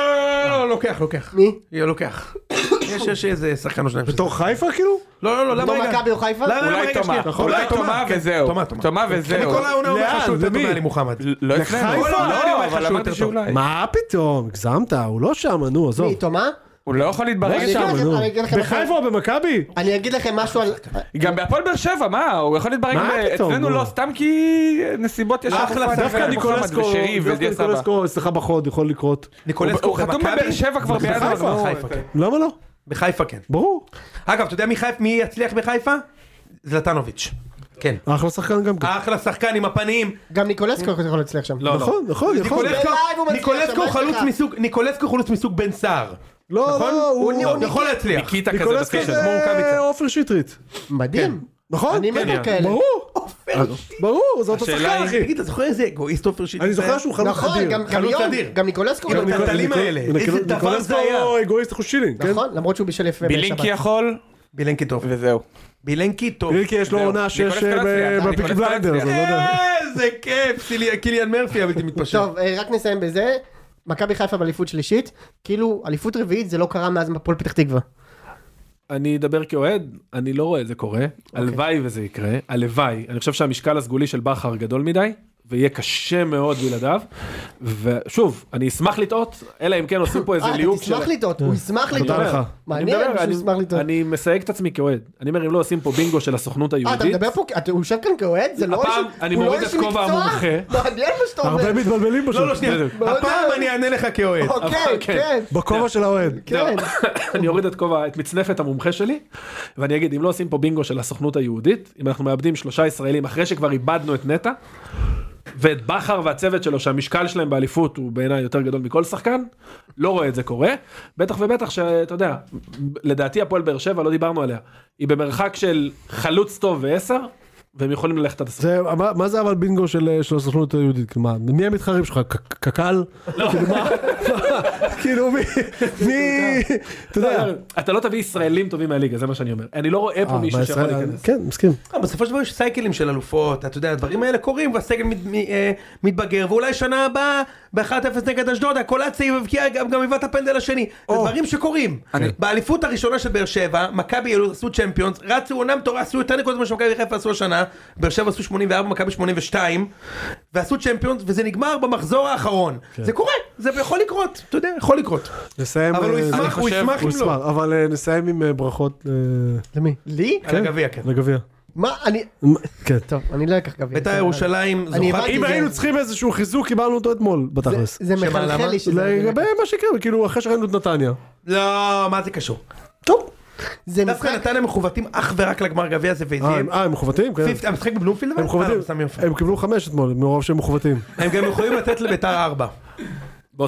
Speaker 5: לא, לא, לא, לוקח, לוקח.
Speaker 2: מי?
Speaker 5: יהיה, אה, לוקח. יש, יש איזה שחקן או שניים. שזה-
Speaker 3: בתור חיפה כאילו?
Speaker 5: לא, לא, לא, למה
Speaker 2: בתור
Speaker 5: רגע?
Speaker 2: מכבי או חיפה?
Speaker 5: למה, למה,
Speaker 4: אולי
Speaker 5: לא, רגע,
Speaker 4: תומה.
Speaker 5: שנייה.
Speaker 4: אולי תומה
Speaker 5: כן.
Speaker 4: וזהו.
Speaker 5: תומה, תומה.
Speaker 4: תומה
Speaker 5: אני
Speaker 4: וזהו.
Speaker 5: כל העונה אומר
Speaker 3: לאן?
Speaker 5: לך שהוא יותר
Speaker 3: למי?
Speaker 5: טוב מעלי מוחמד.
Speaker 4: לא אצלנו.
Speaker 5: לחיפה?
Speaker 4: לא,
Speaker 5: לא,
Speaker 4: לא,
Speaker 5: אבל
Speaker 4: אבל
Speaker 5: אמרתי
Speaker 4: אמרתי שאולי.
Speaker 3: מה פתאום, הגזמת, הוא לא שם, נו, עזוב.
Speaker 2: מי, תומה?
Speaker 4: הוא לא יכול להתברג
Speaker 3: לא
Speaker 4: שם.
Speaker 3: שם,
Speaker 2: לכם-
Speaker 3: נו.
Speaker 2: אני אגיד לכם-
Speaker 3: בחיפה או במכבי?
Speaker 2: אני אגיד לכם משהו על...
Speaker 4: גם בהפועל באר שבע, מה? הוא יכול להתברג
Speaker 3: מה
Speaker 4: ב-
Speaker 3: פתאום,
Speaker 4: אצלנו
Speaker 3: נו.
Speaker 4: לא, סתם כי נסיבות יש
Speaker 5: אחלה
Speaker 4: אבו פאני ומוחמד
Speaker 5: שחקן,
Speaker 3: ניקולסקו,
Speaker 4: ושירי
Speaker 3: דווקא
Speaker 4: ודיה סבא.
Speaker 3: ניקולסקו אצלך בחוד יכול לקרות.
Speaker 5: ניקולסקו
Speaker 4: הוא חתום
Speaker 5: במכבי?
Speaker 4: בבאר שבע כבר
Speaker 5: בחיפה,
Speaker 4: בינואר, נו.
Speaker 5: בחיפה, כן.
Speaker 3: למה לא?
Speaker 5: בחיפה כן.
Speaker 3: ברור.
Speaker 5: אגב, אתה יודע מי חיפ- מי יצליח בחיפה? זלטנוביץ'. כן.
Speaker 3: אחלה שחקן גם כן.
Speaker 5: אחלה שחקן עם הפנים.
Speaker 2: גם ניקולסקו יכול להצליח שם.
Speaker 1: לא,
Speaker 3: נכון, נכון, יכול.
Speaker 5: ניקולסקו-
Speaker 2: בלייב הוא מצליח,
Speaker 5: ניקולסקו
Speaker 2: שמעתי
Speaker 5: הוא חלוץ
Speaker 2: לך.
Speaker 5: מסוג, ניקולסקו הוא חלוץ מסוג בן סער.
Speaker 3: לא,
Speaker 5: נכון?
Speaker 3: לא,
Speaker 5: הוא
Speaker 3: הוא...
Speaker 5: הוא יכול להצליח.
Speaker 4: קיטה כזה
Speaker 3: ניקולסקו
Speaker 4: בקשר. כמו
Speaker 3: זה
Speaker 4: רוקאביצה.
Speaker 3: אה, עופר שטרית.
Speaker 2: מדהים.
Speaker 3: נכון?
Speaker 2: אני מת על כאלה.
Speaker 3: ברור. ברור, אה, זה אותו שחקן, אחי.
Speaker 5: תגיד, אתה זוכר איזה אגואיסט עופר שלי?
Speaker 3: אני זוכר שהוא חלוץ
Speaker 2: נכון,
Speaker 3: אדיר.
Speaker 2: גם- גם
Speaker 5: חלוץ
Speaker 2: יום,
Speaker 5: אדיר.
Speaker 2: גם ניקולסקו
Speaker 5: גם
Speaker 2: הוא
Speaker 5: ניקולסקו.
Speaker 2: מדהים.
Speaker 5: הטלטלים האלה, איזה
Speaker 3: ניקולסקו
Speaker 5: דבר זה היה.
Speaker 3: הוא אגואיסט אחוז שילינג, כן?
Speaker 2: נכון, למרות שהוא בישל יפה
Speaker 4: בילינקי
Speaker 2: בשבת.
Speaker 4: יכול,
Speaker 5: בילנקי טוב.
Speaker 4: וזהו.
Speaker 5: בילנקי טוב.
Speaker 3: ריקי יש לו עונה שש אה,
Speaker 4: ניקולסקו לא הצליח,
Speaker 3: בפיק
Speaker 4: ניקולסקו לא
Speaker 3: בליינדר, אז אני לא
Speaker 2: אה,
Speaker 3: יודע.
Speaker 5: איזה כיף, סילי- קיליאן מרפי הבלתי מתפשר.
Speaker 2: טוב, אה, רק נסיים בזה. מכבי חיפה באליפות שלישית, כאילו אליפות רביעית זה לא קרה מאז הפועל פתח תקווה.
Speaker 1: אני אדבר כאוהד, אני לא רואה את זה קורה, הלוואי וזה יקרה, הלוואי, אני חושב שהמשקל הסגולי של בכר גדול מדי, ויהיה קשה מאוד בלעדיו, ושוב, אני אשמח לטעות, אלא אם כן עושים פה איזה
Speaker 2: אה, אתה
Speaker 1: ליהוק של...
Speaker 2: תשמח לטעות, הוא ישמח
Speaker 1: אני
Speaker 2: לטעות.
Speaker 1: מדבר,
Speaker 2: מעניין
Speaker 1: אני מדבר,
Speaker 2: שהוא
Speaker 1: אני-
Speaker 2: ישמח לטעות.
Speaker 1: אני מסייג את עצמי כאוהד, אני אומר אם לא עושים פה בינגו של הסוכנות
Speaker 2: אה, אתה
Speaker 1: היהודית,
Speaker 2: מדבר פה, אתה- הוא יושב כאן כאוהד? זה לא
Speaker 1: הפעם אני
Speaker 2: הוא לא
Speaker 1: מוריד
Speaker 2: איש
Speaker 1: את כובע
Speaker 2: מקצוע?
Speaker 1: המומחה.
Speaker 2: מעניין מה שאתה אומר.
Speaker 3: הרבה מתבלבלים פשוט.
Speaker 5: לא, לא, שנייה.
Speaker 1: בדיוק.
Speaker 5: הפעם אני אענה לך כאוהד.
Speaker 2: אוקיי,
Speaker 1: אבל כן. לא.
Speaker 2: כן,
Speaker 3: בכובע של האוהד.
Speaker 2: כן.
Speaker 1: אני אוריד את כובע, את מצנפת המומחה שלי, ואני אגיד אם לא עושים פה בינגו של הסוכנות היהודית, אם אנחנו מאבדים שלושה ישראלים אחרי שכבר איבדנו את נטע, ואת בכר והצוות שלו שהמשקל שלהם באליפות הוא בעיניי יותר גדול מכל שחקן, לא רואה את זה קורה, בטח ובטח שאתה יודע, לדעתי הפועל באר שבע לא דיברנו עליה, היא במרחק של חלוץ טוב ועשר, והם יכולים ללכת עד הסוף.
Speaker 3: זה, מה- מה זה אבל בינגו של אה, של הסוכנות היהודית? מה, מי המתחרים שלך? ק- ק- קק"ל? כאילו, מה- מה-
Speaker 5: אוקיי,
Speaker 3: כאילו מי, מי, אתה יודע.
Speaker 1: אתה לא תביא ישראלים טובים מהליגה זה מה שאני אומר אני לא רואה פה
Speaker 3: אה,
Speaker 1: מישהו שיכול
Speaker 3: בישראל-
Speaker 1: להיכנס.
Speaker 3: כן, מסכים.
Speaker 5: אה, בסופו של דבר יש סייקלים של אלופות, אתה יודע, הדברים האלה קורים והסגל מת, מ, אה, מתבגר, ואולי שנה הבאה ב-1-0 נגד אשדוד, הקולאצי הבקיע גם, גם היווה את הפנדל השני. זה דברים שקורים. באליפות הראשונה של באר שבע, מכבי עלו- עשו צ'מפיונס, רצו עונה מטורף, עשו יותר נקודות ממה שמכבי חיפה עשו השנה, באר שבע עשו 84, מכבי 82, ועשו צ'מפיונס, וזה נגמר במחזור האחרון. זה קורה, זה יכול לקרות, אתה יודע, יכול לקרות.
Speaker 3: נסיים.
Speaker 5: אבל הוא
Speaker 3: אה,
Speaker 5: ישמח, הוא ישמח אם
Speaker 3: הוא
Speaker 5: לא.
Speaker 3: ישמח, אבל אה, נסיים עם אה, ברכות אה,
Speaker 2: למי? לי?
Speaker 5: על הגביע, כן.
Speaker 3: לגביע.
Speaker 2: מה, אני...
Speaker 3: כן.
Speaker 2: טוב, אני לא אקח גביע.
Speaker 5: בית"ר ירושלים
Speaker 2: אני
Speaker 5: זוכה.
Speaker 2: הבנתי.
Speaker 3: אם
Speaker 2: זה-
Speaker 3: היינו צריכים איזשהו חיזוק קיבלנו אותו אתמול בתכלס.
Speaker 2: זה
Speaker 5: שמה,
Speaker 2: מחלחל
Speaker 5: למה?
Speaker 2: לי שזה...
Speaker 3: לא,
Speaker 2: לא-
Speaker 3: לגבי מה שקרה, כאילו אחרי שראינו את נתניה.
Speaker 5: לא, מה זה קשור?
Speaker 2: טוב. זה
Speaker 5: דווקא
Speaker 2: משחק...
Speaker 5: נתניה מכוותים אך ורק לגמר גביע הזה, וזה
Speaker 3: אה,
Speaker 5: יהיה
Speaker 3: הם- אה, הם מכוותים? כן.
Speaker 5: 50 המשחק בבלומפילד אבל?
Speaker 3: הם מכוותים.
Speaker 5: אה, סמי עופר.
Speaker 3: הם קיבלו חמש אתמול, מרוב שהם מכוותים.
Speaker 5: הם גם יכולים לתת לביתר ארבע.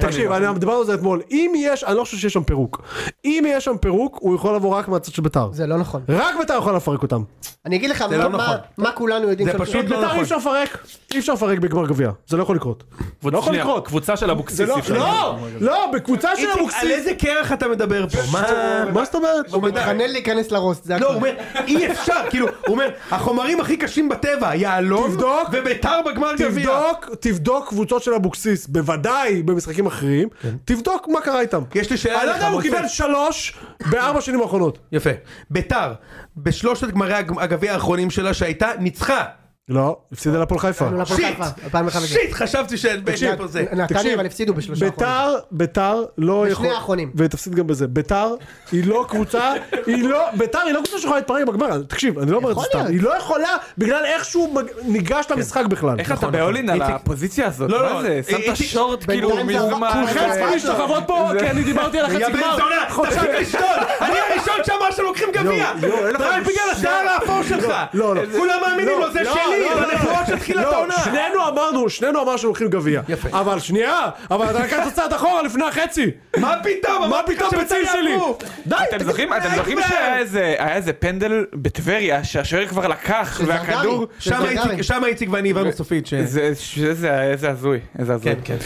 Speaker 3: תקשיב, אני- דיברנו על זה אתמול. אם יש, אני לא חושב שיש שם פירוק. אם יש שם פירוק, הוא יכול לבוא רק מהצד של ביתר.
Speaker 2: זה לא נכון.
Speaker 3: רק ביתר יכול לפרק אותם.
Speaker 2: אני אגיד לך
Speaker 5: זה לא
Speaker 2: מה-
Speaker 5: נכון.
Speaker 2: מה- מה כולנו יודעים.
Speaker 5: זה
Speaker 2: שאנחנו-
Speaker 5: פשוט לא
Speaker 3: ביתר אי
Speaker 5: נכון.
Speaker 3: אפשר לפרק, אי אפשר לפרק בגמר גביע. זה לא יכול לקרות.
Speaker 1: קבוצה-
Speaker 3: לא יכול
Speaker 1: שנייה,
Speaker 3: לקרות.
Speaker 1: קבוצה של אבוקסיס.
Speaker 3: זה לא,
Speaker 1: אי אפשר
Speaker 3: לא,
Speaker 1: לקרות.
Speaker 3: לא, בקבוצה של
Speaker 5: איציק, על
Speaker 3: אבוקסיס.
Speaker 5: איזה קרח אתה מדבר פה? אה, מה?
Speaker 3: מה זאת אומרת?
Speaker 5: הוא מתחנן.
Speaker 2: מתחנן להיכנס לרוסט, זה
Speaker 5: לא,
Speaker 2: הכול.
Speaker 5: הוא אומר, אי אפשר, כאילו, הוא אומר, החומרים הכי קשים בטבע, יהלום,
Speaker 3: תבדוק.
Speaker 5: וביתר בגמר גביע.
Speaker 3: תבדוק, תבדוק קבוצות של אבוקסיס, בוודאי במשחקים אחרים, תבדוק מה קרה איתם.
Speaker 5: כן. יש לי שאלה
Speaker 3: אני לא
Speaker 5: אליך,
Speaker 3: יודע אם הוא
Speaker 5: מוסי.
Speaker 3: קיבל שלוש בארבע שנים האחרונות.
Speaker 5: יפה. ביתר, בשלושת גמרי הג- הגביע האחרונים שלה שהייתה, ניצחה.
Speaker 3: לא, הפסידה להפועל חיפה.
Speaker 2: הפועל
Speaker 5: שיט.
Speaker 2: חיפה, 2015.
Speaker 5: שיט, חשבתי שאין ביתר פה זה.
Speaker 2: נתניה
Speaker 3: תקשיב,
Speaker 2: אבל הפסידו בשלושה אחרונים.
Speaker 3: ביתר, ביתר לא
Speaker 2: בשני
Speaker 3: יכול...
Speaker 2: האחרונים.
Speaker 3: ותפסיד גם בזה. ביתר היא לא קבוצה, היא לא, ביתר היא לא קבוצה שיכולה להתפרק בגמר. תקשיב, אני לא אומר את זה
Speaker 2: יכול
Speaker 3: סתם.
Speaker 2: להיות.
Speaker 3: היא לא יכולה בגלל איך שהוא מג- ניגש למשחק בכלל.
Speaker 4: איך אתה באולין על
Speaker 5: איציק-
Speaker 4: הפוזיציה הזאת?
Speaker 5: לא,
Speaker 4: מה
Speaker 5: לא,
Speaker 4: זה? שמת
Speaker 5: איציק-
Speaker 4: שורט כאילו
Speaker 2: בינתיים זה עבר-
Speaker 3: לא-
Speaker 4: מזמן. אה,
Speaker 2: כולכם
Speaker 4: זה-
Speaker 2: צריכים
Speaker 3: להשתחוות פה, כי אני דיברתי על
Speaker 5: יא בן זונה, תפסיק לשתות, אני הראשון שאמר שלוקחים גביע,
Speaker 3: יואו, יואו, לא, אין לך
Speaker 5: רק בגלל השיער האפור שלך,
Speaker 3: לא, לא.
Speaker 5: כולם מאמינים לו, זה
Speaker 3: לא,
Speaker 5: שלי,
Speaker 3: לא, לא,
Speaker 5: בנבואות של תחילת
Speaker 3: לא,
Speaker 5: העונה.
Speaker 3: שנינו אמרנו, שנינו אמרנו שלוקחים גביע. אבל שנייה, אבל אתה לקחת צעד אחורה לפני החצי.
Speaker 5: מה פתאום,
Speaker 3: מה
Speaker 5: אמרתי לך
Speaker 3: פתאום
Speaker 5: שבית"ר
Speaker 3: בציר שלי?
Speaker 5: יעברו.
Speaker 3: די,
Speaker 4: אתם זוכרים, אתם זוכרים
Speaker 5: כבר.
Speaker 4: שהיה איזה, היה איזה פנדל בטבריה שהשוער כבר לקח
Speaker 2: של
Speaker 4: והכדור,
Speaker 2: זרגרי.
Speaker 5: שם
Speaker 2: זה
Speaker 5: איציק-
Speaker 2: זרגרי.
Speaker 5: שם איציק ואני הבנו סופית ש...
Speaker 4: זה- שזה- איזה הזוי, איזה הזוי.
Speaker 5: כן, כן.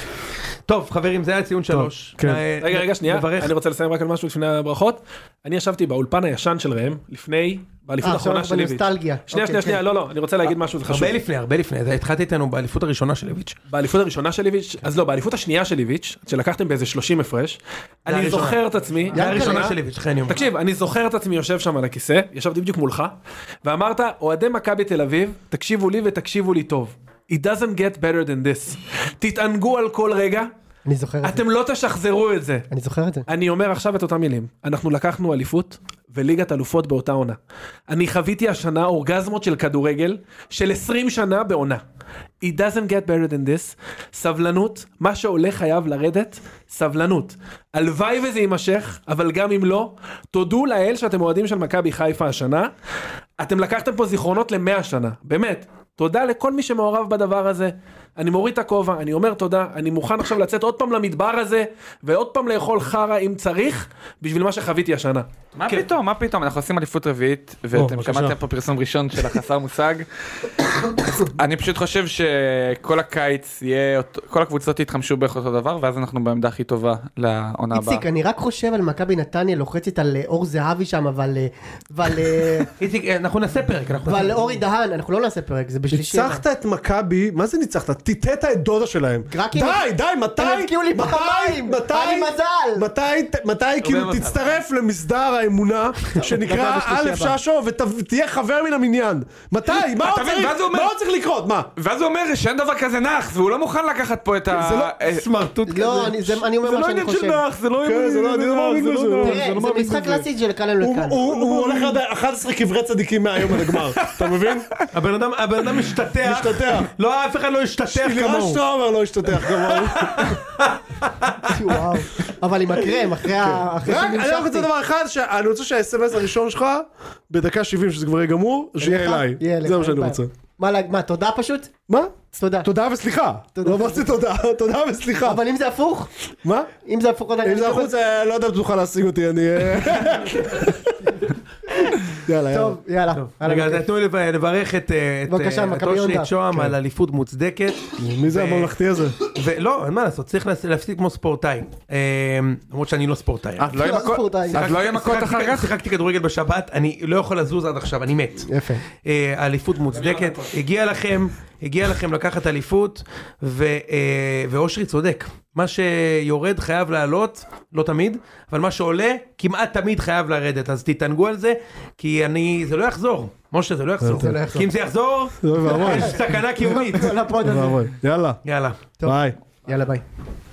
Speaker 5: טוב, חברים, זה היה ציון שלוש.
Speaker 3: כן.
Speaker 5: אה,
Speaker 1: רגע רגע שנייה
Speaker 5: נברך.
Speaker 1: אני רוצה לסיים רק על משהו לפני הברכות. אני ישבתי באולפן הישן של ראם לפני באליפות
Speaker 2: אה, עכשיו
Speaker 1: האחרונה
Speaker 5: נכון,
Speaker 2: אנחנו
Speaker 1: של ליביץ'.
Speaker 2: בנוסטלגיה.
Speaker 1: שנייה
Speaker 2: אוקיי,
Speaker 1: שנייה
Speaker 2: כן.
Speaker 1: שנייה לא לא אני רוצה להגיד משהו זה חשוב.
Speaker 5: אה,
Speaker 1: כן,
Speaker 5: הרבה לפני, הרבה לפני, זה התחלת איתנו באליפות הראשונה של איביץ'.
Speaker 1: באליפות הראשונה של ליביץ' אז לא באליפות השנייה של ליביץ' שלקחתם באיזה 30 הפרש. אני
Speaker 5: הראשונה.
Speaker 1: זוכר את עצמי.
Speaker 5: זה
Speaker 2: קלה.
Speaker 1: אה?
Speaker 5: הראשונה של איביץ', חן יום.
Speaker 1: תקשיב, אני זוכר את עצמי יושב שם על הכיסא, ישבתי בדיוק מולך, ואמרת, אוהדי מכבי תל אביב, תקשיבו לי ותקשיבו לי טוב. It doesn't get better than this. תתענגו על כל רגע.
Speaker 2: אני זוכר את זה.
Speaker 1: אתם לא תשחזרו את זה.
Speaker 2: אני זוכר את זה.
Speaker 1: אני אומר עכשיו את אותן מילים. אנחנו לקחנו אליפות וליגת אלופות באותה עונה. אני חוויתי השנה אורגזמות של כדורגל של 20 שנה בעונה. It doesn't get better than this. סבלנות, מה שעולה חייב לרדת, סבלנות. הלוואי וזה יימשך, אבל גם אם לא, תודו לאל שאתם אוהדים של מכבי חיפה השנה. אתם לקחתם פה זיכרונות למאה שנה, באמת. תודה לכל מי שמעורב בדבר הזה. אני מוריד את הכובע, אני אומר תודה, אני מוכן עכשיו לצאת עוד פעם למדבר הזה, ועוד פעם לאכול חרא אם צריך, בשביל מה שחוויתי השנה.
Speaker 4: מה פתאום, מה פתאום, אנחנו עושים אליפות רביעית, ואתם
Speaker 10: בבקשה.
Speaker 4: שמעתם פה פרסום ראשון של החסר מושג. אני פשוט חושב שכל הקיץ יהיה, אותו- כל הקבוצות יתחמשו בערך אותו דבר, ואז אנחנו בעמדה הכי טובה לעונה הבאה.
Speaker 2: איציק, אני רק חושב על מכבי נתניה לוחצת על אה, אור זהבי שם, אבל... אה, ועל, אה,
Speaker 5: איציק, אה, אנחנו נעשה פרק. אנחנו
Speaker 2: ועל
Speaker 5: נעשה-
Speaker 2: אורי דהן, אנחנו לא נעשה פרק, זה בשלישי. הבא.
Speaker 3: ניצחת את מכבי, מה זה ניצחת? טיטט את דודה שלהם.
Speaker 2: רק
Speaker 3: די,
Speaker 2: אם-
Speaker 3: די, מתי?
Speaker 2: הם הבקיעו לי
Speaker 3: מתי-
Speaker 2: פעמיים.
Speaker 3: מתי?
Speaker 2: אני מזל.
Speaker 3: מתי, מתי כאילו
Speaker 4: מזל.
Speaker 3: תצטרף למסדר האמונה שנקרא א' ששו ותהיה חבר מן המניין? מתי? מה עוד
Speaker 4: מבין? ואז הוא
Speaker 3: צריך-
Speaker 4: אומר-
Speaker 3: מה עוד צריך לקרות? מה?
Speaker 4: ואז הוא אומר שאין דבר כזה נח, והוא לא מוכן לקחת פה את ה...
Speaker 3: זה
Speaker 4: אה,
Speaker 3: לא סמרטוט כזה.
Speaker 2: לא, אני- זה- אני אומר מה שאני חושב.
Speaker 4: זה לא
Speaker 3: כן, זה לא, אני לא מאמין בזה.
Speaker 2: תראה,
Speaker 3: אני לא
Speaker 2: זה
Speaker 3: מאמין
Speaker 2: משחק
Speaker 3: בזה.
Speaker 2: קלאסי של כאן אל
Speaker 3: הוא-
Speaker 2: כאן.
Speaker 3: הוא הוא הולך עד 11 קברי צדיקים מהיום עד הגמר, אתה מבין?
Speaker 5: הבן אדם- הבן אדם משתתח.
Speaker 3: משתתח.
Speaker 5: לא, אף אחד לא השתתח
Speaker 3: אלירן
Speaker 5: כמוהו.
Speaker 3: שטראובר לא השתתח כמוהו.
Speaker 2: וואו. אבל עם הקרם, אחרי ה... אחרי
Speaker 3: כן. רק, אני רק
Speaker 2: שנמשכתי.
Speaker 3: רוצה דבר אחד, שאני רוצה שהאס.אם.אס הראשון שלך, בדקה 70 שזה כבר יהיה גמור, שיהיה
Speaker 2: אליך?
Speaker 3: אליי.
Speaker 2: יהיה אליך,
Speaker 3: זה מה
Speaker 2: אין
Speaker 3: שאני
Speaker 2: בעיה.
Speaker 3: רוצה.
Speaker 2: מה, לה- מה, תודה פשוט?
Speaker 3: מה?
Speaker 2: תודה.
Speaker 3: תודה וסליחה. לא אמרתי תודה, תודה וסליחה.
Speaker 2: אבל אם זה הפוך,
Speaker 3: מה?
Speaker 2: אם זה הפוך,
Speaker 3: אם זה
Speaker 2: אני-
Speaker 3: החוץ, אה, לא יודע אם תוכל להשיג אותי, אני... אה, יאללה, יאללה.
Speaker 2: טוב, יאללה. יאללה,
Speaker 5: רגע, אז
Speaker 2: אוקיי.
Speaker 5: תנו לי לב- לברך את אה, את,
Speaker 2: בבקשה,
Speaker 5: אה, את
Speaker 2: מכבי יונדה.
Speaker 5: אושרי
Speaker 3: כן.
Speaker 5: שוהם על אליפות מוצדקת.
Speaker 3: מי זה
Speaker 5: ו-
Speaker 3: הממלכתי הזה?
Speaker 5: ולא, אין מה לעשות, צריך להפס- להפסיק כמו ספורטאי. אה, למרות שאני לא ספורטאי.
Speaker 1: אה,
Speaker 4: אז לא יהיה מכות-
Speaker 2: ספורטאי.
Speaker 4: אז לא יהיה מכות
Speaker 5: שיחקתי-
Speaker 4: אחר כך?
Speaker 5: שיחקתי כדורגל בשבת, אני לא יכול לזוז עד עכשיו, אני מת.
Speaker 2: יפה.
Speaker 5: אה, האליפות מוצדקת, הגיע לכם, הגיע לכם לקחת אליפות, ו- אה, ואושרי צודק. מה שיורד חייב לעלות, לא תמיד, אבל מה שעולה כמעט תמיד חייב לרדת, אז תתענגו על זה, כי אני, זה לא יחזור. משה, זה לא יחזור.
Speaker 2: זה לא יחזור. לא
Speaker 5: כי אם זה יחזור,
Speaker 3: אוי ואבוי.
Speaker 5: יש סכנה קיומית.
Speaker 2: כל הפוד הזה.
Speaker 3: אוי ואבוי. יאללה,
Speaker 5: יאללה.
Speaker 2: טוב.
Speaker 3: ביי.
Speaker 2: יאללה, ביי.